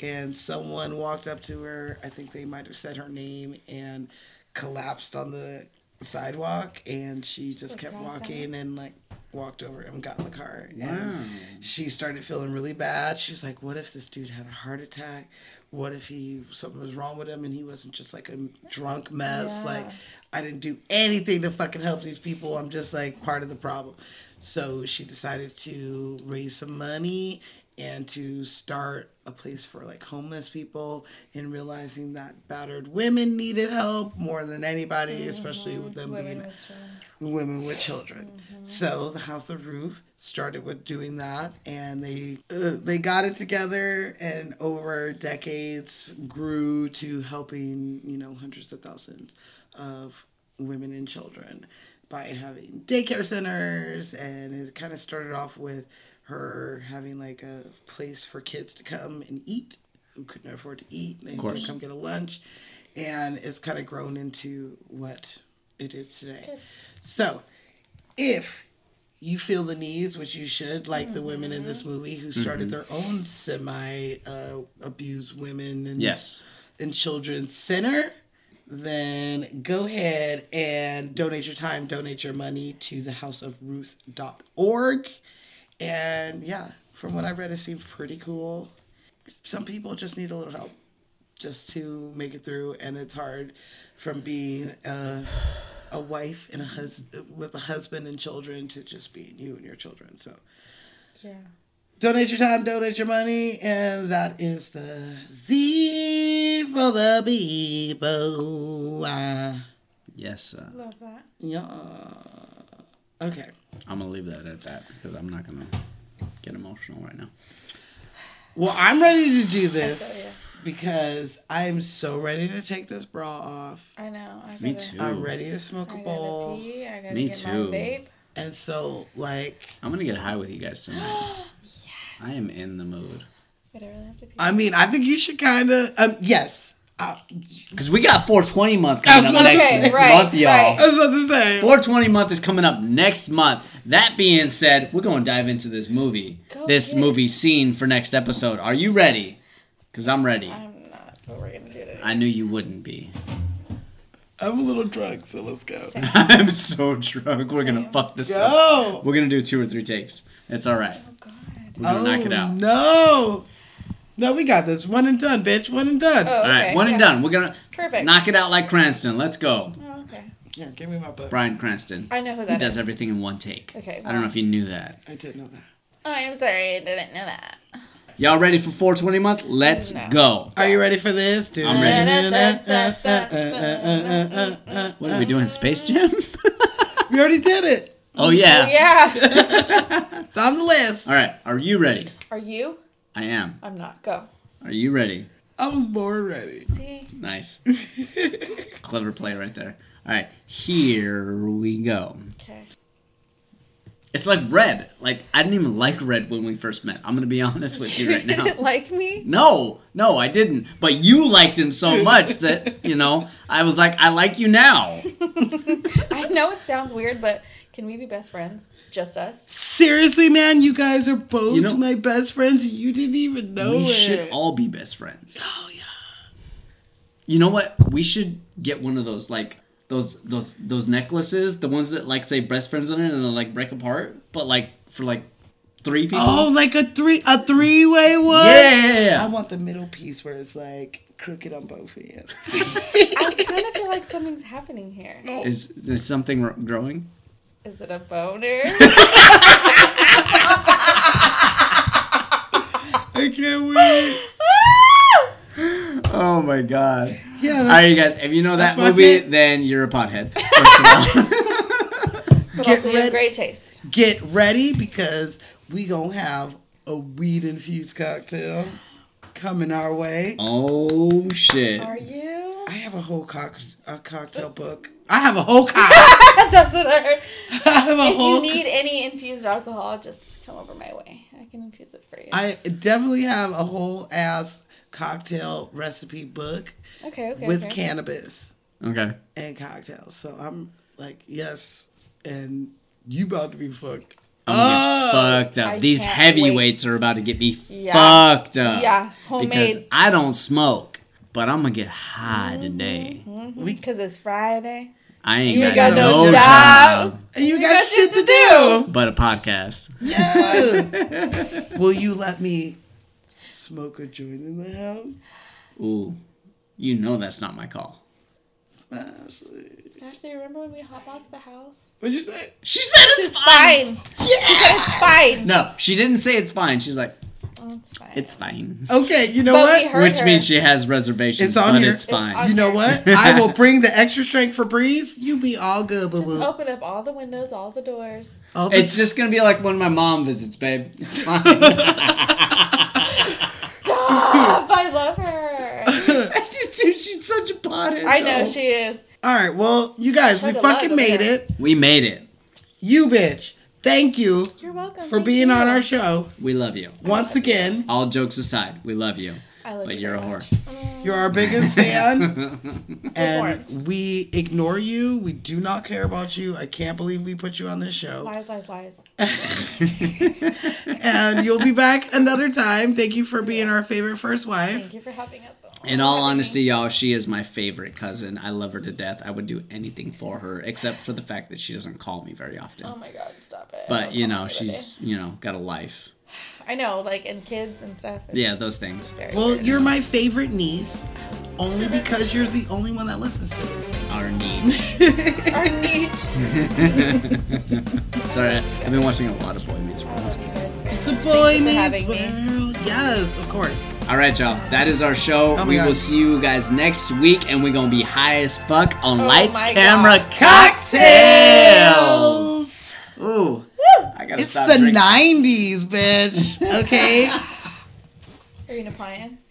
[SPEAKER 2] And someone walked up to her, I think they might have said her name, and collapsed on the sidewalk. And she just kept
[SPEAKER 12] passed out?
[SPEAKER 2] walking and, like, walked over and got in the car. And she started feeling really bad. She was like, What if this dude had a heart attack? What if he something was wrong with him and he wasn't just like a drunk mess?
[SPEAKER 12] Yeah.
[SPEAKER 2] Like I didn't do anything to fucking help these people. I'm just like part of the problem. So she decided to raise some money and to start a place for like homeless people and realizing that battered women needed help more than anybody, especially with them being women with children. So the House of Roof started with doing that, and they uh, they got it together, and over decades grew to helping you know hundreds of thousands of women and children by having daycare centers, and it kind of started off with her having like a place for kids to come and eat who couldn't afford to eat. They could
[SPEAKER 1] course.
[SPEAKER 2] come get a lunch, and it's kind of grown into what it is today. So, if you feel the needs, which you should, like the women in this movie who started
[SPEAKER 1] Mhm.
[SPEAKER 2] their own semi uh, abused women and
[SPEAKER 1] Yes.
[SPEAKER 2] and children center, then go ahead and donate your time, donate your money to the houseofruth.org. And yeah, from what I read, it seems pretty cool. Some people just need a little help just to make it through, and it's hard from being a, a wife and a hus- with a husband and children to just being you and your children. So
[SPEAKER 3] Yeah.
[SPEAKER 2] donate your time, donate your money, and that is the Z for the people. Uh,
[SPEAKER 1] Yes, sir.
[SPEAKER 3] Love that.
[SPEAKER 2] yeah. Okay.
[SPEAKER 1] I'm gonna leave that at that because I'm not gonna get emotional right now.
[SPEAKER 2] Well, I'm ready to do this because I am so ready to take this bra off.
[SPEAKER 3] I know. I
[SPEAKER 1] Me
[SPEAKER 3] gotta-
[SPEAKER 1] too.
[SPEAKER 2] I'm ready to smoke a bowl.
[SPEAKER 3] pee, I gotta
[SPEAKER 1] Me
[SPEAKER 3] get
[SPEAKER 1] too.
[SPEAKER 3] My vape.
[SPEAKER 2] And so, like,
[SPEAKER 1] I'm gonna get high with you guys tonight. I am in the mood
[SPEAKER 3] But I really have to pee.
[SPEAKER 2] I mean, I think you should kind of, um, yes.
[SPEAKER 1] because we got 420 month
[SPEAKER 2] I was
[SPEAKER 1] coming up
[SPEAKER 2] about to
[SPEAKER 1] next
[SPEAKER 2] say,
[SPEAKER 3] right,
[SPEAKER 1] month, y'all.
[SPEAKER 2] I was about to say.
[SPEAKER 1] 420 month is coming up next month. That being said, we're gonna dive into this movie,
[SPEAKER 3] Go
[SPEAKER 1] this
[SPEAKER 3] get it.
[SPEAKER 1] movie scene for next episode. Are you ready? Because I'm ready.
[SPEAKER 3] I'm not, but we're gonna do it.
[SPEAKER 1] I knew you wouldn't be.
[SPEAKER 2] I'm a little drunk, so let's go.
[SPEAKER 1] I'm so drunk. We're gonna fuck this
[SPEAKER 2] Go.
[SPEAKER 1] up. We're gonna do two or three takes. It's all right. We're gonna
[SPEAKER 2] oh,
[SPEAKER 1] knock it out.
[SPEAKER 2] No. No, we got this. One and done, bitch. One and done.
[SPEAKER 1] all right, one and done. We're gonna
[SPEAKER 3] Oh, Perfect.
[SPEAKER 1] knock it out like Cranston. Let's go,
[SPEAKER 3] Oh, okay.
[SPEAKER 2] Here, give me my book.
[SPEAKER 1] Brian Cranston.
[SPEAKER 3] I know who
[SPEAKER 1] He
[SPEAKER 3] that
[SPEAKER 1] does
[SPEAKER 3] is.
[SPEAKER 1] everything in one take.
[SPEAKER 3] Okay,
[SPEAKER 1] I don't know
[SPEAKER 3] wow.
[SPEAKER 1] if you knew that.
[SPEAKER 2] I didn't know that.
[SPEAKER 3] Oh, I'm sorry, I didn't know that.
[SPEAKER 1] Y'all ready for 420 month? Let's go.
[SPEAKER 2] Are you ready for this? Dude?
[SPEAKER 1] I'm ready.
[SPEAKER 2] What
[SPEAKER 1] What are we doing? Space Jam?
[SPEAKER 2] We already did it.
[SPEAKER 1] Oh yeah.
[SPEAKER 2] It's on the list.
[SPEAKER 1] All right. Are you ready?
[SPEAKER 3] Are you?
[SPEAKER 1] I am.
[SPEAKER 3] I'm not. Go.
[SPEAKER 1] Are you ready?
[SPEAKER 2] I was born ready.
[SPEAKER 3] See?
[SPEAKER 1] Nice. Clever play right there. All right. Here we go.
[SPEAKER 3] Okay.
[SPEAKER 1] It's like red. Like I didn't even like red when we first met. I'm gonna be honest with you
[SPEAKER 3] You
[SPEAKER 1] right now.
[SPEAKER 3] didn't like me?
[SPEAKER 1] No, no, I didn't. But you liked him so much that, you know, I was like, I like you now.
[SPEAKER 3] I know it sounds weird, but can we be best friends? Just us?
[SPEAKER 2] Seriously, man, you guys are both
[SPEAKER 1] You know-
[SPEAKER 2] my best friends. You didn't even know
[SPEAKER 1] we
[SPEAKER 2] it.
[SPEAKER 1] should all be best friends. Oh yeah. You know what? We should get one of those like those those those necklaces, the ones that like say best friends on it and they like break apart, but like for like three people.
[SPEAKER 2] Oh, like a three a three way one.
[SPEAKER 1] Yeah, yeah, yeah, yeah.
[SPEAKER 2] I want the middle piece where it's like crooked on both ends.
[SPEAKER 3] I kind of feel like something's happening here.
[SPEAKER 1] Is is something r- growing?
[SPEAKER 3] Is it a boner?
[SPEAKER 2] I can't wait.
[SPEAKER 1] Oh my god.
[SPEAKER 2] Yeah,
[SPEAKER 1] All right, you guys. If you know that
[SPEAKER 2] That's my
[SPEAKER 1] movie,
[SPEAKER 2] pick.
[SPEAKER 1] then you're a pothead. First of all.
[SPEAKER 3] But
[SPEAKER 2] Get
[SPEAKER 3] also, you have
[SPEAKER 2] rid-
[SPEAKER 3] great taste.
[SPEAKER 2] get ready because we gonna have a weed infused cocktail coming our way.
[SPEAKER 1] oh shit.
[SPEAKER 3] Are you?
[SPEAKER 2] I have a whole cock a cocktail book. I have a whole cock.
[SPEAKER 3] That's what I heard.
[SPEAKER 2] I have a
[SPEAKER 3] If
[SPEAKER 2] whole.
[SPEAKER 3] you need any infused alcohol, just come over my way. I can infuse it for you.
[SPEAKER 2] I definitely have a whole ass cocktail recipe book
[SPEAKER 3] okay, okay.
[SPEAKER 2] with
[SPEAKER 3] okay.
[SPEAKER 2] cannabis
[SPEAKER 1] Okay.
[SPEAKER 2] and cocktails. So I'm like, yes, and you about to be fucked.
[SPEAKER 1] I'm gonna get fucked up.
[SPEAKER 3] I
[SPEAKER 1] These
[SPEAKER 3] can't
[SPEAKER 1] heavyweights
[SPEAKER 3] wait.
[SPEAKER 1] are about to get me
[SPEAKER 3] Yeah.
[SPEAKER 1] fucked up.
[SPEAKER 3] Yeah,
[SPEAKER 1] Because
[SPEAKER 3] homemade.
[SPEAKER 1] I don't smoke, but I'm gonna get high today.
[SPEAKER 3] Because it's Friday.
[SPEAKER 1] I ain't
[SPEAKER 3] Mm-hmm. You
[SPEAKER 1] got,
[SPEAKER 3] ain't got
[SPEAKER 1] no,
[SPEAKER 3] no
[SPEAKER 1] job.
[SPEAKER 3] job.
[SPEAKER 2] And you, got, shit to do.
[SPEAKER 1] but a podcast.
[SPEAKER 2] Yeah. Will you let me smoke a joint in the house?
[SPEAKER 1] Ooh, you know that's not my call.
[SPEAKER 2] Smash
[SPEAKER 3] Ashley, remember when we hotboxed the house?
[SPEAKER 2] What'd you say?
[SPEAKER 1] She said it's, fine.
[SPEAKER 3] Fine. It's fine.
[SPEAKER 1] No, she didn't say it's fine. She's like,
[SPEAKER 3] Oh, it's fine.
[SPEAKER 1] it's fine,
[SPEAKER 2] Okay, you know
[SPEAKER 3] But we
[SPEAKER 2] what?
[SPEAKER 3] heard
[SPEAKER 1] which
[SPEAKER 3] her.
[SPEAKER 1] means she has reservations,
[SPEAKER 2] It's on
[SPEAKER 1] but
[SPEAKER 2] here.
[SPEAKER 1] it's
[SPEAKER 2] It's
[SPEAKER 1] fine.
[SPEAKER 3] on-
[SPEAKER 2] You know what? I will bring the extra strength Febreze. You be all good, boo
[SPEAKER 3] Just
[SPEAKER 2] boo.
[SPEAKER 3] open up all the windows, all the doors.
[SPEAKER 2] All the-
[SPEAKER 1] It's just gonna be like when my mom visits, babe. It's fine.
[SPEAKER 3] Stop! I love her.
[SPEAKER 1] Dude, she's such a pothead.
[SPEAKER 3] I know
[SPEAKER 1] though.
[SPEAKER 3] she is.
[SPEAKER 2] all right. Well, you guys, we
[SPEAKER 3] Try to love
[SPEAKER 2] fucking
[SPEAKER 3] them,
[SPEAKER 2] made
[SPEAKER 3] yeah.
[SPEAKER 2] it.
[SPEAKER 1] We made it.
[SPEAKER 2] You bitch. Thank you
[SPEAKER 3] You're welcome.
[SPEAKER 2] for
[SPEAKER 3] Thank
[SPEAKER 2] being
[SPEAKER 3] you.
[SPEAKER 2] on our show
[SPEAKER 1] We love you.
[SPEAKER 2] once again.
[SPEAKER 1] All jokes aside, we love you.
[SPEAKER 3] I love
[SPEAKER 1] But
[SPEAKER 3] you
[SPEAKER 1] you're a
[SPEAKER 3] very much.
[SPEAKER 1] whore.
[SPEAKER 2] You're our biggest fans,
[SPEAKER 3] Awards.
[SPEAKER 2] and we ignore you. We do not care about you. I can't believe we put you on this show.
[SPEAKER 3] Lies, lies, lies.
[SPEAKER 2] and you'll be back another time. Thank you for being our favorite first wife.
[SPEAKER 3] Thank you for helping us.
[SPEAKER 1] In all honesty, y'all, she is my favorite cousin. I love her to death. I would do anything for her, except for the fact that she doesn't call me very often.
[SPEAKER 3] Oh my god, oh stop it.
[SPEAKER 1] but you know,
[SPEAKER 3] Everybody.
[SPEAKER 1] she's you know got a life.
[SPEAKER 3] I know, like, and kids and stuff. It's
[SPEAKER 1] Yeah, those things.
[SPEAKER 3] very
[SPEAKER 2] Well,
[SPEAKER 3] weird.
[SPEAKER 2] you're my favorite niece, only because you're the only one that listens to this.
[SPEAKER 1] Our needs.
[SPEAKER 3] Our niche.
[SPEAKER 1] Sorry, I- I've been watching a lot of Boy Meets World.
[SPEAKER 2] It's a boy meets
[SPEAKER 3] having me.
[SPEAKER 2] world. Yes, of course.
[SPEAKER 1] All right, y'all. That is our show.
[SPEAKER 2] Oh my
[SPEAKER 1] we will
[SPEAKER 2] God.
[SPEAKER 1] see you guys next week, and we're gonna be high as fuck on lights,
[SPEAKER 3] Oh my
[SPEAKER 1] camera,
[SPEAKER 3] God.
[SPEAKER 1] cocktails. Ooh, I gotta
[SPEAKER 2] It's
[SPEAKER 1] stop
[SPEAKER 2] the
[SPEAKER 1] drinking.
[SPEAKER 2] '90s, bitch. Okay.
[SPEAKER 3] Are you an appliance?